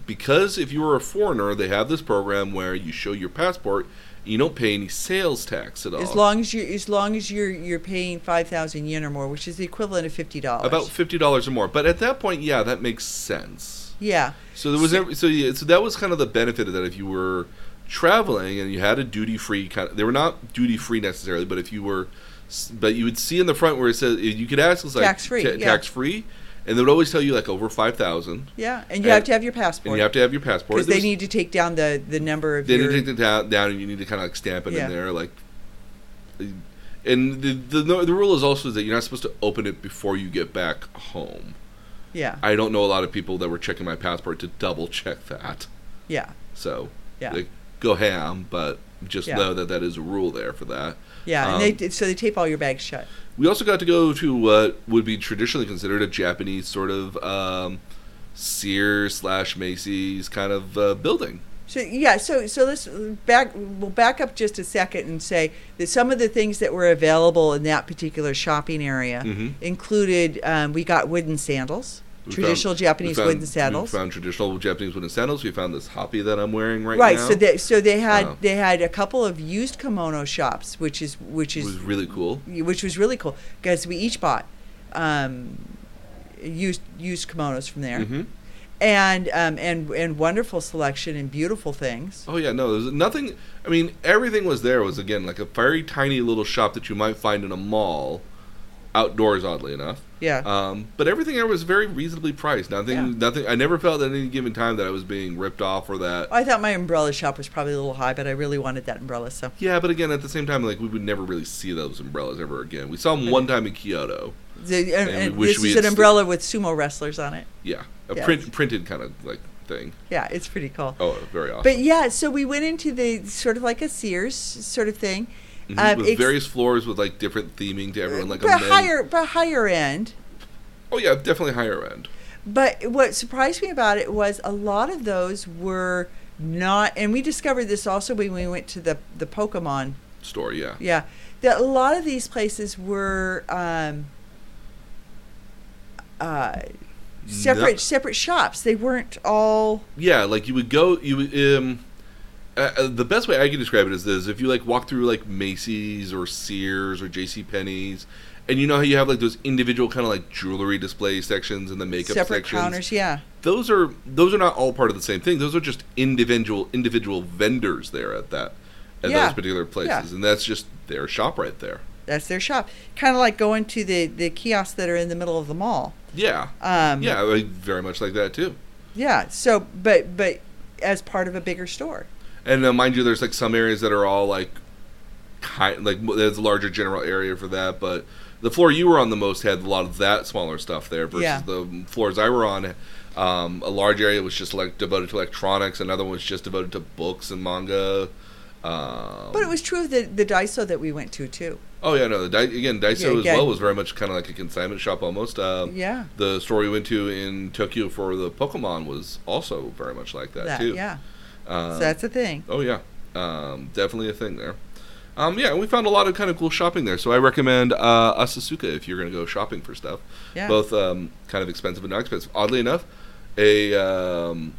A: because if you were a foreigner, they have this program where you show your passport, you don't pay any sales tax at all.
B: As long as you as long as you're you're paying five thousand yen or more, which is the equivalent of fifty dollars.
A: about fifty dollars or more. But at that point, yeah, that makes sense.
B: yeah,
A: So there was every, so yeah, so that was kind of the benefit of that if you were traveling and you had a duty free kind of they were not duty free necessarily, but if you were s- but you would see in the front where it says you could ask it's like
B: Tax-free, yeah.
A: tax free and they would always tell you like over 5000
B: yeah, and
A: And-
B: you have to have your
A: and
B: passport
A: you have to have your passport.
B: because they
A: There's-
B: need to take down the the number of
A: they need
B: your.
A: to take it down, down, and you need to kind of like stamp it
B: Yeah.
A: in there, like. And the, the no- the rule is also that you're not supposed to open it before you get back home.
B: yeah,
A: I don't know a lot of people that were checking my passport to double check that,
B: yeah,
A: so
B: Yeah.
A: like, go ham, but just
B: Yeah.
A: know that that is a rule there for that.
B: yeah,
A: Um,
B: and they did- so they tape all your bags shut.
A: We also got to go to what would be traditionally considered a Japanese sort of um, Sears slash Macy's kind of uh, building.
B: So yeah, so so let's back we'll back up just a second and say that some of the things that were available in that particular shopping area
A: Mhm.
B: included um, we got wooden sandals,
A: We found-
B: traditional Japanese
A: we found-
B: wooden sandals.
A: We found traditional Japanese wooden sandals. We found this hoppy that I'm wearing right,
B: right
A: now. Oh.
B: so they so they had
A: Wow.
B: they had a couple of used kimono shops which is which
A: it
B: is
A: was really cool.
B: which was really cool because we each bought um used used kimonos from there
A: Mhm.
B: and um, and and wonderful selection and beautiful things.
A: Oh yeah, no, there's nothing. I mean, everything was there. It was again like a very tiny little shop that you might find in a mall, outdoors, oddly enough.
B: Yeah.
A: Um, but everything there was very reasonably priced. Nothing,
B: Yeah.
A: nothing. I never felt at any given time that I was being ripped off or that.
B: I thought my umbrella shop was probably a little high, but I really wanted that umbrella. So
A: Yeah, but again, at the same time, like we would never really see those umbrellas ever again. We saw them
B: Okay.
A: one time in Kyoto.
B: the, and,
A: we
B: and
A: wish
B: this
A: we
B: is
A: had
B: an
A: sta-
B: umbrella with sumo wrestlers on it.
A: Yeah, a
B: Yes.
A: print printed kind of like thing.
B: Yeah, it's pretty cool.
A: Oh, very awesome.
B: But yeah, so we went into the sort of like a Sears sort of thing,
A: Mhm,
B: um,
A: with
B: ex-
A: various floors with like different theming to everyone, like a
B: but
A: men-
B: higher, but higher end.
A: Oh yeah, definitely higher end.
B: But what surprised me about it was a lot of those were not, and we discovered this also when we went to the the Pokemon.
A: store. Yeah.
B: Yeah, that a lot of these places were um, uh, separate
A: No-
B: separate shops. They weren't all
A: yeah, like you would go. You would, um, uh, uh, the best way I can describe it is this: if you like walk through like Macy's or Sears or J.C. Penney's, and you know how you have like those individual kind of like jewelry display sections and the makeup
B: separate
A: sections.
B: counters. Yeah,
A: Those are those are not all part of the same thing. Those are just individual individual vendors there at that at
B: Yeah.
A: those particular places, and that's just their shop right there.
B: that's their shop. Kind of like going to the the kiosks that are in the middle of the mall.
A: Yeah,
B: Um,
A: yeah, like, very much like that too.
B: yeah. So, but but as part of a bigger store.
A: And uh, mind you, there's like some areas that are all like, kind like mo- there's a larger general area for that. But the floor you were on the most had a lot of that smaller stuff there versus
B: Yeah.
A: the floors I were on. Um, a large area was just like devoted to electronics. Another one was just devoted to books and manga. Um,
B: But it was true of the the Daiso that we went to too.
A: oh yeah, no, the Dai- again Daiso
B: Yeah,
A: as
B: yeah.
A: well was very much kind of like a consignment shop almost. Um,
B: Yeah,
A: The store we went to in Tokyo for the Pokemon was also very much like that,
B: that
A: too.
B: yeah.
A: Um,
B: so that's a thing.
A: Oh yeah, um, definitely a thing there. Um, yeah, we found a lot of kind of cool shopping there, so I recommend uh, Asasuka if you're going to go shopping for stuff,
B: Yeah.
A: both um, kind of expensive and not expensive. Oddly enough, a um,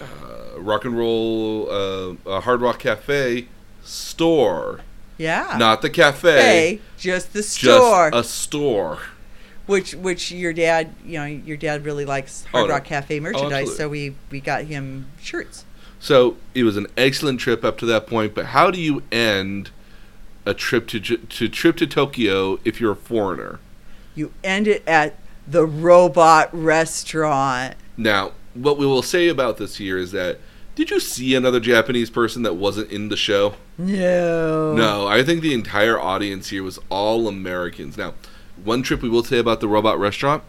A: uh, rock and roll, uh, a Hard Rock Cafe store,
B: Yeah.
A: not the cafe,
B: Ah. Hey, just the
A: just
B: store.
A: a store.
B: which which your dad you know your dad really likes
A: Oh,
B: Hard
A: no. Oh,
B: Rock Cafe merchandise,
A: absolutely.
B: so we we got him shirts.
A: So it was an excellent trip up to that point, but how do you end a trip to J- to trip to Tokyo if you're a foreigner?
B: You end it at the robot restaurant.
A: Now, what we will say about this here is that did you see another Japanese person that wasn't in the show?
B: No.
A: No, I think the entire audience here was all Americans. Now, one trip we will say about the robot restaurant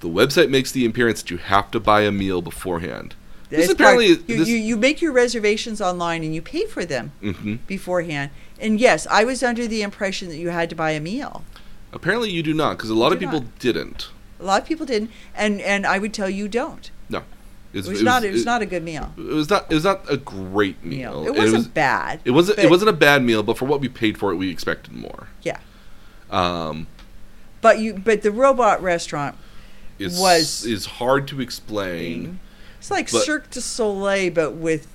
A: the website makes the appearance that you have to buy a meal beforehand. This
B: It's
A: apparently.
B: probably- you,
A: this,
B: you you make your reservations online and you pay for them
A: Mhm.
B: beforehand. And yes, I was under the impression that you had to buy a meal.
A: Apparently, you do not, because a lot
B: You
A: of
B: do
A: people didn't.
B: A lot of people didn't, and and I would tell you don't.
A: No.
B: It was not it was not a good meal.
A: It was not. It was not a great meal.
B: meal. It
A: And
B: wasn't
A: was-
B: bad.
A: It wasn't. It
B: but-
A: wasn't a bad meal, but for what we paid for it, we expected more.
B: Yeah.
A: Um,
B: But you but the robot restaurant
A: is
B: was-
A: is hard to explain.
B: It's like
A: But-
B: Cirque du Soleil, but with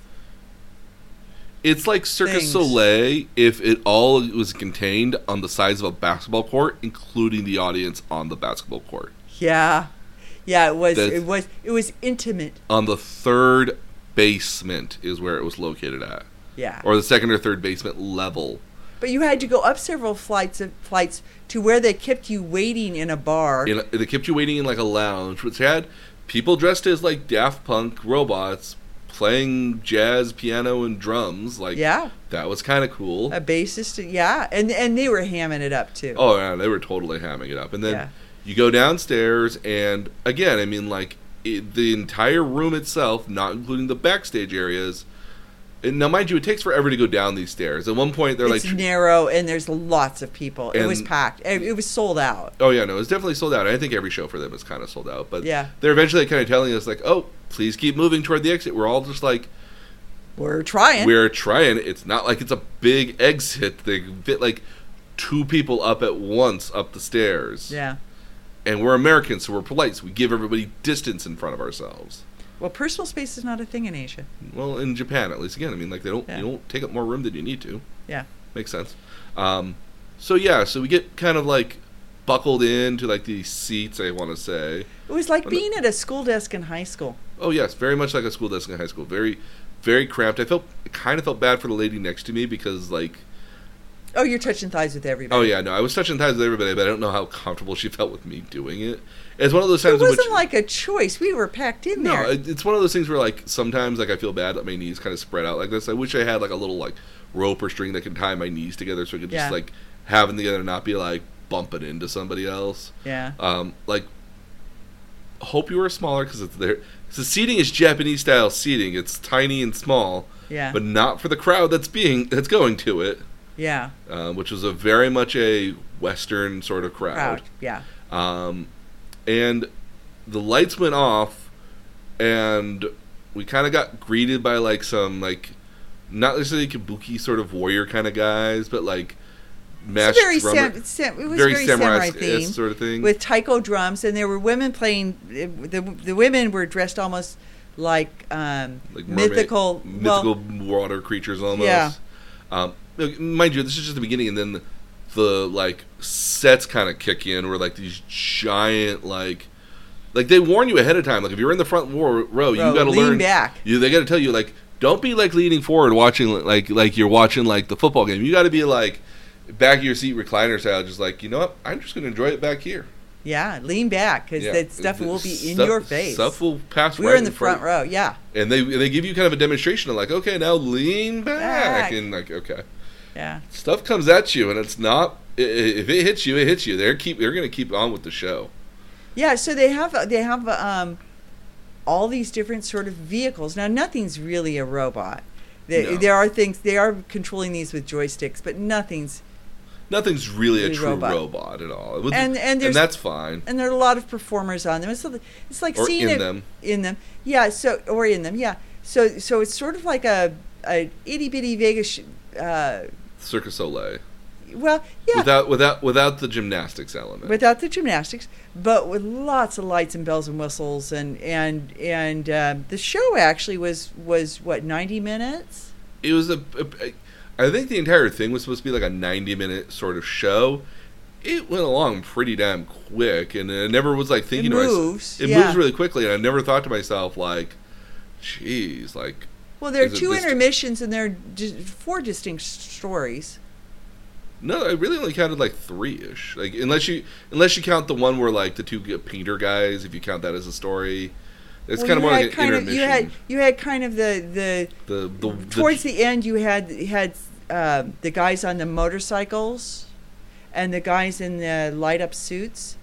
A: It's like Circus
B: Things.
A: Soleil if it all was contained on the size of a basketball court, including the audience on the basketball court.
B: yeah, yeah. It was
A: That's-
B: it was it was intimate.
A: On the third basement is where it was located at,
B: Yeah,
A: or the second or third basement level.
B: but you had to go up several flights of flights to where they kept you waiting in a bar.
A: And they kept you waiting in like a lounge, which had people dressed as like Daft Punk robots playing jazz, piano, and drums. Like
B: yeah,
A: that was kind of cool.
B: a bassist. Yeah, and and they were hamming it up too.
A: Oh yeah, they were totally hamming it up. And then
B: Yeah.
A: you go downstairs, and again, I mean, like it, the entire room itself, not including the backstage areas. And now, mind you, it takes forever to go down these stairs. At one point, they're
B: it's
A: like, tr-
B: narrow and there's lots of people. It was
A: And-
B: packed. It, it was sold out.
A: "Oh yeah, no, it's definitely sold out." I think every show for them is kind of sold out, but
B: Yeah.
A: they're eventually kind of telling us like, "Oh, please keep moving toward the exit." We're all just like,
B: We're trying.
A: "We're trying." It's not like it's a big exit. They fit like two people up at once up the stairs.
B: yeah.
A: and we're Americans, so we're polite. So we give everybody distance in front of ourselves.
B: Well, personal space is not a thing in Asia.
A: Well, in Japan, at least, again, I mean, like they don't
B: Yeah.
A: you don't take up more room than you need to.
B: Yeah.
A: Makes sense. Um, so yeah, so we get kind of like buckled in to like these seats. I want to say.
B: It was like
A: But-
B: being at a school desk in high school.
A: Oh yes, very much like a school desk in high school. Very, very cramped. I felt I kind of felt bad for the lady next to me because like,
B: Oh, you're touching thighs with everybody.
A: oh yeah, no, I was touching thighs with everybody, but I don't know how comfortable she felt with me doing it. It's one of those
B: It
A: times in
B: wasn't
A: which
B: like a choice. We were packed in
A: no,
B: there.
A: it- it's one of those things where like sometimes like I feel bad that my knees kind of spread out like this. I wish I had like a little like rope or string that could tie my knees together so I could
B: Yeah.
A: just like have them together and not be like bumping into somebody else.
B: yeah.
A: Um, like, hope you are smaller because it's there. So seating is Japanese style seating. It's tiny and small,
B: Yeah.
A: but not for the crowd that's being that's going to it,
B: yeah.
A: uh, which was a very much a Western sort of
B: Proud. Yeah.
A: crowd. Um, and the lights went off, and we kind of got greeted by like some like not necessarily kabuki sort of warrior kind of guys, but like
B: It's
A: masked
B: very
A: drummer,
B: sam, sam, it was very, samurai, themed
A: sort of thing.
B: with taiko drums, and there were women playing. eh, The, the women were dressed almost like, um,
A: like mermaid-
B: mythical.
A: mythical
B: Well,
A: water creatures almost.
B: Yeah.
A: Um, look, mind you, this is just the beginning, and then the, the like sets kind of kick in, where like these giant like, like they warn you ahead of time. Like if you're in the front war, row, you
B: Row,
A: got to
B: lean
A: learn
B: back.
A: You they got to tell you like, don't be like leaning forward watching like like you're watching like the football game. You got to be like back of your seat recliner style, just like you know what, I'm just gonna enjoy it back here.
B: yeah, lean back because
A: Yeah.
B: that stuff
A: The
B: will be in
A: stuff-
B: your face.
A: Stuff will pass.
B: we were
A: right
B: in the
A: front
B: front row. Yeah.
A: and they they give you kind of a demonstration of like, okay, now lean back,
B: Back.
A: and like, okay,
B: Yeah.
A: stuff comes at you, and it's not i- i- if it hits you, it hits you. They're keep they're gonna keep on with the show.
B: Yeah, so they have they have um, all these different sort of vehicles. Now nothing's really a robot. They,
A: No.
B: There are things they are controlling these with joysticks, but nothing's.
A: Nothing's really a
B: Really
A: true robot.
B: robot.
A: at all, It was-
B: And- and there's-
A: that's fine.
B: And there are a lot of performers on them. It's, sort of- it's like
A: Or
B: seeing
A: in
B: a-
A: them.
B: in them. Yeah. So or in them. Yeah. So so it's sort of like a a itty bitty Vegas. sh- Uh,
A: Circus Soleil
B: well, yeah.
A: without without without the gymnastics element.
B: without the gymnastics, but with lots of lights and bells and whistles, and and and um the show actually was was what ninety minutes.
A: it was a, a- I think the entire thing was supposed to be like a ninety minute sort of show. It went along pretty damn quick, and I never was like thinking to myself.
B: moves,
A: It
B: yeah.
A: moves really quickly, and I never thought to myself like, "Jeez, like
B: Well, there are
A: Is it
B: two
A: this-
B: intermissions, and there are di- four distinct s- stories.
A: no." I really only counted like three ish. Like unless you unless you count the one where like the two g- painter guys, if you count that as a story, it's
B: Well,
A: kind of
B: you
A: more
B: had
A: like an
B: kind
A: intermission.
B: Of, you had you had kind of the
A: the, the,
B: the,
A: the
B: towards the end. You had had um the guys on the motorcycles, and the guys in the light up suits.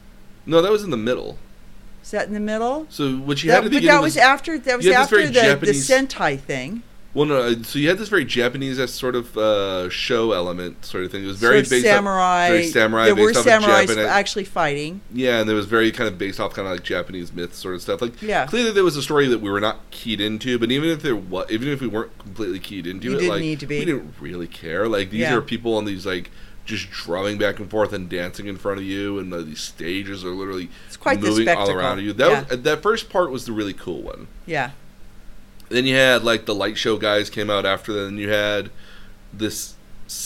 A: no, that was in the middle.
B: Is that in the middle?
A: So what you
B: That,
A: had at
B: but
A: the beginning
B: that
A: was,
B: was after that was
A: you had this very
B: after the, the
A: Japanese-
B: Sentai thing.
A: Well, no. uh, So you had this very Japanese sort of uh, show element sort of thing. It was very
B: sort of
A: based off-
B: samurai.
A: very samurai.
B: There
A: based
B: were
A: off
B: samurais
A: of Japanese,
B: actually fighting.
A: yeah, and it was very kind of based off kind of like Japanese myth sort of stuff. Like
B: Yeah.
A: clearly there was a story that we were not keyed into, but even if there was, even if we weren't completely keyed into
B: You
A: it,
B: didn't
A: like
B: need to be.
A: we didn't really care. Like these
B: Yeah.
A: are people on these like just drumming back and forth and dancing in front of you, and uh, these stages are literally
B: It's quite the
A: moving all
B: spectacle.
A: around you. That
B: Yeah.
A: was, that first part was the really cool one.
B: Yeah,
A: Then you had like the light show guys came out after. Then you had this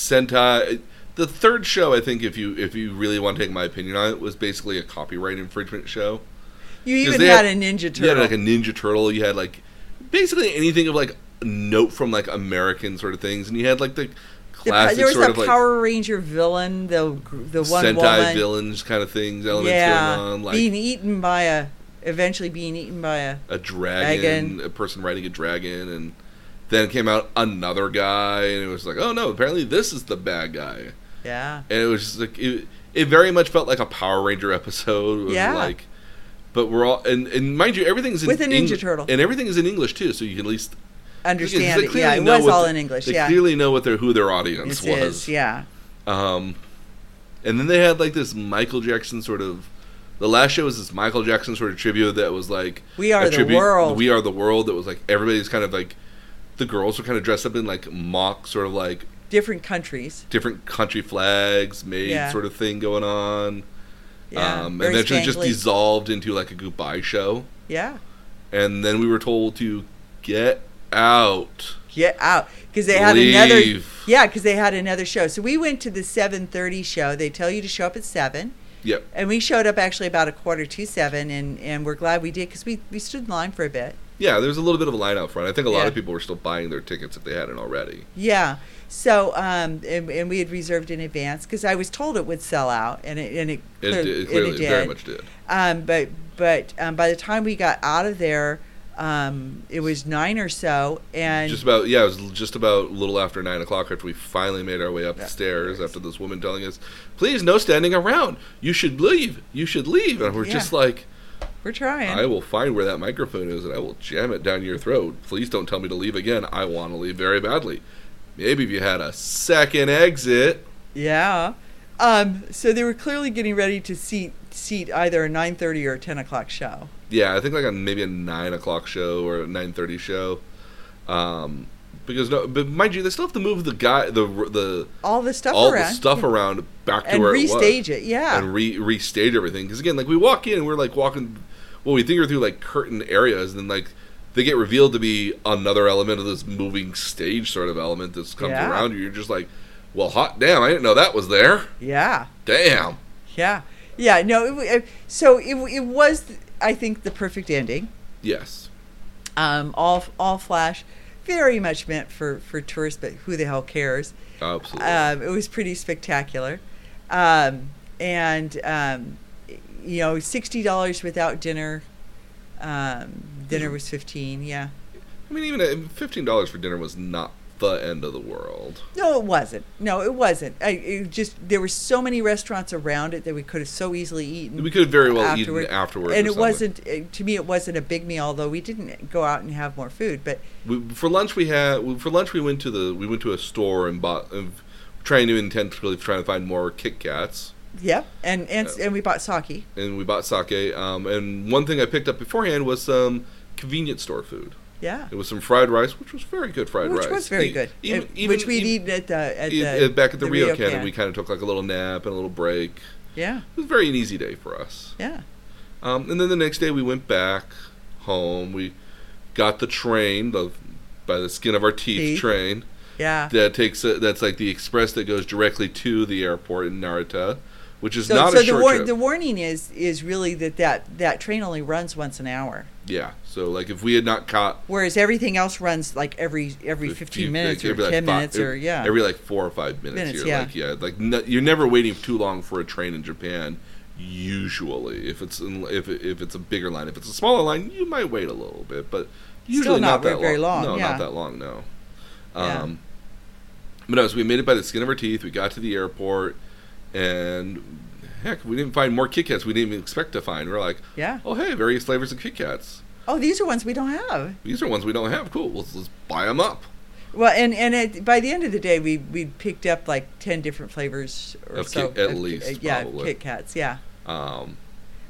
A: Sentai. The third show, I think, if you if you really want to take my opinion on it, was basically a copyright infringement show.
B: you
A: 'Cause
B: even
A: they
B: had,
A: had-
B: a ninja
A: You had
B: turtle.
A: like a Ninja Turtle. You had like basically anything of like a note from like American sort of things, and you had like the
B: The-
A: classic
B: there was
A: sort
B: a
A: of like
B: Power Ranger villain, the gr- the one
A: Sentai
B: woman,
A: villains kind of things elements
B: yeah,
A: going on, like
B: being eaten by a, eventually being eaten by a.
A: a dragon,
B: Dragon.
A: a person riding a dragon, and then came out another guy, and it was like, oh no, apparently this is the bad guy.
B: Yeah,
A: and it was just like it, it very much felt like a Power Ranger episode. It was
B: Yeah.
A: Like, but we're all and, and mind you, everything's in
B: With a Ninja
A: Eng-
B: Turtle.
A: and everything is in English too, so you can at least
B: understand
A: they
B: it. Yeah,
A: clearly
B: it
A: know
B: was
A: what
B: all
A: the-
B: in English.
A: They
B: Yeah,
A: clearly know what their who their audience
B: this
A: was.
B: is yeah.
A: Um, and then they had like this Michael Jackson sort of. The last show was this Michael Jackson sort of tribute that was like
B: We are
A: a
B: the world.
A: We are the world. That was like everybody's kind of like the girls were kind of dressed up in like mock sort of like
B: Different countries.
A: different country flags made
B: Yeah.
A: sort of thing going on
B: Yeah,
A: um,
B: very
A: and eventually just
B: spangly.
A: dissolved into like a goodbye show.
B: Yeah,
A: And then we were told to get out.
B: get out because they had another.
A: Leave.
B: Yeah, because they had another show. So we went to the seven thirty show. They tell you to show up at seven.
A: Yep.
B: And we showed up actually about a quarter to seven, and, and we're glad we did because we, we stood in line for a bit.
A: Yeah, there's a little bit of a line out front. I think a lot
B: Yeah.
A: of people were still buying their tickets if they hadn't already.
B: Yeah. So, um, and, and we had reserved in advance because I was told it would sell out, and it and it,
A: It,
B: clear-
A: did,
B: and
A: it clearly very much did.
B: Um, but but um, by the time we got out of there, um, it was nine or so, and
A: just about yeah, it was just about a little after nine o'clock after we finally made our way up the stairs after this woman telling us, "Please, no standing around. You should leave. You should leave." And we're
B: Yeah.
A: just like,
B: we're trying.
A: "I will find where that microphone is and I will jam it down your throat. Please don't tell me to leave again. I want to leave very badly. Maybe if you had a second exit."
B: yeah. Um, so they were clearly getting ready to seat seat either a nine thirty or a ten o'clock show.
A: Yeah, I think like a, maybe a nine o'clock show or a nine thirty show, um, because no, but mind you, they still have to move the guy the the
B: All the stuff
A: all
B: around
A: the stuff
B: yeah.
A: around back to
B: and
A: where it was.
B: restage it. Yeah.
A: and re restage everything. Because again, like we walk in, we're like walking. Well, we think we're through like curtain areas, and then like they get revealed to be another element of this moving stage sort of element that's comes
B: Yeah.
A: around you. You're just like, well, hot damn! I didn't know that was there.
B: yeah.
A: Damn.
B: Yeah. Yeah. No. It, w- it, so it, w- it was, I think, the perfect ending.
A: Yes.
B: Um, all all flash, very much meant for for tourists, but who the hell cares?
A: Absolutely.
B: Um, it was pretty spectacular, um, and um, y- you know, sixty dollars without dinner. Um, dinner was fifteen. Yeah.
A: I mean, even at fifteen dollars for dinner was not the end of the world.
B: No, it wasn't. No, it wasn't. I, it just there were so many restaurants around it that we could have so easily eaten.
A: We could have very well
B: Afterward.
A: eaten afterwards,
B: and
A: or
B: it
A: something.
B: wasn't uh, to me it wasn't a big meal although we didn't go out and have more food but
A: We, for lunch, we had we- for lunch we went to the we went to a store and bought. Uh, trying to intentionally trying to find more Kit Kats.
B: yeah and and,
A: Yeah.
B: and we bought sake
A: and we bought sake. Um, and one thing I picked up beforehand was some convenience store food.
B: yeah
A: It was some fried rice, which was very good fried
B: which
A: rice.
B: was very
A: E-
B: good
A: even-
B: Uh,
A: even-
B: which we'd
A: even-
B: eaten at the at
A: e-
B: the
A: uh, back at the, Rio, Cannon,
B: Can.
A: we kind of took like a little nap and a little break.
B: yeah
A: It was a very an easy day for us.
B: yeah
A: Um, and then the next day we went back home. We got the train, the by the skin of our teeth
B: Teeth.
A: train
B: yeah
A: that takes a, that's like the express that goes directly to the airport in Narita, which is
B: so,
A: not
B: so
A: a short
B: the, war-
A: trip.
B: the warning is is really that, that that train only runs once an hour
A: yeah, so like if we had not caught
B: whereas everything else runs like every every 15
A: few-
B: minutes
A: like,
B: or
A: every,
B: 10
A: like, fi-
B: minutes or
A: every-
B: yeah
A: every like four or five minutes,
B: Minutes,
A: you're
B: yeah.
A: like yeah like no, you're never waiting too long for a train in japan usually if it's in, if, it- if it's a bigger line if it's a smaller line you might wait a little bit but usually not,
B: not very-
A: that
B: very long,
A: no
B: yeah.
A: not that long no
B: Yeah.
A: um but no so we made it by the skin of our teeth we got to the airport and heck we didn't find more kit kats we didn't even expect to find we're like
B: yeah
A: oh hey various flavors of kit kats
B: oh these are ones we don't have
A: these are ones we don't have cool let's, let's buy them up
B: Well, and and it, by the end of the day, we we picked up like ten different flavors or
A: Of
B: so,
A: Kit- at
B: of-
A: least,
B: uh, yeah,
A: probably.
B: Kit Kats, yeah,
A: um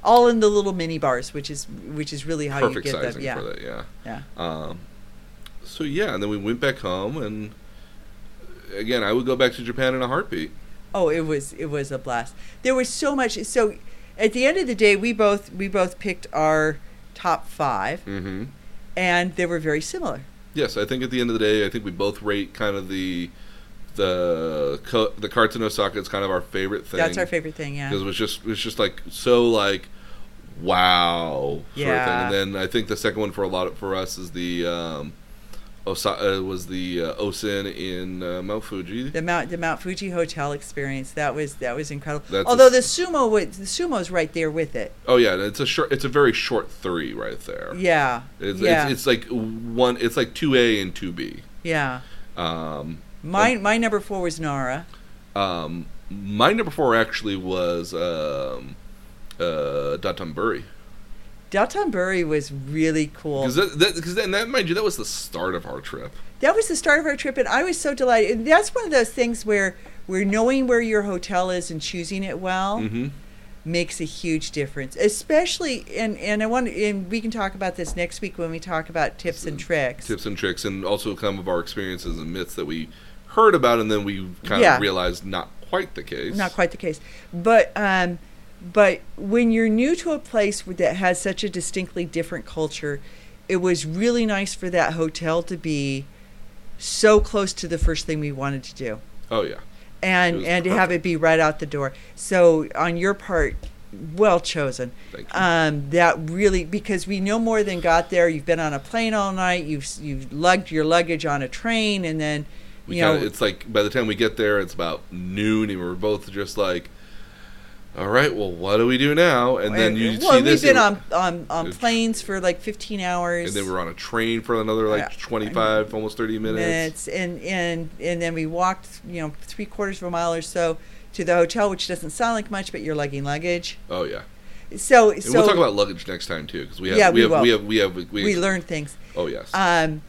B: all in the little mini bars, which is which is really how
A: perfect
B: you get
A: sizing
B: them. Yeah,
A: for that. Yeah.
B: yeah,
A: Um, so yeah, and then we went back home, and again, I would go back to Japan in a heartbeat.
B: Oh, it was it was a blast. There was so much. So, at the end of the day, we both we both picked our top five,
A: Mm-hmm.
B: and they were very similar.
A: Yes, I think at the end of the day, I think we both rate kind of the the co- the carts in Osaka is kind of our favorite thing.
B: That's our favorite thing.
A: because
B: Yeah,
A: it was just it was just like so like wow sort of
B: Yeah.
A: thing. And then I think the second one for a lot of, for us is the um, Osa- uh, was the uh, Osen in uh, Mount Fuji.
B: the Mount the Mount Fuji Hotel experience that was that was incredible.
A: That's a-
B: Although the sumo was, the sumo's right there with it.
A: Oh yeah, and it's a short it's a very short three right there.
B: Yeah,
A: It's,
B: yeah,
A: it's, it's like one. It's like two A and two B.
B: yeah.
A: Um,
B: My my number four was Nara.
A: um, my number four actually was um, uh, Datanburi
B: Daltonbury was really cool.
A: because that, that, 'cause then that mind you that was the start of our trip.
B: that was the start of our trip, and I was so delighted. And that's one of those things where where knowing where your hotel is and choosing it well
A: Mm-hmm.
B: makes a huge difference, especially and and I want and we can talk about this next week when we talk about tips and tricks.
A: Tips and tricks, and also some of our experiences and myths that we heard about, and then we kind
B: Yeah.
A: of realized not quite the case.
B: Not quite the case, but um, but when you're new to a place with- that has such a distinctly different culture, it was really nice for that hotel to be so close to the first thing we wanted to do.
A: Oh yeah, It
B: and
A: was
B: and to have it be right out the door. So on your part, well chosen.
A: Thank you.
B: Um, that really because we no more than got there. You've been on a plane all night. You've s- you've lugged your luggage on a train, and then
A: we
B: you know
A: kinda, it's like by the time we get there, it's about noon, and we're both just like, "All right, well, what do we do now?" And then you
B: well,
A: see this,
B: we've been
A: and,
B: on, on on
A: it's-
B: planes for like 15 hours.
A: and then we're on a train for another like
B: Yeah.
A: twenty-five, almost thirty minutes.
B: minutes, and and and then we walked, you know, three quarters of a mile or so to the hotel, which doesn't sound like much, but you're lugging luggage.
A: Oh yeah,
B: So
A: and
B: so
A: we'll talk about luggage next time too, because we have
B: Yeah,
A: we,
B: we
A: have, we
B: will.
A: have we have we,
B: we learned things.
A: Oh yes,
B: Um,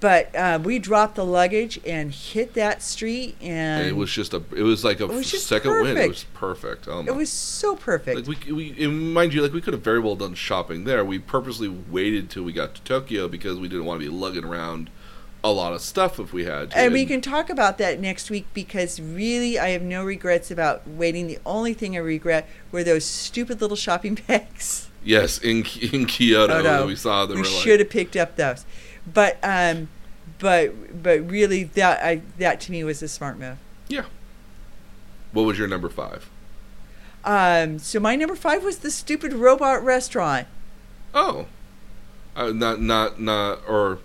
B: but uh, we dropped the luggage and hit that street, and
A: and it was just a it was like a
B: It was
A: f-
B: just
A: second win. It
B: perfect.
A: was perfect. Oh, my.
B: it was so perfect.
A: Like we, c- we and mind you, like we could have very well done shopping there. We purposely waited till we got to Tokyo because we didn't want to be lugging around a lot of stuff if we had to.
B: and we can talk about that next week because really I have no regrets about waiting. The only thing I regret were those stupid little shopping bags.
A: yes, in Ki- in Kyoto,
B: Oh, no.
A: we saw them.
B: we
A: We are
B: should
A: like,
B: have picked up those, but um, but but really that I that to me was a smart move.
A: what was your number five?
B: Um, so my number five was the stupid robot restaurant.
A: Oh, uh, not not not or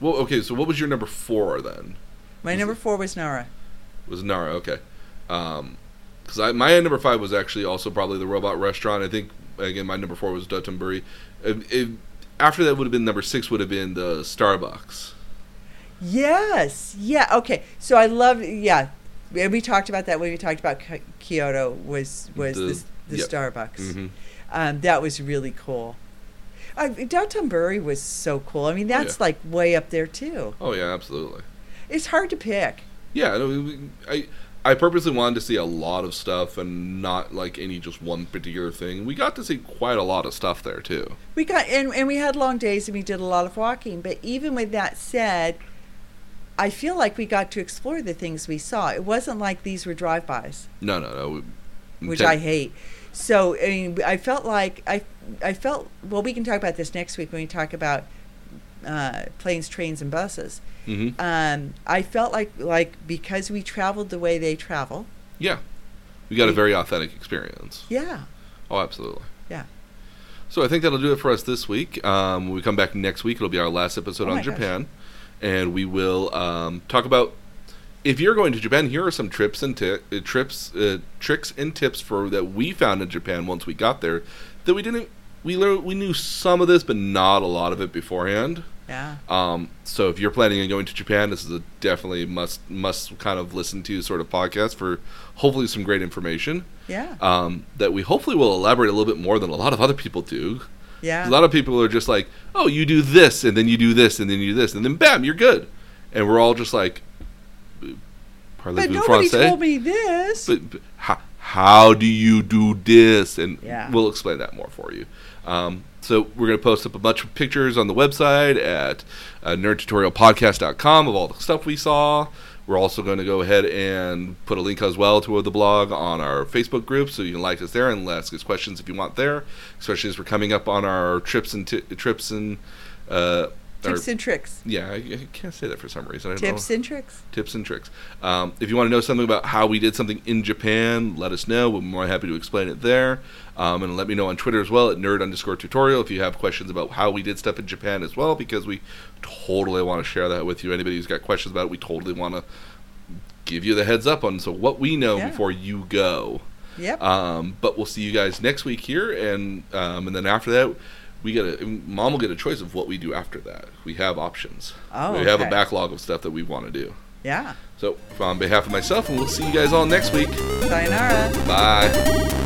A: well, okay. So what was your number four then?
B: My
A: Was
B: number
A: it-
B: four was Nara.
A: Was Nara okay? Um, because I my number five was actually also probably the robot restaurant. I think again my number four was Duttonbury. If, if, after that would have been number six would have been the Starbucks.
B: Yes. Yeah. Okay. So I love. Yeah. And we talked about that when we talked about Ki- Kyoto was was
A: The-
B: the, the,
A: yep.
B: Starbucks.
A: Mm-hmm.
B: Um, that was really cool. Uh, downtown Bury was so cool. I mean,
A: Oh, yeah.
B: that's like way up there too.
A: Oh yeah, absolutely.
B: It's hard to pick.
A: Yeah, no, we- I I purposely wanted to see a lot of stuff and not like any just one particular thing. We got to see quite a lot of stuff there too.
B: We got and, and we had long days and we did a lot of walking. But even with that said, I feel like we got to explore the things we saw. It wasn't like these were drive-bys.
A: No, no, no. we-
B: which
A: ten-
B: I hate. So I mean, I felt like I, I felt well. We can talk about this next week when we talk about uh, planes, trains, and buses.
A: Mhm.
B: Um, I felt like like because we traveled the way they travel.
A: Yeah, we got a very authentic experience.
B: Yeah,
A: Oh, absolutely.
B: yeah.
A: So I think that'll do it for us this week. Um, when we come back next week, it'll be our last episode
B: Oh
A: on
B: my gosh.
A: Japan, and we will um, talk about if you're going to Japan. Here are some trips and ti- uh, trips, uh, tricks and tips for that we found in Japan once we got there that we didn't. We learned we knew some of this, but not a lot of it beforehand.
B: Yeah.
A: Um, so if you're planning on going to Japan, this is a definitely must must kind of listen to sort of podcast for hopefully some great information
B: Yeah.
A: um, that we hopefully will elaborate a little bit more than a lot of other people do.
B: Yeah.
A: A lot of people are just like, oh, you do this, and then you do this, and then you do this, and then bam, you're good. And we're all just like,
B: but
A: parlez-vous
B: nobody told
A: français?
B: me this.
A: But, but how, how do you do this? And
B: Yeah.
A: we'll explain that more for you. Um, so we're going to post up a bunch of pictures on the website at uh, nerdtutorialpodcast.com of all the stuff we saw. We're also going to go ahead and put a link as well to the blog on our Facebook group, so you can like us there and ask us questions if you want there. Especially as we're coming up on our trips and ti trips and uh, our-
B: Tips and tricks.
A: yeah, I, I can't say that for some reason. I don't know
B: Tips and tricks.
A: tips and tricks. Um, if you want to know something about how we did something in Japan, let us know. We're more happy to explain it there. Um, and let me know on Twitter as well at nerd underscore tutorial if you have questions about how we did stuff in Japan as well, because we totally want to share that with you. Anybody who's got questions about it, we totally want to give you the heads up on so what we know
B: Yeah.
A: before you go.
B: Yep.
A: Um, but we'll see you guys next week here, and um, and then after that, we get a mom will get a choice of what we do after that. We have options.
B: Oh,
A: we have a
B: okay.
A: backlog of stuff that we want to do.
B: yeah.
A: So, on behalf of myself, and we'll see you guys all next week.
B: Sayonara.
A: Bye.